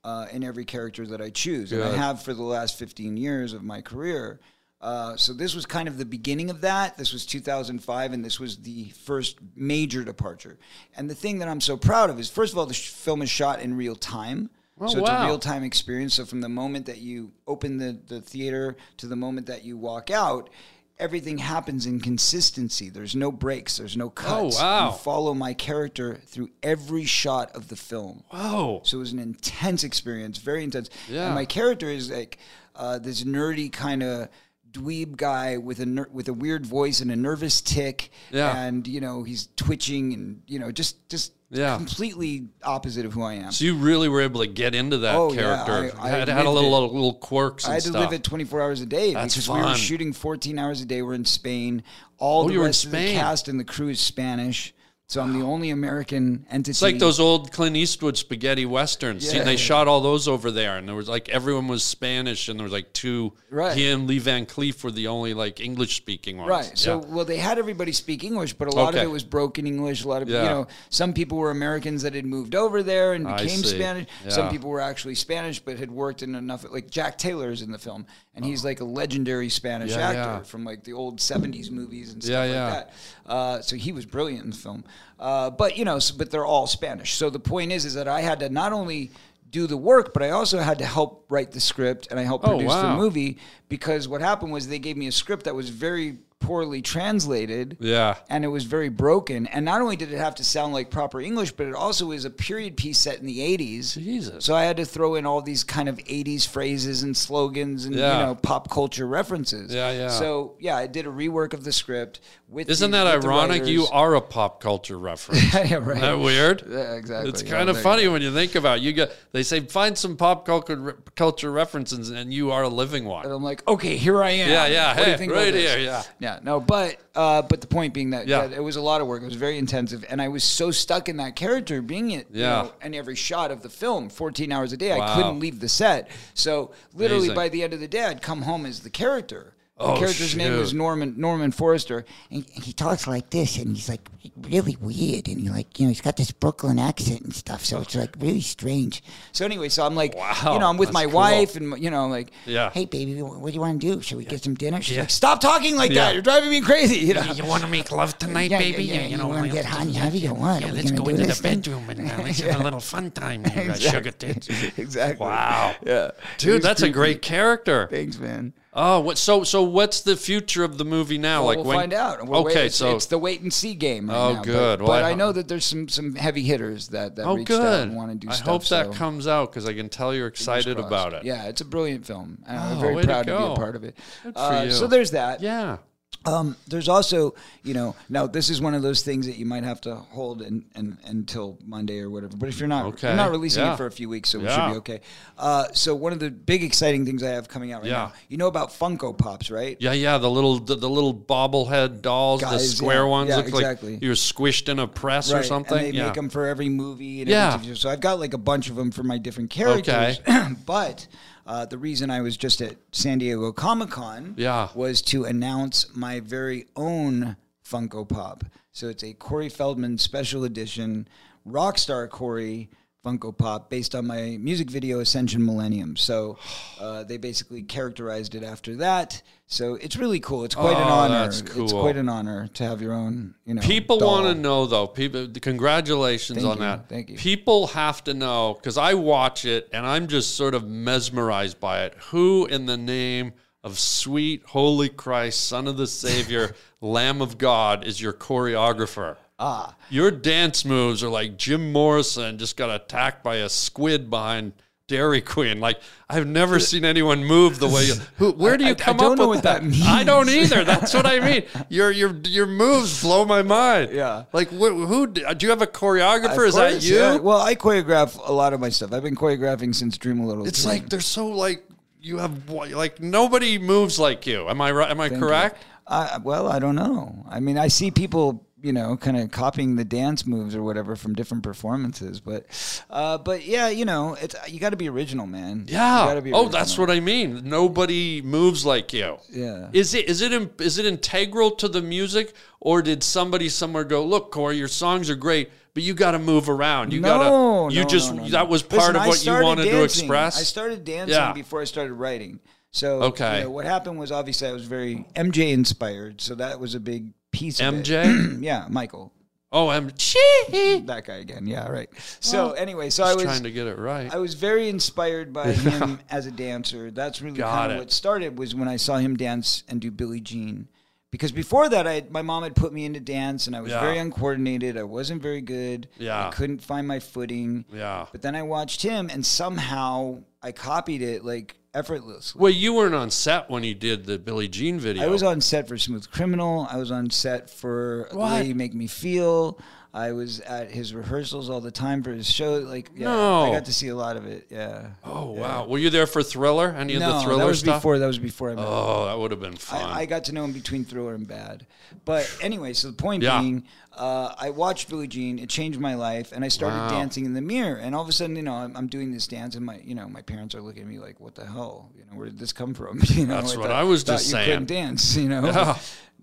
Speaker 2: uh, in every character that I choose, and I
Speaker 1: Good.
Speaker 2: have for the last 15 years of my career. Uh, so this was kind of the beginning of that. This was 2005, and this was the first major departure. And the thing that I'm so proud of is, first of all, the sh- film is shot in real time. so it's
Speaker 1: wow.
Speaker 2: a real time experience. So from the moment that you open the, the theater to the moment that you walk out, everything happens in consistency. There's no breaks. There's no cuts.
Speaker 1: Oh, wow.
Speaker 2: You follow my character through every shot of the film.
Speaker 1: Whoa.
Speaker 2: So it was an intense experience, very intense.
Speaker 1: Yeah.
Speaker 2: And my character is like uh, this nerdy kind of dweeb guy with a ner- with a weird voice and a nervous tick.
Speaker 1: Yeah.
Speaker 2: And you know he's twitching and you know just just
Speaker 1: Yeah.
Speaker 2: completely opposite of who I am.
Speaker 1: So you really were able to get into that
Speaker 2: Oh, yeah,
Speaker 1: character.
Speaker 2: I- I
Speaker 1: had, had a
Speaker 2: lived
Speaker 1: little
Speaker 2: it.
Speaker 1: little, quirks and
Speaker 2: I had to
Speaker 1: stuff.
Speaker 2: live it 24 hours a day
Speaker 1: That's
Speaker 2: because we were
Speaker 1: fun.
Speaker 2: shooting 14 hours a day. We're in Spain. All
Speaker 1: Oh,
Speaker 2: the
Speaker 1: you were in
Speaker 2: rest of the
Speaker 1: Spain.
Speaker 2: cast and the crew is Spanish. So I'm the only American entity.
Speaker 1: It's like those old Clint Eastwood spaghetti westerns. See,
Speaker 2: Yeah.
Speaker 1: they shot all those over there, and there was like everyone was Spanish, and there was like two.
Speaker 2: Right.
Speaker 1: He and Lee Van Cleef were the only like English speaking ones.
Speaker 2: Right. So,
Speaker 1: Yeah.
Speaker 2: well, they had everybody speak English, but a lot
Speaker 1: Okay.
Speaker 2: of it was broken English. A lot of,
Speaker 1: Yeah.
Speaker 2: you know, some people were Americans that had moved over there and
Speaker 1: I
Speaker 2: became
Speaker 1: see.
Speaker 2: Spanish. Some
Speaker 1: Yeah.
Speaker 2: people were actually Spanish, but had worked in enough, like Jack Taylor is in the film, and he's like a legendary Spanish
Speaker 1: Oh. Yeah,
Speaker 2: actor
Speaker 1: yeah.
Speaker 2: from like the old 70s movies and stuff
Speaker 1: Yeah,
Speaker 2: like
Speaker 1: yeah.
Speaker 2: that. Uh, so he was brilliant in the film. Uh, but, you know, so, but they're all Spanish. So the point is, is that I had to not only do the work, but I also had to help write the script and I helped
Speaker 1: Oh,
Speaker 2: produce
Speaker 1: wow.
Speaker 2: the movie because what happened was they gave me a script that was very poorly translated.
Speaker 1: Yeah.
Speaker 2: And it was very broken. And not only did it have to sound like proper English, but it also is a period piece set in the 80s.
Speaker 1: Jesus.
Speaker 2: So I had to throw in all these kind of 80s phrases and slogans and,
Speaker 1: Yeah.
Speaker 2: you know, pop culture references.
Speaker 1: Yeah, yeah.
Speaker 2: So, yeah, I did a rework of the script with
Speaker 1: Isn't
Speaker 2: the-
Speaker 1: that
Speaker 2: with the
Speaker 1: ironic? You
Speaker 2: writers. *laughs*
Speaker 1: are a pop culture reference.
Speaker 2: yeah, right.
Speaker 1: Isn't that weird?
Speaker 2: Yeah, exactly.
Speaker 1: It's
Speaker 2: Yeah,
Speaker 1: kind
Speaker 2: there
Speaker 1: of
Speaker 2: you
Speaker 1: funny when you think about it. you get they say find some pop culture re- culture references and you are a living one.
Speaker 2: And I'm like, okay, here I am.
Speaker 1: Yeah, yeah,
Speaker 2: What do you
Speaker 1: hey,
Speaker 2: think about
Speaker 1: right
Speaker 2: this?
Speaker 1: here, yeah.
Speaker 2: yeah. No, but uh, but the point being that,
Speaker 1: Yeah.
Speaker 2: that it was a lot of work. It was very intensive, and I was so stuck in that character, being it,
Speaker 1: Yeah.
Speaker 2: you know, in every shot of the film, 14 hours a day.
Speaker 1: Wow.
Speaker 2: I couldn't leave the set. So literally
Speaker 1: Amazing.
Speaker 2: by the end of the day, I'd come home as the character. The
Speaker 1: Oh,
Speaker 2: character's name
Speaker 1: shoot.
Speaker 2: was Norman Norman Forrester,
Speaker 6: and he talks like this, and he's like really weird, and he like you know he's got this Brooklyn accent and stuff, so it's like really strange.
Speaker 2: So anyway, so I'm like,
Speaker 1: Wow,
Speaker 2: you know, I'm with
Speaker 1: that's
Speaker 2: my
Speaker 1: cool.
Speaker 2: wife, and you know, I'm like,
Speaker 1: Yeah.
Speaker 6: Hey, baby, wh- what do you want to do? Should we get some dinner? She's like,
Speaker 2: stop talking like
Speaker 1: Yeah.
Speaker 2: that. You're driving me crazy. You know,
Speaker 7: You want to make love tonight,
Speaker 6: yeah,
Speaker 7: baby?
Speaker 6: yeah, yeah, you,
Speaker 7: know,
Speaker 6: want to
Speaker 7: we'll-
Speaker 6: get hot and heavy or what?
Speaker 7: Yeah,
Speaker 6: Are we
Speaker 7: let's
Speaker 6: gonna
Speaker 7: go
Speaker 6: do
Speaker 7: into the
Speaker 6: this thing?
Speaker 7: bedroom
Speaker 2: *laughs*
Speaker 7: and uh, let's have a little fun time here, uh, sugar tits.
Speaker 2: exactly.
Speaker 1: Wow.
Speaker 2: Yeah,
Speaker 1: Dude, that's a great character.
Speaker 2: Thanks, man.
Speaker 1: Oh, what, so so what's the future of the movie now? like
Speaker 2: we'll
Speaker 1: when,
Speaker 2: find out. We're
Speaker 1: okay,
Speaker 2: waiting. It's-
Speaker 1: so
Speaker 2: it's the wait and see game. Right
Speaker 1: Oh,
Speaker 2: now.
Speaker 1: good.
Speaker 2: But,
Speaker 1: Well,
Speaker 2: but
Speaker 1: I-
Speaker 2: I, know that there's some some heavy hitters that that
Speaker 1: oh
Speaker 2: reached out
Speaker 1: good.
Speaker 2: and want to do
Speaker 1: I
Speaker 2: stuff.
Speaker 1: hope that
Speaker 2: so
Speaker 1: comes out because I can tell you're
Speaker 2: fingers
Speaker 1: excited
Speaker 2: crossed.
Speaker 1: about it.
Speaker 2: Yeah, it's a brilliant film. and I'm
Speaker 1: Oh, way
Speaker 2: very
Speaker 1: to
Speaker 2: proud to, be
Speaker 1: go.
Speaker 2: a part of it.
Speaker 1: Good for
Speaker 2: Uh,
Speaker 1: you.
Speaker 2: So there's that.
Speaker 1: Yeah.
Speaker 2: Um, there's also, you know, now this is one of those things that you might have to hold and and until Monday or whatever. But if you're not,
Speaker 1: Okay.
Speaker 2: you're not releasing
Speaker 1: Yeah.
Speaker 2: it for a few weeks, so we
Speaker 1: Yeah.
Speaker 2: should be okay. Uh, so one of the big exciting things I have coming out right
Speaker 1: Yeah.
Speaker 2: now, you know about Funko Pops, right?
Speaker 1: Yeah, yeah, the little the, the little bobblehead dolls, the
Speaker 2: Guys,
Speaker 1: square
Speaker 2: yeah.
Speaker 1: ones,
Speaker 2: Yeah,
Speaker 1: look
Speaker 2: exactly.
Speaker 1: like you were squished in a press or
Speaker 2: Right,
Speaker 1: something.
Speaker 2: And they
Speaker 1: yeah.
Speaker 2: make them for every movie. And
Speaker 1: Yeah.
Speaker 2: yeah. So I've got like a bunch of them for my different characters. *clears throat* but uh, the reason I was just at San Diego Comic Con
Speaker 1: Yeah.
Speaker 2: was to announce my very own Funko Pop. So it's a Corey Feldman special edition Rockstar Corey Funko Pop based on my music video Ascension Millennium. So uh, they basically characterized it after that. So it's really cool. It's quite an
Speaker 1: Oh,
Speaker 2: honor.
Speaker 1: that's
Speaker 2: It's
Speaker 1: cool.
Speaker 2: quite an honor to have your own, you know.
Speaker 1: People want
Speaker 2: doll.
Speaker 1: to know though. People, congratulations
Speaker 2: Thank
Speaker 1: on
Speaker 2: you,
Speaker 1: that.
Speaker 2: thank you.
Speaker 1: People have to know because I watch it and I'm just sort of mesmerized by it. Who in the name of sweet holy Christ, Son of the
Speaker 2: *laughs*
Speaker 1: Savior, Lamb of God, is your choreographer? Ah, your dance moves are like Jim Morrison just got attacked by a squid behind. Dairy Queen, like I've never seen anyone move the way you. Who, where do
Speaker 2: Uh, *laughs* I-
Speaker 1: you
Speaker 2: I
Speaker 1: come
Speaker 2: don't
Speaker 1: up
Speaker 2: know
Speaker 1: with
Speaker 2: what that means.
Speaker 1: I don't either. That's what I
Speaker 2: *laughs*
Speaker 1: mean. Your your your moves blow my mind.
Speaker 2: Yeah.
Speaker 1: Like wh- who d- do you have a choreographer?
Speaker 2: Of
Speaker 1: Is that
Speaker 2: course,
Speaker 1: you?
Speaker 2: yeah. Well, I choreograph a lot of my stuff. I've been choreographing since Dream a Little.
Speaker 1: it's
Speaker 2: Dream.
Speaker 1: like they're so like you have wa- like nobody moves like you. Am I right? Am I correct?
Speaker 2: I, well, I don't know. I mean, I see people, you know, kind of copying the dance moves or whatever from different performances, but, uh, but yeah, you know, it's you got to be original, man. You
Speaker 1: Yeah.
Speaker 2: gotta be
Speaker 1: Oh,
Speaker 2: original.
Speaker 1: that's what I mean. Nobody moves like you.
Speaker 2: Yeah.
Speaker 1: Is it is it in, is it integral to the music, or did somebody somewhere go, look, Corey, your songs are great, but you got to move around. You
Speaker 2: no,
Speaker 1: gotta. You
Speaker 2: no,
Speaker 1: just
Speaker 2: no, no, no.
Speaker 1: that was
Speaker 2: Listen,
Speaker 1: part
Speaker 2: I
Speaker 1: of what you
Speaker 2: started
Speaker 1: wanted to
Speaker 2: dancing.
Speaker 1: express.
Speaker 2: I started dancing
Speaker 1: Yeah.
Speaker 2: before I started writing. So
Speaker 1: Okay.
Speaker 2: you know, what happened was obviously I was very MJ inspired, so that was a big piece of it.
Speaker 1: MJ.
Speaker 2: *clears throat* Yeah, Michael.
Speaker 1: oh, M.
Speaker 2: *clears throat* That guy again. Yeah, right. So anyway, so I was
Speaker 1: trying to get it right.
Speaker 2: I was very
Speaker 1: *laughs*
Speaker 2: inspired by him as a dancer. That's really
Speaker 1: Got
Speaker 2: kind
Speaker 1: it.
Speaker 2: of what started was when I saw him dance and do Billie Jean. Because before that, I my mom had put me into dance, and I was
Speaker 1: Yeah.
Speaker 2: very uncoordinated. I wasn't very good.
Speaker 1: Yeah.
Speaker 2: I couldn't find my footing.
Speaker 1: yeah.
Speaker 2: But then I watched him, and somehow I copied it like effortlessly.
Speaker 1: Well, you weren't on set when he did the Billie Jean video.
Speaker 2: I was on set for Smooth Criminal. I was on set for The Way You Make Me Feel. I was at his rehearsals all the time for his show. Like, yeah,
Speaker 1: No.
Speaker 2: I got to see a lot of it. Yeah.
Speaker 1: oh wow! Were you there for Thriller? Any of the Thriller
Speaker 2: that was
Speaker 1: stuff?
Speaker 2: before. That was before I met. him.
Speaker 1: oh, that would have been fun.
Speaker 2: I, I got to know him between Thriller and Bad. But anyway, so the point
Speaker 1: Yeah.
Speaker 2: being, uh, I watched Billie Jean. It changed my life, and I started dancing in the mirror. And all of a sudden, you know, I'm, I'm doing this dance, and my, you know, my parents are looking at me like, "What the hell? You know, where did this come from?" *laughs* You know,
Speaker 1: That's what
Speaker 2: thought-
Speaker 1: I was
Speaker 2: thought
Speaker 1: just
Speaker 2: you
Speaker 1: saying.
Speaker 2: Couldn't dance,
Speaker 1: *laughs*
Speaker 2: you know.
Speaker 1: Oh,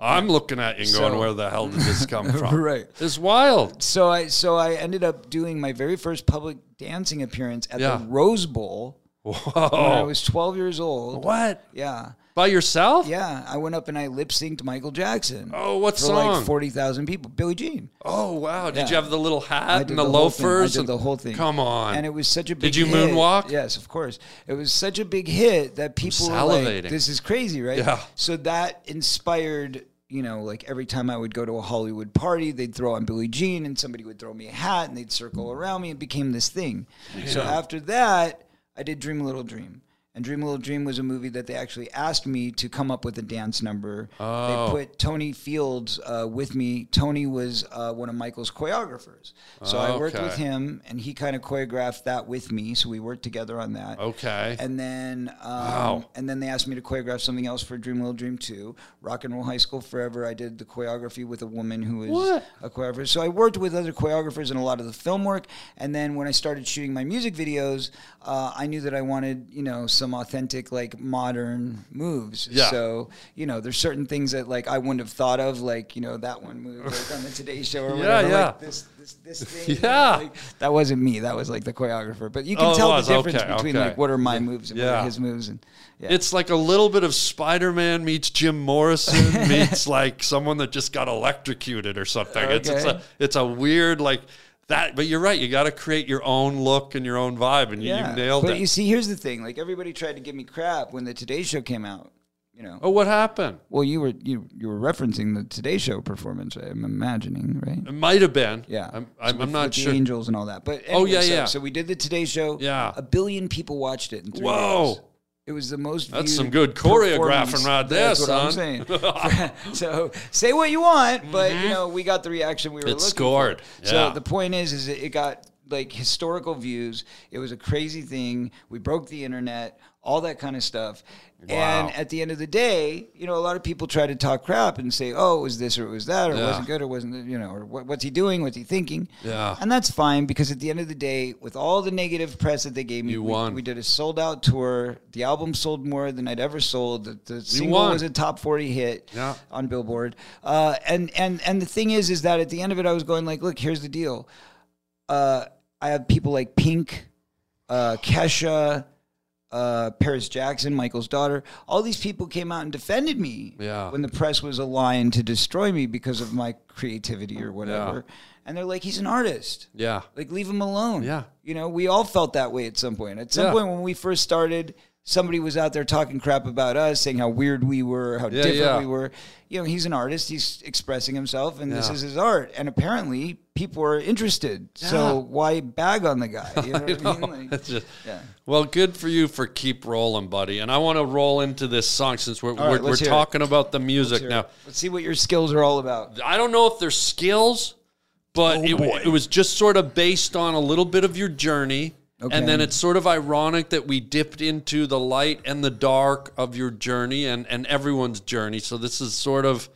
Speaker 1: I'm looking at you and going,
Speaker 2: So-
Speaker 1: "Where the hell did this come from?"
Speaker 2: *laughs* Right.
Speaker 1: It's wild.
Speaker 2: So I, so I ended up doing my very first public dancing appearance at
Speaker 1: Yeah.
Speaker 2: the Rose Bowl when I
Speaker 1: Whoa.
Speaker 2: was 12 years old.
Speaker 1: What?
Speaker 2: Yeah.
Speaker 1: By yourself?
Speaker 2: Yeah, I went up and I lip synced Michael Jackson.
Speaker 1: Oh, what
Speaker 2: for
Speaker 1: song?
Speaker 2: like forty thousand people. Billie Jean.
Speaker 1: Oh wow! Did
Speaker 2: Yeah.
Speaker 1: you have the little hat and the,
Speaker 2: whole thing.
Speaker 1: loafers?
Speaker 2: I did
Speaker 1: and-
Speaker 2: the whole thing.
Speaker 1: Come on.
Speaker 2: And it was such a big.
Speaker 1: Did you
Speaker 2: hit.
Speaker 1: moonwalk?
Speaker 2: Yes, of course. It was such a big hit that people were
Speaker 1: salivating.
Speaker 2: like, "This is crazy, right?"
Speaker 1: Yeah.
Speaker 2: So that inspired. You know, like every time I would go to a Hollywood party, they'd throw on Billie Jean and somebody would throw me a hat and they'd circle around me. It became this thing. So after that, I did Dream a Little Dream. And Dream a Little Dream was a movie that they actually asked me to come up with a dance number.
Speaker 1: Oh.
Speaker 2: They put Tony Fields uh, with me. Tony was uh, one of Michael's choreographers. So I worked with
Speaker 1: Okay.
Speaker 2: him and he kind of choreographed that with me. So we worked together on that.
Speaker 1: okay.
Speaker 2: And then, um, and then they asked me to choreograph something else for Dream Little Dream Two, Rock and Roll High School Forever. I did the choreography with a woman who was a choreographer. So I worked with other choreographers in a lot of the film work. And then when I started shooting my music videos, uh, I knew that I wanted, you know, some authentic, like modern moves.
Speaker 1: Yeah.
Speaker 2: So you know, there's certain things that like I wouldn't have thought of, like you know that one move like, on the Today Show or
Speaker 1: Yeah,
Speaker 2: whatever.
Speaker 1: yeah.
Speaker 2: Like this, this,
Speaker 1: *laughs*
Speaker 2: this thing. you know,
Speaker 1: Yeah.
Speaker 2: like, that wasn't me. That was like the choreographer. But you can
Speaker 1: Oh, it
Speaker 2: tell
Speaker 1: was.
Speaker 2: the difference
Speaker 1: Okay,
Speaker 2: between
Speaker 1: okay.
Speaker 2: like what are my moves and what
Speaker 1: Yeah.
Speaker 2: are his moves and yeah.
Speaker 1: It's like a little bit of Spider Man meets Jim
Speaker 2: *laughs*
Speaker 1: Morrison meets like someone that just got electrocuted or something. It's, it's a
Speaker 2: Okay.
Speaker 1: it's a weird like that. But you're right. You got to create your own look and your own vibe, and you,
Speaker 2: yeah.
Speaker 1: you nailed
Speaker 2: but
Speaker 1: it.
Speaker 2: you see, here's the thing: like everybody tried to give me crap when the Today Show came out. You know,
Speaker 1: oh, what happened?
Speaker 2: well, you were you you were referencing the Today Show performance. I'm imagining, right?
Speaker 1: It might have been.
Speaker 2: Yeah,
Speaker 1: I'm,
Speaker 2: So
Speaker 1: I'm,
Speaker 2: with-
Speaker 1: I'm not
Speaker 2: with
Speaker 1: sure.
Speaker 2: The E. angels and all that, but
Speaker 1: Oh,
Speaker 2: anyway,
Speaker 1: yeah,
Speaker 2: so,
Speaker 1: yeah.
Speaker 2: So we did the Today Show.
Speaker 1: Yeah.
Speaker 2: a billion people watched it. In three
Speaker 1: Whoa.
Speaker 2: days. It was the most.
Speaker 1: That's
Speaker 2: viewed
Speaker 1: some good choreographing
Speaker 2: performance.
Speaker 1: right there,
Speaker 2: That's what I'm
Speaker 1: son.
Speaker 2: saying. *laughs* so say what you want, but you know we got the reaction we were
Speaker 1: It
Speaker 2: looking
Speaker 1: Mm-hmm. scored,
Speaker 2: for.
Speaker 1: yeah.
Speaker 2: So the point is, is it it got like historical views. It was a crazy thing. We broke the internet, all that kind of stuff. And at the end of the day, you know, a lot of people try to talk crap and say, "Oh, it was this or it was that or it
Speaker 1: Yeah.
Speaker 2: wasn't good or wasn't you know or what, what's he doing? What's he thinking?"
Speaker 1: Yeah.
Speaker 2: and that's fine because at the end of the day, with all the negative press that they gave me,
Speaker 1: You
Speaker 2: we,
Speaker 1: won.
Speaker 2: we did a sold out tour. The album sold more than I'd ever sold. The, the single
Speaker 1: won.
Speaker 2: was a top forty hit
Speaker 1: Yeah.
Speaker 2: on Billboard. Uh, and and and the thing is, is that at the end of it, I was going like, look, here's the deal. Uh, I have people like Pink, uh, Kesha. Uh, Paris Jackson, Michael's daughter, all these people came out and defended me
Speaker 1: Yeah.
Speaker 2: when the press was aligned to destroy me because of my creativity or whatever. And they're like, he's an artist.
Speaker 1: Yeah.
Speaker 2: Like leave him alone.
Speaker 1: Yeah.
Speaker 2: You know, we all felt that way at some point. At some
Speaker 1: Yeah.
Speaker 2: point when we first started, somebody was out there talking crap about us, saying how weird we were, how different
Speaker 1: yeah.
Speaker 2: we were. You know, he's an artist, he's expressing himself and this
Speaker 1: Yeah.
Speaker 2: is his art. And apparently people are interested. So why bag on
Speaker 1: *laughs*
Speaker 2: the guy? You know what I mean? Like,
Speaker 1: It's just-
Speaker 2: yeah.
Speaker 1: Well, good for you for keep rolling, buddy. And I want to roll into this song since we're,
Speaker 2: right,
Speaker 1: we're, we're
Speaker 2: let's hear it.
Speaker 1: talking about the music
Speaker 2: Sure.
Speaker 1: now.
Speaker 2: Let's see what your skills are all about.
Speaker 1: I don't know if they're skills, but
Speaker 2: Oh,
Speaker 1: it, it was just sort of based on a little bit of your journey.
Speaker 2: Okay.
Speaker 1: And then it's sort of ironic that we dipped into the light and the dark of your journey and, and everyone's journey. So this is sort of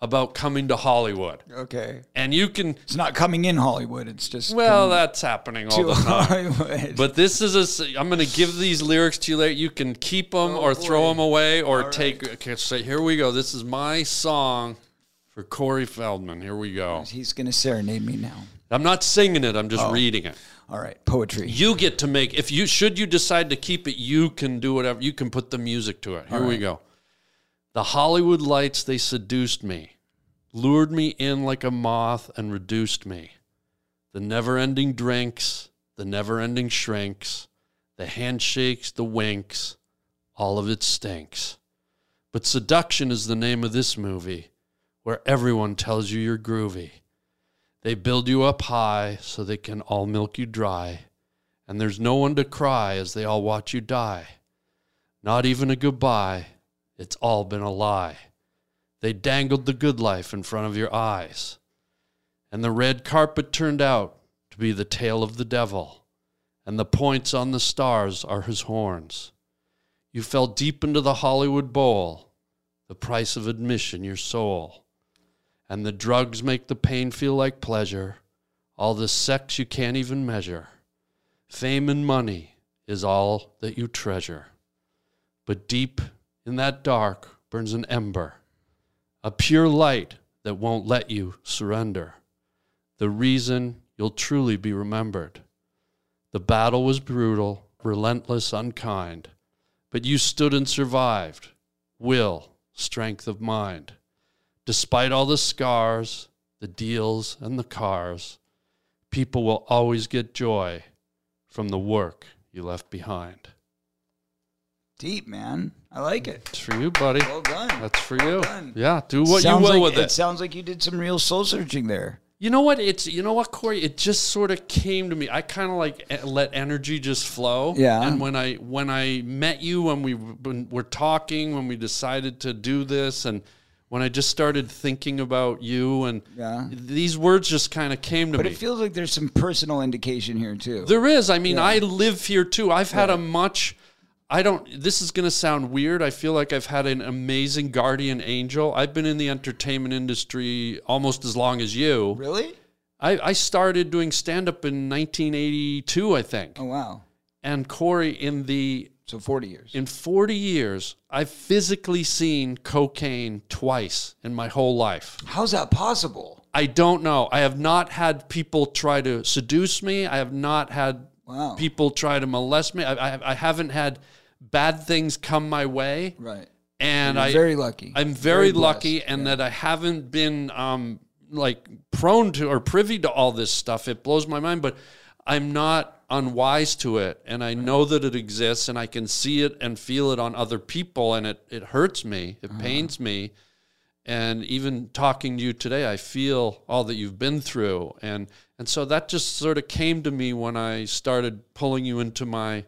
Speaker 1: about coming to Hollywood.
Speaker 2: Okay.
Speaker 1: And you can,
Speaker 2: It's not coming in Hollywood, it's just
Speaker 1: well, that's happening all *laughs*
Speaker 2: coming
Speaker 1: the
Speaker 2: *laughs* to
Speaker 1: time.
Speaker 2: Hollywood.
Speaker 1: But this is a. s- I'm going to give these lyrics to you later. You can keep
Speaker 2: Oh,
Speaker 1: them or throw them away or take. Okay, so here we go. This is my song for Corey Feldman. Here we go.
Speaker 2: he's gonna serenade me now.
Speaker 1: I'm not singing it. I'm just reading it.
Speaker 2: All right, poetry.
Speaker 1: You get to make if you should you decide to keep it. You can do whatever. You can put the music to it. Here we go. The Hollywood lights they seduced me, lured me in like a moth and reduced me. The never-ending drinks, the never-ending shrinks the handshakes, the winks, all of it stinks. But seduction is the name of this movie, where everyone tells you you're groovy. They build you up high so they can all milk you dry, and there's no one to cry as they all watch you die. Not even a goodbye, it's all been a lie. They dangled the good life in front of your eyes, and the red carpet turned out to be the tail of the devil and the points on the stars are his horns. You fell deep into the Hollywood bowl, the price of admission, your soul. And the drugs make the pain feel like pleasure, all the sex you can't even measure. Fame and money is all that you treasure. But deep in that dark burns an ember, a pure light that won't let you surrender. The reason you'll truly be remembered. The battle was brutal, relentless, unkind, but you stood and survived. Will, strength of mind. Despite all the scars, the deals, and the cars, people will always get joy from the work you left behind.
Speaker 2: Deep, man. I like it.
Speaker 1: It's for you, buddy.
Speaker 2: Well done.
Speaker 1: That's for you.
Speaker 2: done.
Speaker 1: Yeah, do what
Speaker 2: Sounds
Speaker 1: you will
Speaker 2: like-
Speaker 1: with it.
Speaker 2: sounds like you did some real soul searching there.
Speaker 1: You know what? It's you know what, Corey. It just sort of came to me. I kind of like e- let energy just flow.
Speaker 2: Yeah.
Speaker 1: And when I when I met you, when we when were talking, when we decided to do this, and when I just started thinking about you, and
Speaker 2: Yeah.
Speaker 1: these words just kind of came to
Speaker 2: But
Speaker 1: me.
Speaker 2: it feels like there's some personal indication here too.
Speaker 1: There is. I mean, I live here too. I've had a much. I don't. This is going to sound weird. I feel like I've had an amazing guardian angel. I've been in the entertainment industry almost as long as you.
Speaker 2: really?
Speaker 1: I, I started doing stand up in 1982, I think.
Speaker 2: Oh wow.
Speaker 1: And Corey, in the
Speaker 2: So 40 years.
Speaker 1: in 40 years, I've physically seen cocaine twice in my whole life.
Speaker 2: How's that possible?
Speaker 1: I don't know. I have not had people try to seduce me. I have not had
Speaker 2: Wow.
Speaker 1: people try to molest me. I, I, I haven't had bad things come my way.
Speaker 2: Right.
Speaker 1: And
Speaker 2: You're
Speaker 1: I
Speaker 2: very lucky.
Speaker 1: I'm very,
Speaker 2: blessed.
Speaker 1: lucky, and that I haven't been um, like prone to or privy to all this stuff. It blows my mind, but I'm not unwise to it, and I know that it exists, and I can see it and feel it on other people, and it it hurts me,
Speaker 2: Uh-huh.
Speaker 1: it pains me, and even talking to you today, I feel all that you've been through, and and so that just sort of came to me when I started pulling you into my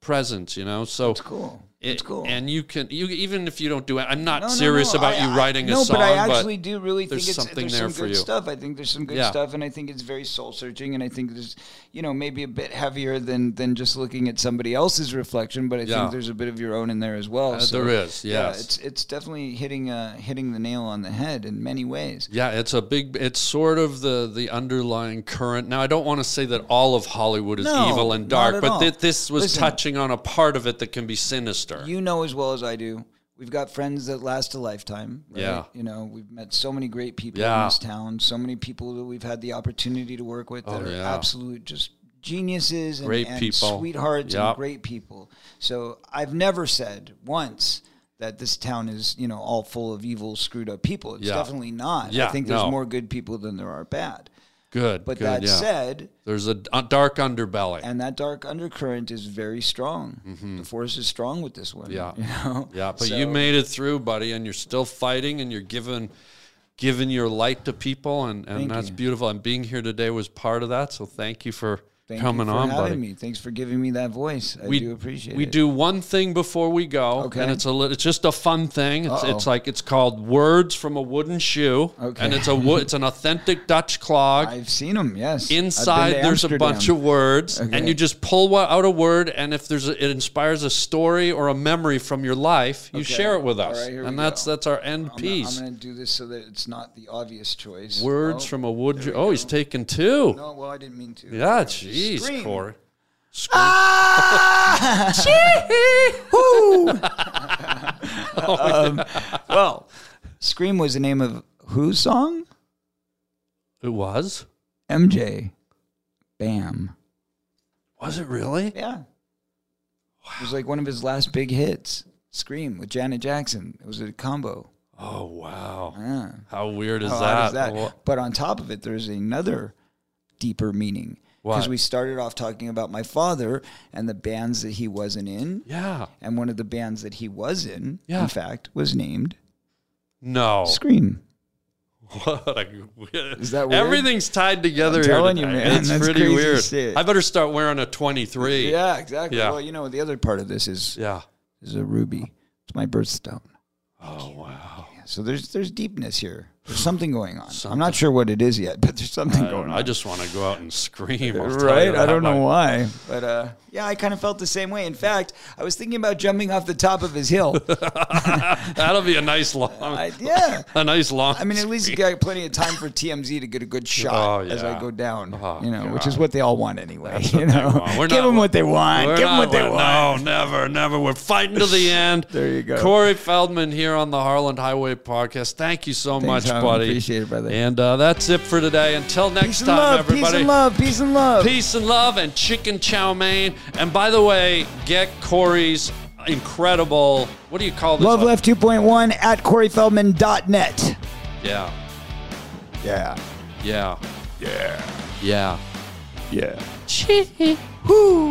Speaker 1: presence, you know. So
Speaker 2: Cool.
Speaker 1: It's
Speaker 2: cool.
Speaker 1: And you can you even if you don't do it. I'm not
Speaker 2: No, no,
Speaker 1: serious
Speaker 2: no,
Speaker 1: about
Speaker 2: I-
Speaker 1: you
Speaker 2: I-
Speaker 1: writing a
Speaker 2: no,
Speaker 1: song.
Speaker 2: but I actually do really
Speaker 1: there's
Speaker 2: think it's,
Speaker 1: something
Speaker 2: there's
Speaker 1: there
Speaker 2: some
Speaker 1: for
Speaker 2: good
Speaker 1: you.
Speaker 2: stuff. I think there's some good
Speaker 1: Yeah.
Speaker 2: stuff, and I think it's very soul searching, and I think there's you know maybe a bit heavier than than just looking at somebody else's reflection, but I
Speaker 1: Yeah.
Speaker 2: think there's a bit of your own in there as well.
Speaker 1: Uh, there is,
Speaker 2: yeah,
Speaker 1: yes.
Speaker 2: it's it's definitely hitting uh, hitting the nail on the head in many ways.
Speaker 1: Yeah, it's a big. It's sort of the the underlying current. Now, I don't want to say that all of Hollywood is
Speaker 2: No,
Speaker 1: evil and
Speaker 2: not
Speaker 1: dark,
Speaker 2: at
Speaker 1: but
Speaker 2: all.
Speaker 1: thi- this was
Speaker 2: Listen.
Speaker 1: touching on a part of it that can be sinister.
Speaker 2: You know as well as I do. We've got friends that last a lifetime. right?
Speaker 1: Yeah.
Speaker 2: You know, we've met so many great people
Speaker 1: Yeah.
Speaker 2: in this town, so many people that we've had the opportunity to work with that
Speaker 1: Oh,
Speaker 2: are
Speaker 1: yeah.
Speaker 2: absolute just geniuses and,
Speaker 1: Great
Speaker 2: and
Speaker 1: people.
Speaker 2: sweethearts
Speaker 1: Yep.
Speaker 2: and great people. So I've never said once that this town is, you know, all full of evil, screwed up people. It's
Speaker 1: Yeah.
Speaker 2: definitely not.
Speaker 1: Yeah,
Speaker 2: I think there's
Speaker 1: no.
Speaker 2: more good people than there are bad.
Speaker 1: good,
Speaker 2: But
Speaker 1: good,
Speaker 2: that
Speaker 1: yeah.
Speaker 2: said,
Speaker 1: there's a d- a dark underbelly.
Speaker 2: and that dark undercurrent is very strong. The force is strong with this one.
Speaker 1: Mm-hmm. Yeah.
Speaker 2: *laughs* You know?
Speaker 1: yeah, but
Speaker 2: So-
Speaker 1: you made it through, buddy, and you're still fighting, and you're giving giving your light to people, and and
Speaker 2: Thank
Speaker 1: that's
Speaker 2: you.
Speaker 1: beautiful. And being here today was part of that. So thank you for
Speaker 2: Thank
Speaker 1: coming
Speaker 2: you for
Speaker 1: on,
Speaker 2: having
Speaker 1: buddy.
Speaker 2: me. Thanks for giving me that voice. I do appreciate
Speaker 1: we
Speaker 2: it.
Speaker 1: do one thing before we go,
Speaker 2: Okay.
Speaker 1: and it's a lit- it's just a fun thing. It's,
Speaker 2: Uh-oh.
Speaker 1: it's like it's called words from a wooden shoe,
Speaker 2: Okay.
Speaker 1: and it's a wo- it's an authentic Dutch
Speaker 2: *laughs*
Speaker 1: clog.
Speaker 2: I've seen them. Yes.
Speaker 1: Inside, there's a bunch of words, and
Speaker 2: Okay.
Speaker 1: you just pull one, out a word, and if there's a, it inspires a story or a memory from your life, you
Speaker 2: Okay.
Speaker 1: share it with
Speaker 2: All
Speaker 1: us,
Speaker 2: right, here
Speaker 1: and
Speaker 2: we
Speaker 1: that's
Speaker 2: go.
Speaker 1: that's our end
Speaker 2: Gonna, I'm
Speaker 1: piece.
Speaker 2: going to do this so that it's not the obvious choice.
Speaker 1: Words
Speaker 2: Oh,
Speaker 1: from a wood. Ju- oh, he's taking two.
Speaker 2: No, well, I didn't mean to.
Speaker 1: Yeah, jeez,
Speaker 2: Scream. *laughs*
Speaker 1: Corey. *laughs*
Speaker 2: Um, Well, Scream was the name of whose song?
Speaker 1: It was.
Speaker 2: MJ. Bam.
Speaker 1: Was it really?
Speaker 2: Yeah. It was like one of his last big hits. Scream with Janet Jackson. It was a combo.
Speaker 1: Oh wow.
Speaker 2: Yeah.
Speaker 1: How weird is
Speaker 2: How
Speaker 1: that?
Speaker 2: odd is that?
Speaker 1: Well,
Speaker 2: But on top of it, there's another deeper meaning
Speaker 1: What?
Speaker 2: because we started off talking about my father and the bands that he wasn't in,
Speaker 1: Yeah.
Speaker 2: and one of the bands that he was in,
Speaker 1: Yeah. Oh.
Speaker 2: in fact, was named
Speaker 1: No. *laughs*
Speaker 2: Scream.
Speaker 1: What a weird.
Speaker 2: Is that weird?
Speaker 1: Everything's tied together
Speaker 2: I'm
Speaker 1: here.
Speaker 2: telling you,
Speaker 1: today.
Speaker 2: man,
Speaker 1: It's
Speaker 2: that's
Speaker 1: pretty
Speaker 2: crazy
Speaker 1: weird.
Speaker 2: shit.
Speaker 1: I better start wearing a 23.
Speaker 2: Yeah, exactly.
Speaker 1: Yeah.
Speaker 2: Well, you know the other part of this is
Speaker 1: Yeah.
Speaker 2: is a ruby. It's my birthstone.
Speaker 1: Oh wow.
Speaker 2: Yeah, So there's there's deepness here. There's something going on. I'm not sure what it is yet, but there's something
Speaker 1: I,
Speaker 2: going
Speaker 1: don't know.
Speaker 2: on.
Speaker 1: I just want to go out and scream. I'll tell you
Speaker 2: right? I
Speaker 1: that
Speaker 2: don't know
Speaker 1: much.
Speaker 2: why, but uh, yeah, I kind of felt the same way. In fact, I was thinking about jumping off the top of
Speaker 1: *laughs*
Speaker 2: his hill.
Speaker 1: That'll be a nice long.
Speaker 2: I,
Speaker 1: *laughs*
Speaker 2: yeah.
Speaker 1: a nice long.
Speaker 2: I mean, at least you got plenty of time for TMZ to get a good shot
Speaker 1: Oh,
Speaker 2: as
Speaker 1: yeah.
Speaker 2: I go down,
Speaker 1: Oh,
Speaker 2: you know, which is
Speaker 1: God.
Speaker 2: what they all want anyway. You know,
Speaker 1: want. We're
Speaker 2: *laughs* give
Speaker 1: not-
Speaker 2: them what they
Speaker 1: *laughs*
Speaker 2: want.
Speaker 1: We're
Speaker 2: Give them
Speaker 1: not
Speaker 2: what they
Speaker 1: letting-
Speaker 2: want.
Speaker 1: No, never, never. We're fighting to
Speaker 2: *laughs*
Speaker 1: the end.
Speaker 2: There you go.
Speaker 1: Corey Feldman here on the Harland Highway Podcast. Thank you so much,
Speaker 2: Tom.
Speaker 1: buddy.
Speaker 2: Appreciate it, brother.
Speaker 1: And uh, that's it for today. Until next
Speaker 2: Peace and
Speaker 1: time,
Speaker 2: love.
Speaker 1: everybody.
Speaker 2: Peace and love. Peace and love.
Speaker 1: Peace and love and chicken chow mein. And by the way, get Corey's incredible. What do you call this?
Speaker 2: Love Left 2.1 at CoreyFeldman.net.
Speaker 1: Yeah,
Speaker 2: Yeah.
Speaker 1: yeah, yeah, yeah.
Speaker 2: Yeah.